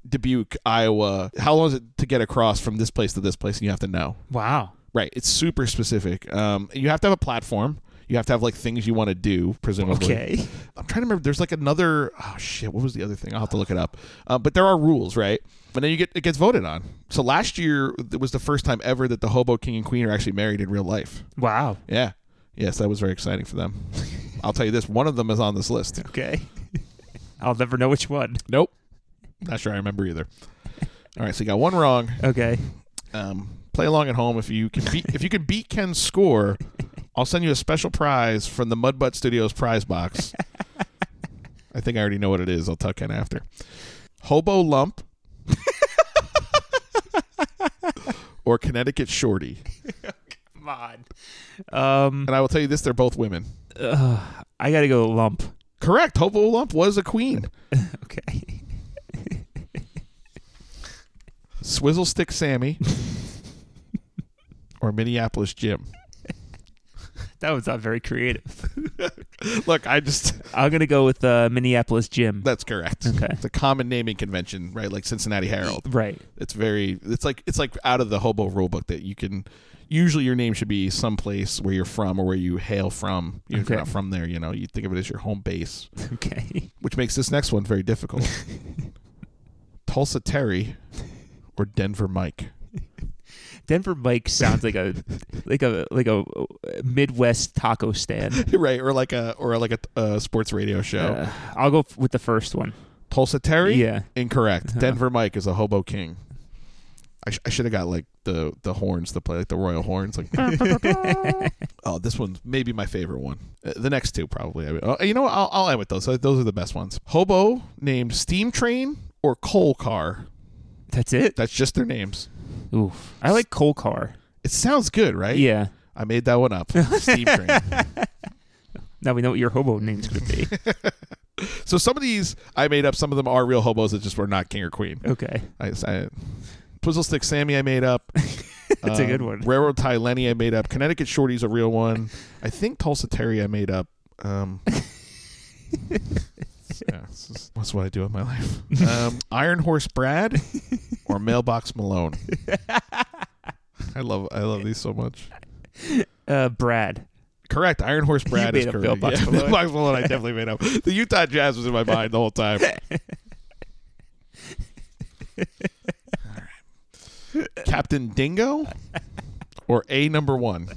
Speaker 2: Dubuque, Iowa? How long is it to get across from this place to this place? And you have to know.
Speaker 1: Wow.
Speaker 2: Right. It's super specific. Um, you have to have a platform. You have to have like things you want to do, presumably.
Speaker 1: Okay.
Speaker 2: I'm trying to remember. There's like another. Oh shit! What was the other thing? I'll have to look it up. Uh, but there are rules, right? And then you get it gets voted on. So last year it was the first time ever that the hobo king and queen are actually married in real life.
Speaker 1: Wow.
Speaker 2: Yeah. Yes, that was very exciting for them. I'll tell you this: one of them is on this list.
Speaker 1: Okay. <laughs> I'll never know which one.
Speaker 2: Nope. Not sure I remember either. All right, so you got one wrong.
Speaker 1: Okay.
Speaker 2: Um, Play along at home if you can beat if you can beat Ken's score, I'll send you a special prize from the Mudbutt Studios prize box. I think I already know what it is. I'll tuck in after. Hobo <laughs> Lump or Connecticut Shorty.
Speaker 1: Come on.
Speaker 2: Um, and I will tell you this: they're both women.
Speaker 1: Ugh, I got to go lump.
Speaker 2: Correct. Hobo Lump was a queen.
Speaker 1: okay. <laughs>
Speaker 2: Swizzle Stick Sammy or Minneapolis Jim.
Speaker 1: That was not very creative.
Speaker 2: Look, I just
Speaker 1: I'm gonna go with uh, Minneapolis Jim.
Speaker 2: That's correct.
Speaker 1: Okay.
Speaker 2: It's a common naming convention, right? Like Cincinnati Herald.
Speaker 1: Right.
Speaker 2: It's very it's like it's like out of the hobo rule book that you can usually your name should be someplace where you're from or where you hail from. Even If you're
Speaker 1: Okay.
Speaker 2: not from there, you know, you think of it as your home base.
Speaker 1: Okay.
Speaker 2: Which makes this next one very difficult. Tulsa Terry or Denver Mike.
Speaker 1: <laughs>
Speaker 2: <laughs>
Speaker 1: Denver Mike sounds like a like a like a uh, Midwest taco <laughs> stand.
Speaker 2: right, or like a or like a, a sports radio show.
Speaker 1: Uh, I'll go f- with the first one.
Speaker 2: Tulsa Terry?
Speaker 1: Yeah.
Speaker 2: Incorrect.
Speaker 1: Uh-huh.
Speaker 2: Denver Mike is a hobo king. I, sh- I should have got like the the horns to play, like the royal horns. Like, oh, this one's maybe my favorite one. Uh, the next two probably. I mean, oh, you know what? I'll, I'll end with those. Uh, Those are the best ones. Hobo named Steam Train or Coal Car.
Speaker 1: That's it.
Speaker 2: That's just their names.
Speaker 1: Oof. I like coal car.
Speaker 2: It sounds good, right?
Speaker 1: Yeah.
Speaker 2: I made that one up. Steam Train.
Speaker 1: Now we know what your hobo name's gonna <laughs> be.
Speaker 2: So some of these I made up. Some of them are real hobos that just were not king or queen.
Speaker 1: Okay.
Speaker 2: I, I Puzzle Stick Sammy I made up.
Speaker 1: <laughs>
Speaker 2: Um,
Speaker 1: That's a good one.
Speaker 2: Railroad Tie Lenny I made up. Connecticut Shorty's a real one. I think Tulsa Terry I made up.
Speaker 1: <laughs>
Speaker 2: Um, yeah, this is- that's what I do with my life. Um, Iron Horse Brad or Mailbox
Speaker 1: <laughs>
Speaker 2: Malone. I love I love these so much.
Speaker 1: Uh, Brad.
Speaker 2: Correct. Iron Horse Brad
Speaker 1: made
Speaker 2: is
Speaker 1: up
Speaker 2: correct.
Speaker 1: Mailbox
Speaker 2: yeah,
Speaker 1: Malone.
Speaker 2: <laughs> Mailbox Malone I definitely made up. The Utah Jazz was in my mind the
Speaker 1: <laughs>
Speaker 2: whole time. Captain Dingo or A number one?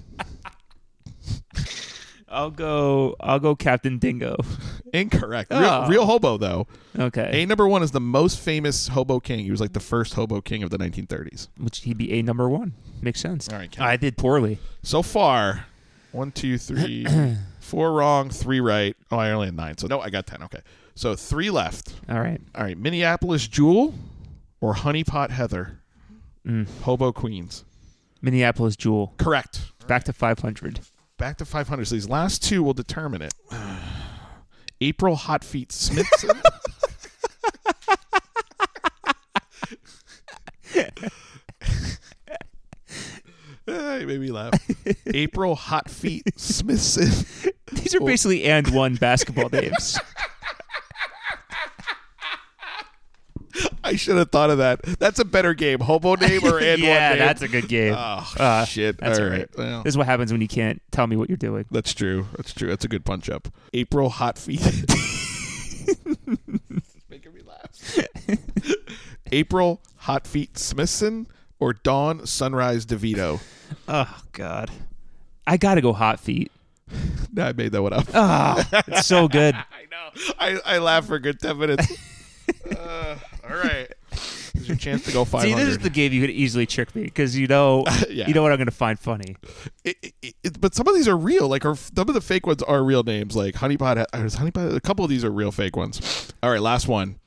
Speaker 1: I'll go. I'll go Captain Dingo. <laughs>
Speaker 2: Incorrect. Real,
Speaker 1: Oh.
Speaker 2: real hobo though.
Speaker 1: Okay.
Speaker 2: A number one is the most famous hobo king. He was like the first hobo king of the 1930s.
Speaker 1: Which he'd be a number one. Makes sense.
Speaker 2: All right, Ken.
Speaker 1: I did poorly.
Speaker 2: So far, one, two, three,
Speaker 1: <clears throat>
Speaker 2: four wrong, three right. Oh, I only had nine. So no, I got ten. Okay, so three left.
Speaker 1: All right.
Speaker 2: All right, Minneapolis Jewel or Honeypot Heather,
Speaker 1: Mm.
Speaker 2: hobo queens.
Speaker 1: Minneapolis Jewel.
Speaker 2: Correct.
Speaker 1: Back to 500.
Speaker 2: Back to 500. So these last two will
Speaker 1: <sighs>
Speaker 2: determine it. April Hot
Speaker 1: <laughs>
Speaker 2: Feet Smithson. Ah, you made me laugh. April Hot Feet Smithson.
Speaker 1: These are basically and one basketball names.
Speaker 2: I should have thought of that. That's a better game. Hobo name or <laughs> and
Speaker 1: <laughs>
Speaker 2: one
Speaker 1: yeah,
Speaker 2: name?
Speaker 1: that's a good game.
Speaker 2: Oh,
Speaker 1: Uh,
Speaker 2: shit.
Speaker 1: That's
Speaker 2: All
Speaker 1: all
Speaker 2: right. Well.
Speaker 1: This is what happens when you can't tell me what you're doing.
Speaker 2: That's true. That's true. That's a good punch up. April
Speaker 1: <laughs>
Speaker 2: Hot Feet. Making me laugh. <laughs> April Hot Feet Smithson or Dawn Sunrise DeVito.
Speaker 1: Oh, God. I got to go Hot Feet.
Speaker 2: No, I made that one up.
Speaker 1: Oh, it's so
Speaker 2: <laughs>
Speaker 1: good.
Speaker 2: I know. <laughs> I, I laughed for a good 10
Speaker 1: <laughs>
Speaker 2: minutes. uh, all right. There's your chance to go
Speaker 1: See,
Speaker 2: 500.
Speaker 1: this is the game you could easily trick me because you know
Speaker 2: <laughs> Yeah.
Speaker 1: you know what I'm going to find funny.
Speaker 2: it, it, it, but some of these are real. Like, are, some of the fake ones are real names. Like Honeypot. uh, is Honeypot. A couple of these are real fake ones. All right,
Speaker 1: <laughs>
Speaker 2: last one.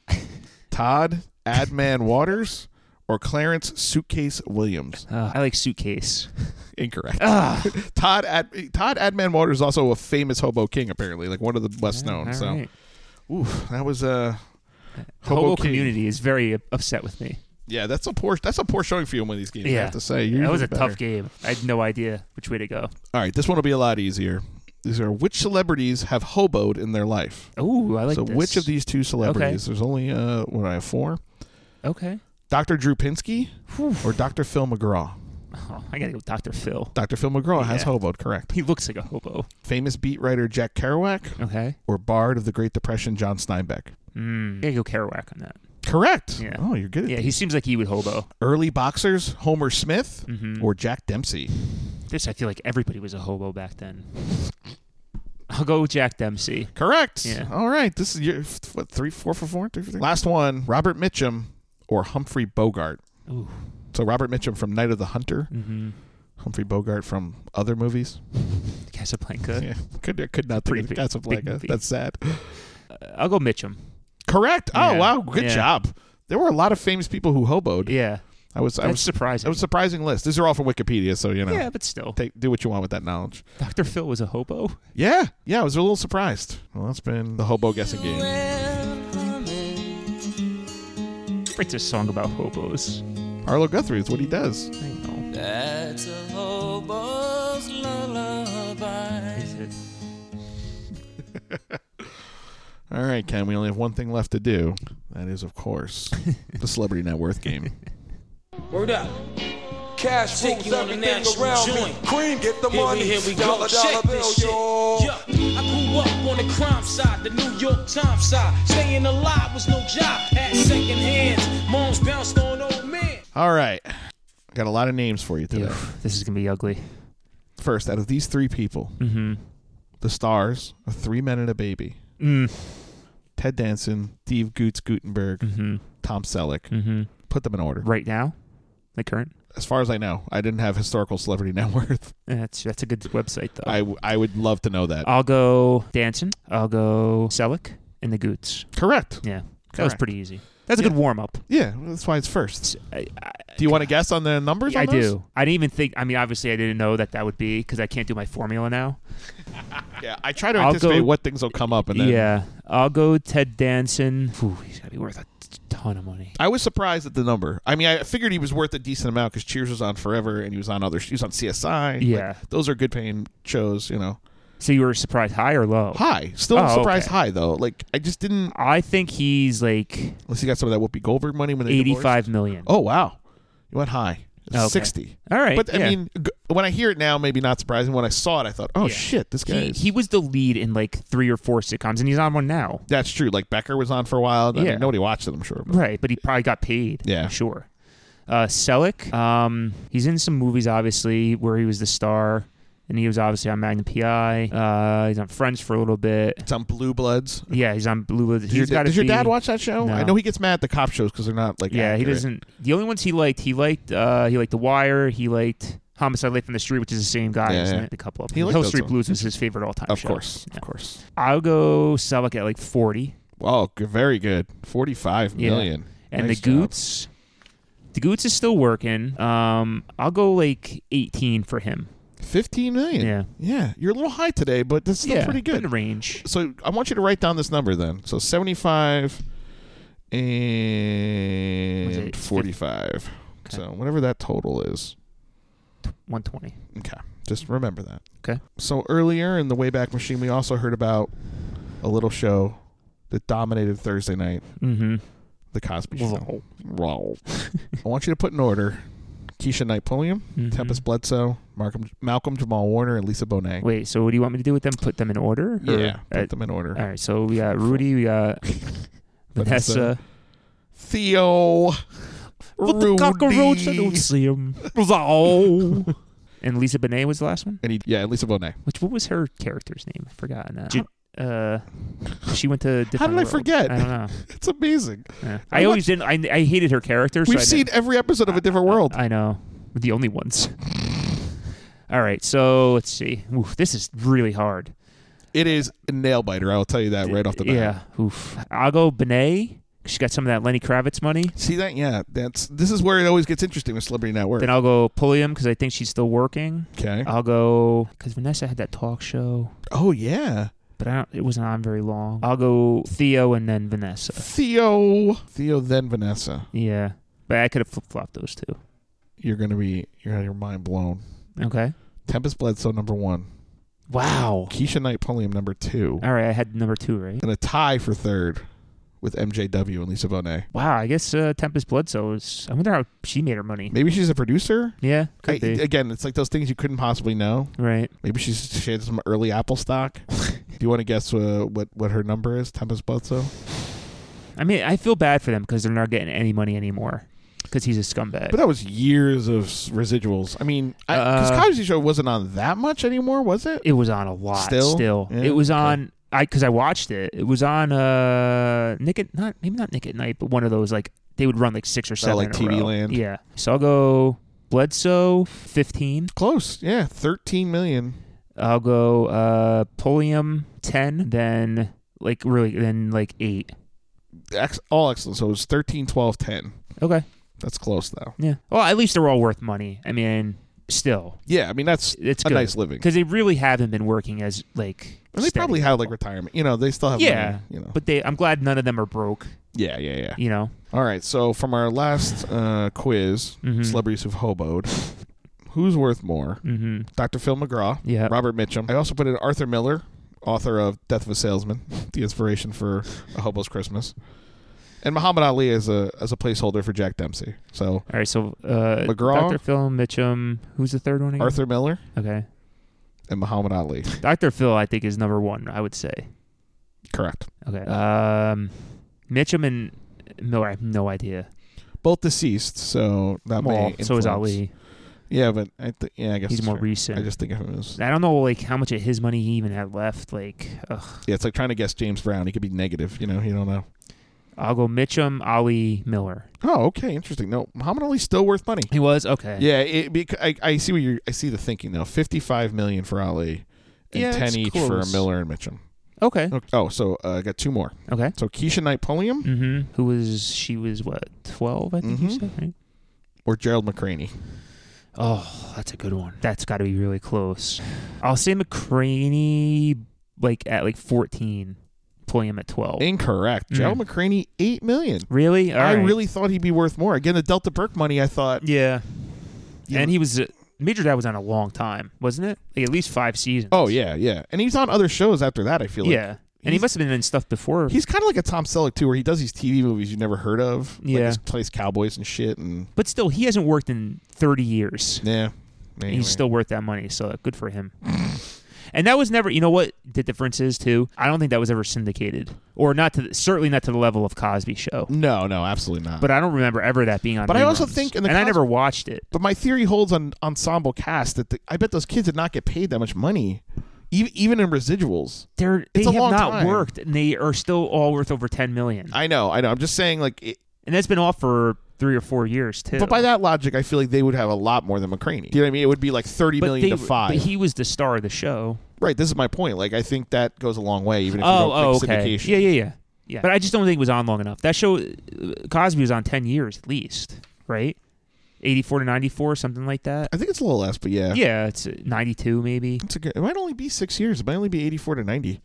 Speaker 2: Todd Adman Waters or Clarence Suitcase Williams.
Speaker 1: Uh, I like Suitcase.
Speaker 2: Incorrect. <laughs> Todd Ad, Todd Adman Waters is also a famous hobo king. Apparently, like one of the best known.
Speaker 1: all
Speaker 2: So,
Speaker 1: right.
Speaker 2: oof, that was a
Speaker 1: Hobo,
Speaker 2: hobo, king.
Speaker 1: community is very upset with me.
Speaker 2: Yeah, that's a poor. That's a poor showing for you in one of these games. I
Speaker 1: yeah,
Speaker 2: have to say You're
Speaker 1: that was
Speaker 2: usually
Speaker 1: a
Speaker 2: better.
Speaker 1: tough game. I had no idea which way to go.
Speaker 2: All right, this one will be a lot easier. These are which celebrities have hoboed in their life.
Speaker 1: Oh, I like
Speaker 2: so
Speaker 1: this.
Speaker 2: which of these two celebrities? There's only uh, what do I have four.
Speaker 1: Okay.
Speaker 2: Dr. Drew Pinsky or Dr. Phil McGraw.
Speaker 1: Oh, I gotta go, with Doctor Phil.
Speaker 2: Dr. Phil McGraw has
Speaker 1: Yeah.
Speaker 2: hoboed, correct?
Speaker 1: He looks like a hobo.
Speaker 2: Famous beat writer Jack Kerouac
Speaker 1: Okay.
Speaker 2: or Bard of the Great Depression John Steinbeck.
Speaker 1: Mm. Gotta go Kerouac on that.
Speaker 2: Correct.
Speaker 1: Yeah.
Speaker 2: Oh, you're good. At
Speaker 1: Yeah,
Speaker 2: these.
Speaker 1: he seems like he would hobo.
Speaker 2: Early boxers Homer Smith
Speaker 1: Mhm.
Speaker 2: or Jack Dempsey.
Speaker 1: This I feel like everybody was a hobo back then. I'll go with Jack Dempsey.
Speaker 2: Correct.
Speaker 1: Yeah.
Speaker 2: All right. This is your what three, four for four, three for three. Last one: Robert Mitchum or Humphrey Bogart.
Speaker 1: Ooh.
Speaker 2: So So Robert Mitchum from Night of the Hunter,
Speaker 1: Mhm.
Speaker 2: Humphrey Bogart from other movies.
Speaker 1: Casablanca.
Speaker 2: Yeah, could I could not
Speaker 1: Pretty
Speaker 2: think of
Speaker 1: big- big
Speaker 2: Casablanca.
Speaker 1: movie.
Speaker 2: That's sad.
Speaker 1: I'll go Mitchum.
Speaker 2: Correct. Oh
Speaker 1: Yeah.
Speaker 2: wow, good
Speaker 1: Yeah.
Speaker 2: job. There were a lot of famous people who hoboed.
Speaker 1: Yeah,
Speaker 2: I was. I
Speaker 1: That's
Speaker 2: was
Speaker 1: surprising.
Speaker 2: It was a surprising list. These are all from Wikipedia, so you know.
Speaker 1: Yeah, but still.
Speaker 2: take, do what you want with that knowledge.
Speaker 1: Dr. Phil was a hobo.
Speaker 2: Yeah, yeah. I was a little surprised. Well, that's been the hobo guessing game.
Speaker 1: Writes a song about hobos.
Speaker 2: Arlo Guthrie is what he does.
Speaker 1: I know.
Speaker 21: That's a hobo's lullaby.
Speaker 2: All right, Ken. We only have one thing left to do. That is,
Speaker 1: <laughs>
Speaker 2: of course, the celebrity net worth game.
Speaker 4: Word up. Cash
Speaker 13: Take
Speaker 4: rules
Speaker 13: you on the
Speaker 4: everything
Speaker 13: national
Speaker 4: around
Speaker 13: joint.
Speaker 4: me. Cream, get the
Speaker 13: Here we-
Speaker 4: money.
Speaker 13: here we go.
Speaker 4: Dollar, dollar
Speaker 13: Check
Speaker 4: bill,
Speaker 13: this shit.
Speaker 4: yo.
Speaker 13: Yeah, I grew up on the crime side, the New York Times side. Staying alive was no job. Had second hands. Moms bounced on old men.
Speaker 2: All right. Got a lot of names for you today.
Speaker 1: This is going to be ugly.
Speaker 2: First, out of these three people,
Speaker 1: Mhm.
Speaker 2: the stars are three men and a baby.
Speaker 1: Mm.
Speaker 2: Ted Danson, Steve Goots Gutenberg, Tom Selleck.
Speaker 1: Mm-hmm.
Speaker 2: Put them in order.
Speaker 1: Right now? The current?
Speaker 2: As far as I know, I didn't have historical celebrity <laughs> net worth.
Speaker 1: That's that's a good website though.
Speaker 2: I, w- I would love to know that.
Speaker 1: I'll go Danson. I'll go Selleck and the Goots.
Speaker 2: Correct.
Speaker 1: Yeah, that was
Speaker 2: Correct.
Speaker 1: pretty easy. That's a
Speaker 2: Yeah.
Speaker 1: good warm up.
Speaker 2: yeah, that's why it's first.
Speaker 1: I, I,
Speaker 2: Do you want to guess on the numbers?
Speaker 1: uh, I
Speaker 2: on those?
Speaker 1: do. I didn't even think. I mean, obviously, I didn't know that that would be because I can't do my formula now.
Speaker 2: Yeah, I try to
Speaker 1: I'll
Speaker 2: anticipate
Speaker 1: go-
Speaker 2: what things will come up, and then
Speaker 1: yeah, I'll go Ted Danson. Ooh, he's gonna be worth a ton of money.
Speaker 2: I was surprised at the number. I mean, I figured he was worth a decent amount because Cheers was on forever, and he was on other. He was on CSI. Like,
Speaker 1: Yeah.
Speaker 2: those are good paying shows. You know,
Speaker 1: So you were surprised high or low?
Speaker 2: high. Still
Speaker 1: Oh,
Speaker 2: surprised
Speaker 1: okay.
Speaker 2: high though. Like I just didn't.
Speaker 1: I think he's like
Speaker 2: Unless he got some of that Whoopi Goldberg money when they
Speaker 1: eighty-five
Speaker 2: divorced.
Speaker 1: million.
Speaker 2: Oh wow, you went high.
Speaker 1: Okay.
Speaker 2: Sixty.
Speaker 1: All right,
Speaker 2: But I
Speaker 1: yeah.
Speaker 2: mean, g- when I hear it now, maybe not surprising. When I saw it, I thought, oh
Speaker 1: Yeah.
Speaker 2: shit, this guy.
Speaker 1: He,
Speaker 2: is-
Speaker 1: he was the lead in like three or four sitcoms, and he's on one now.
Speaker 2: that's true. Like Becker was on for a while. I
Speaker 1: Yeah.
Speaker 2: mean, nobody watched it. I'm sure. But
Speaker 1: Right, but he probably got paid.
Speaker 2: Yeah.
Speaker 1: sure. Uh, Selleck, um, he's in some movies obviously where he was the star, and he was obviously on Magnum PI. Uh, he's on Friends for a little bit.
Speaker 2: It's on Blue Bloods.
Speaker 1: Yeah, he's on Blue. Bloods.
Speaker 2: Does, your,
Speaker 1: He's gotta
Speaker 2: does your dad
Speaker 1: be-
Speaker 2: watch that show?
Speaker 1: No.
Speaker 2: I know he gets mad at the cop shows because they're not like.
Speaker 1: Yeah, he
Speaker 2: accurate.
Speaker 1: doesn't. The only ones he liked, he liked, uh, he liked The Wire. He liked Homicide: Life on the Street, which is the same guy,
Speaker 2: Yeah,
Speaker 1: isn't
Speaker 2: yeah.
Speaker 1: it? A couple of
Speaker 2: He
Speaker 1: them.
Speaker 2: liked
Speaker 1: Hill
Speaker 2: those
Speaker 1: Street
Speaker 2: ones.
Speaker 1: Blues was his favorite all-time.
Speaker 2: Of
Speaker 1: show.
Speaker 2: course,
Speaker 1: Yeah.
Speaker 2: of course.
Speaker 1: I'll go Selleck at like forty.
Speaker 2: Oh, g- very good. Forty-five
Speaker 1: Yeah.
Speaker 2: million.
Speaker 1: And
Speaker 2: Nice
Speaker 1: the Goots, the Goots is still working. Um, I'll go like eighteen for him.
Speaker 2: job. Fifteen million.
Speaker 1: Yeah.
Speaker 2: Yeah. You're a little high today, but that's still
Speaker 1: yeah,
Speaker 2: pretty
Speaker 1: in
Speaker 2: good.
Speaker 1: the range.
Speaker 2: So I want you to write down this number then. So seventy-five
Speaker 1: Was
Speaker 2: and
Speaker 1: it fif-
Speaker 2: forty-five. So whatever that total is.
Speaker 1: One twenty.
Speaker 2: Okay. Just remember that.
Speaker 1: Okay.
Speaker 2: So earlier in the Wayback Machine, we also heard about a little show that dominated Thursday night,
Speaker 1: Mm-hmm.
Speaker 2: The Cosby Show. Wow. I want you to put in order Keisha Knight Pulliam,
Speaker 1: Mhm.
Speaker 2: <laughs> Tempest Bledsoe, Markham, Malcolm Jamal Warner, and Lisa Bonet.
Speaker 1: Wait, so what do you want me to do with them? Put them in order? Or-
Speaker 2: Yeah, put
Speaker 1: uh,
Speaker 2: them in order.
Speaker 1: All right, so we got Rudy, we
Speaker 2: <laughs>
Speaker 1: got
Speaker 2: uh,
Speaker 1: Vanessa.
Speaker 2: Theo.
Speaker 1: But the cockroach, I don't
Speaker 2: Rudy.
Speaker 1: see
Speaker 2: <laughs>
Speaker 1: him. Oh. and Lisa Bonet was the last one?
Speaker 2: And he, yeah, Lisa Bonet.
Speaker 1: Which What was her character's name? I forgot. now. uh, she went to a different
Speaker 2: How did I
Speaker 1: world.
Speaker 2: forget?
Speaker 1: I don't know.
Speaker 2: It's amazing.
Speaker 1: Yeah.
Speaker 2: <laughs> I
Speaker 1: I always didn't. I, I hated her character. so
Speaker 2: We've
Speaker 1: I
Speaker 2: seen
Speaker 1: didn't-
Speaker 2: every episode of A Different
Speaker 1: <laughs>
Speaker 2: World.
Speaker 1: I know. We're the only ones. All right, so let's see. Oof, this is really hard.
Speaker 2: It is a nail biter. I will tell you that right off the bat.
Speaker 1: Yeah. Oof. I'll go Benet. She got some of that Lenny Kravitz money.
Speaker 2: See that? Yeah, that's this is where it always gets interesting with Celebrity Net Worth.
Speaker 1: Then uh, I'll go Pulliam because I think she's still working.
Speaker 2: Okay.
Speaker 1: I'll go because Vanessa had that talk show,
Speaker 2: Oh yeah,
Speaker 1: but I don't, it wasn't on very long. I'll go Theo and then Vanessa.
Speaker 2: Theo, Theo, then Vanessa.
Speaker 1: Yeah, but I could have flip flopped those two.
Speaker 2: You're gonna be you're gonna have your mind blown.
Speaker 1: Okay.
Speaker 2: Tempest Bledsoe number one.
Speaker 1: Wow.
Speaker 2: Keisha Knight Pulliam number two,
Speaker 1: All right, I had number two right.
Speaker 2: and a tie for third with MJW and Lisa Bonet.
Speaker 1: Wow, I guess uh, Tempest Bledsoe is. I wonder how she made her money.
Speaker 2: Maybe she's a producer.
Speaker 1: Yeah, could
Speaker 2: I-
Speaker 1: be.
Speaker 2: again, it's like those things you couldn't possibly know.
Speaker 1: right.
Speaker 2: Maybe she's she had some early Apple <laughs> stock. Do you want to guess uh, what what her number is? Tempest Bledsoe.
Speaker 1: I mean, I feel bad for them because they're not getting any money anymore because he's a scumbag.
Speaker 2: But that was years of s- residuals. I mean, because
Speaker 1: Uh,
Speaker 2: Cosby Show wasn't on that much anymore, was it?
Speaker 1: It was on a lot.
Speaker 2: Still?
Speaker 1: Still,
Speaker 2: Yeah,
Speaker 1: it was
Speaker 2: okay.
Speaker 1: on. I because I watched it. It was on uh Nick at not maybe not Nick at Night, but one of those like they would run like six or
Speaker 2: Not
Speaker 1: seven.
Speaker 2: like
Speaker 1: in a
Speaker 2: TV
Speaker 1: row.
Speaker 2: Land.
Speaker 1: Yeah. So I'll go Bledsoe, 15.
Speaker 2: Close. Yeah, 13 million.
Speaker 1: I'll go uh Polium, 10. Then like really, then like eight.
Speaker 2: Ex- all excellent. So it was 13, 12, 10.
Speaker 1: Okay.
Speaker 2: That's close, though.
Speaker 1: Yeah. Well, at least they're all worth money. I mean, still.
Speaker 2: Yeah, I mean, that's
Speaker 1: It's
Speaker 2: a
Speaker 1: good.
Speaker 2: nice living.
Speaker 1: Because they really haven't been working as like.
Speaker 2: And they
Speaker 1: steady.
Speaker 2: probably have like retirement. You know, they still have
Speaker 1: yeah,
Speaker 2: money, you know.
Speaker 1: but they. I'm glad none of them are broke.
Speaker 2: Yeah, yeah, yeah.
Speaker 1: You know.
Speaker 2: All right. So from our last uh, quiz, celebrities who've hoboed, who's worth more?
Speaker 1: Mhm.
Speaker 2: Dr. Phil McGraw.
Speaker 1: Yeah.
Speaker 2: Robert Mitchum. I also put in Arthur Miller, author of Death of a Salesman, <laughs> the inspiration for A Hobo's Christmas, and Muhammad Ali as a as a placeholder for Jack Dempsey. So
Speaker 1: All right, so uh,
Speaker 2: McGraw?
Speaker 1: Dr. Phil Mitchum. Who's the third one? Again?
Speaker 2: Arthur Miller
Speaker 1: Okay.
Speaker 2: and Muhammad Ali.
Speaker 1: Dr. Phil, I think, is number one. I would say.
Speaker 2: Correct.
Speaker 1: Okay. Um, Mitchum and Miller. I have no idea.
Speaker 2: Both deceased, so that
Speaker 1: Well,
Speaker 2: may
Speaker 1: so is
Speaker 2: influence.
Speaker 1: Ali.
Speaker 2: Yeah, but I th- yeah, I guess
Speaker 1: He's
Speaker 2: that's
Speaker 1: more
Speaker 2: fair.
Speaker 1: recent.
Speaker 2: I just think of him as
Speaker 1: I don't know like how much of his money he even had left. Like, ugh.
Speaker 2: yeah. It's like trying to guess James Brown. He could be negative. You know, you don't know.
Speaker 1: I'll go Mitchum, Ali, Miller.
Speaker 2: Oh, okay, interesting. No, Muhammad Ali's still worth money.
Speaker 1: He was okay.
Speaker 2: Yeah, it, bec- I, I see what you I see the thinking though. Fifty-five million for Ali, and
Speaker 1: Yeah,
Speaker 2: ten
Speaker 1: it's
Speaker 2: each for
Speaker 1: close.
Speaker 2: Miller and Mitchum.
Speaker 1: Okay.
Speaker 2: Oh, so uh, I got two more.
Speaker 1: Okay.
Speaker 2: So Keisha Knight Pulliam
Speaker 1: Mm-hmm. Who was she? Was what twelve? I think you
Speaker 2: Mhm.
Speaker 1: said. Right?
Speaker 2: or Gerald McCraney.
Speaker 1: Oh, that's a good one. That's got to be really close. I'll say McCraney like at like fourteen, Pulliam at twelve.
Speaker 2: Incorrect.
Speaker 1: Mm.
Speaker 2: Gerald McCraney eight million.
Speaker 1: Really? All
Speaker 2: I
Speaker 1: right.
Speaker 2: really thought he'd be worth more. Again, the Delta Burke money. I thought
Speaker 1: Yeah. And he was uh, Major Dad was on a long time, wasn't it? Like at least five seasons.
Speaker 2: Oh yeah, yeah. And he's on other shows after that. I feel like
Speaker 1: yeah. And he must have been in stuff before.
Speaker 2: He's kind of like a Tom Selleck too, where he does these TV movies you never heard of. Like,
Speaker 1: Yeah.
Speaker 2: he plays cowboys and shit, and
Speaker 1: but still, he hasn't worked in thirty years.
Speaker 2: yeah.
Speaker 1: And
Speaker 2: Anyway.
Speaker 1: he's still worth that money, so good for him. and that was never, you know what the difference is too. I don't think that was ever syndicated, or not to the, certainly not to the level of Cosby Show.
Speaker 2: no, no, absolutely not.
Speaker 1: But I don't remember ever that being on.
Speaker 2: But I also
Speaker 1: reruns.
Speaker 2: think in the
Speaker 1: and I
Speaker 2: Cos-
Speaker 1: never watched it.
Speaker 2: But my theory holds on ensemble cast that the, I bet those kids did not get paid that much money, even even in residuals.
Speaker 1: They're, they
Speaker 2: It's a
Speaker 1: have
Speaker 2: long
Speaker 1: not
Speaker 2: time.
Speaker 1: worked, and they are still all worth over ten million.
Speaker 2: I know, I know. I'm just saying, like, it,
Speaker 1: and that's been off for three or four years too.
Speaker 2: but by that logic, I feel like they would have a lot more than McCraney. Do you know what I mean? It would be like thirty
Speaker 1: But
Speaker 2: million
Speaker 1: they-
Speaker 2: to five.
Speaker 1: But he was the star of the show.
Speaker 2: right. This is my point. Like, I think that goes a long way, even if you
Speaker 1: oh,
Speaker 2: don't
Speaker 1: oh,
Speaker 2: think
Speaker 1: okay.
Speaker 2: syndication.
Speaker 1: Yeah, yeah, yeah, yeah. But I just don't think it was on long enough. That show, uh, Cosby was on ten years at least, right? Eighty-four to ninety-four, something like that.
Speaker 2: I think it's a little less, but yeah,
Speaker 1: Yeah, it's uh, ninety-two, maybe,
Speaker 2: It's a good, it might only be six years. It might only be eighty-four to ninety.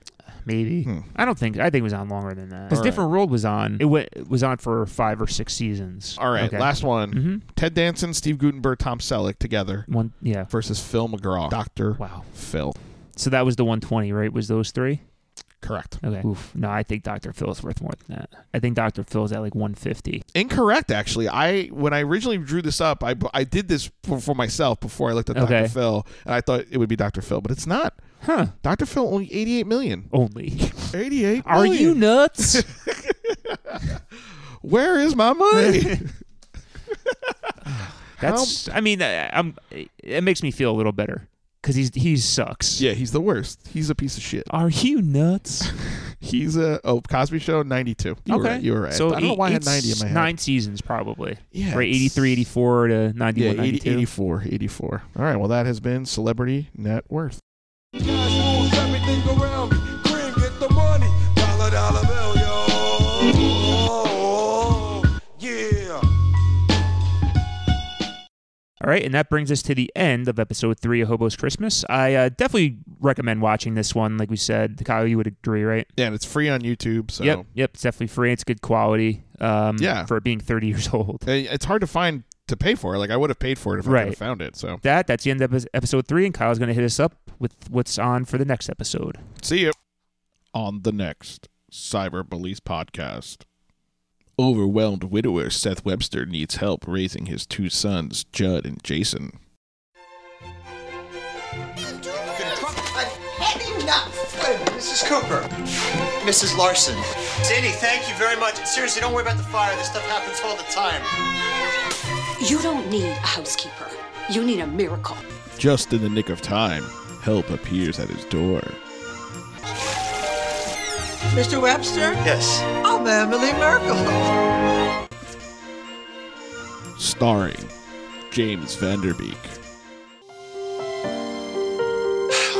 Speaker 1: maybe.
Speaker 2: Hmm.
Speaker 1: I don't think. I think it was on longer than that.
Speaker 2: All
Speaker 1: Because
Speaker 2: right.
Speaker 1: Different World was on. It, w- it was on for five or six seasons.
Speaker 2: All right,
Speaker 1: Okay.
Speaker 2: last one. Mm-hmm. Ted Danson, Steve Gutenberg, Tom Selleck together
Speaker 1: One, yeah.
Speaker 2: versus Phil McGraw, Doctor
Speaker 1: Wow.
Speaker 2: Phil.
Speaker 1: So that was the one twenty, right? Was those three?
Speaker 2: Correct.
Speaker 1: Okay. Oof. No, I think Doctor Phil is worth more than that. I think Doctor Phil is at like one fifty.
Speaker 2: Incorrect, actually. I when I originally drew this up, I I did this for, for myself before I looked at
Speaker 1: Okay.
Speaker 2: Dr. Phil, and I thought it would be Dr. Phil, but it's not.
Speaker 1: Huh?
Speaker 2: Dr. Phil only 88 million.
Speaker 1: Only.
Speaker 2: <laughs> 88.
Speaker 1: Are you
Speaker 2: million. <laughs>
Speaker 1: nuts?
Speaker 2: Where is
Speaker 1: <laughs>
Speaker 2: my money? <laughs>
Speaker 1: That's. I mean, I, I'm. It makes me feel a little better because he's he sucks.
Speaker 2: yeah, he's the worst. He's a piece of shit.
Speaker 1: Are you
Speaker 2: <laughs>
Speaker 1: nuts?
Speaker 2: He's a oh Cosby Show 92. You Were
Speaker 1: okay,
Speaker 2: right. You were right.
Speaker 1: So
Speaker 2: I don't know
Speaker 1: eight-
Speaker 2: why I had
Speaker 1: it's
Speaker 2: 90 in my head.
Speaker 1: Nine seasons probably.
Speaker 2: Yeah,
Speaker 1: Right,
Speaker 2: it's-
Speaker 1: 83, 84 to 91,
Speaker 2: yeah,
Speaker 1: 92.
Speaker 2: 84, 84. All right, well that has been celebrity net worth.
Speaker 15: Cash rules everything around me. Green, get the money. Dollar, dollar bill, yo. Yeah.
Speaker 1: All right, and that brings us to the end of episode three of Hobo's Christmas. I uh, definitely recommend watching this one. Like we said, Kyle, you would agree, right?
Speaker 2: Yeah, and it's free on YouTube, so
Speaker 1: Yep, yep. It's definitely free. It's good quality. Um,
Speaker 2: Yeah.
Speaker 1: for it being 30 <laughs> years old.
Speaker 2: Uh, it's hard to find to pay for. Like I would have paid for it if I could
Speaker 1: Right.
Speaker 2: have found it. So
Speaker 1: That that's the end of epi- episode three, and Kyle's going to hit us up with what's on for the next episode.
Speaker 2: see you on the next Cyber Police podcast. Overwhelmed widower Seth Webster needs help raising his two sons, Judd and Jason.
Speaker 7: I've had enough. Mrs. Cooper. Mrs. Larson. Cindy, thank you very much. Seriously, don't worry about the fire. This stuff happens all the time.
Speaker 22: You don't need a housekeeper. You need a miracle.
Speaker 2: Just in the nick of time, help appears at his door.
Speaker 7: Mr. Webster? Yes. Oh, Emily Merkel.
Speaker 2: starring James Vanderbeek.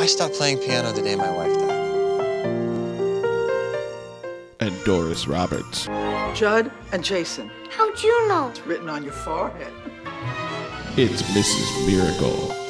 Speaker 21: I stopped playing piano the day my wife died.
Speaker 2: and Doris Roberts.
Speaker 3: Judd and Jason.
Speaker 23: How'd you know?
Speaker 3: It's written on your forehead.
Speaker 2: It's Mrs. Miracle.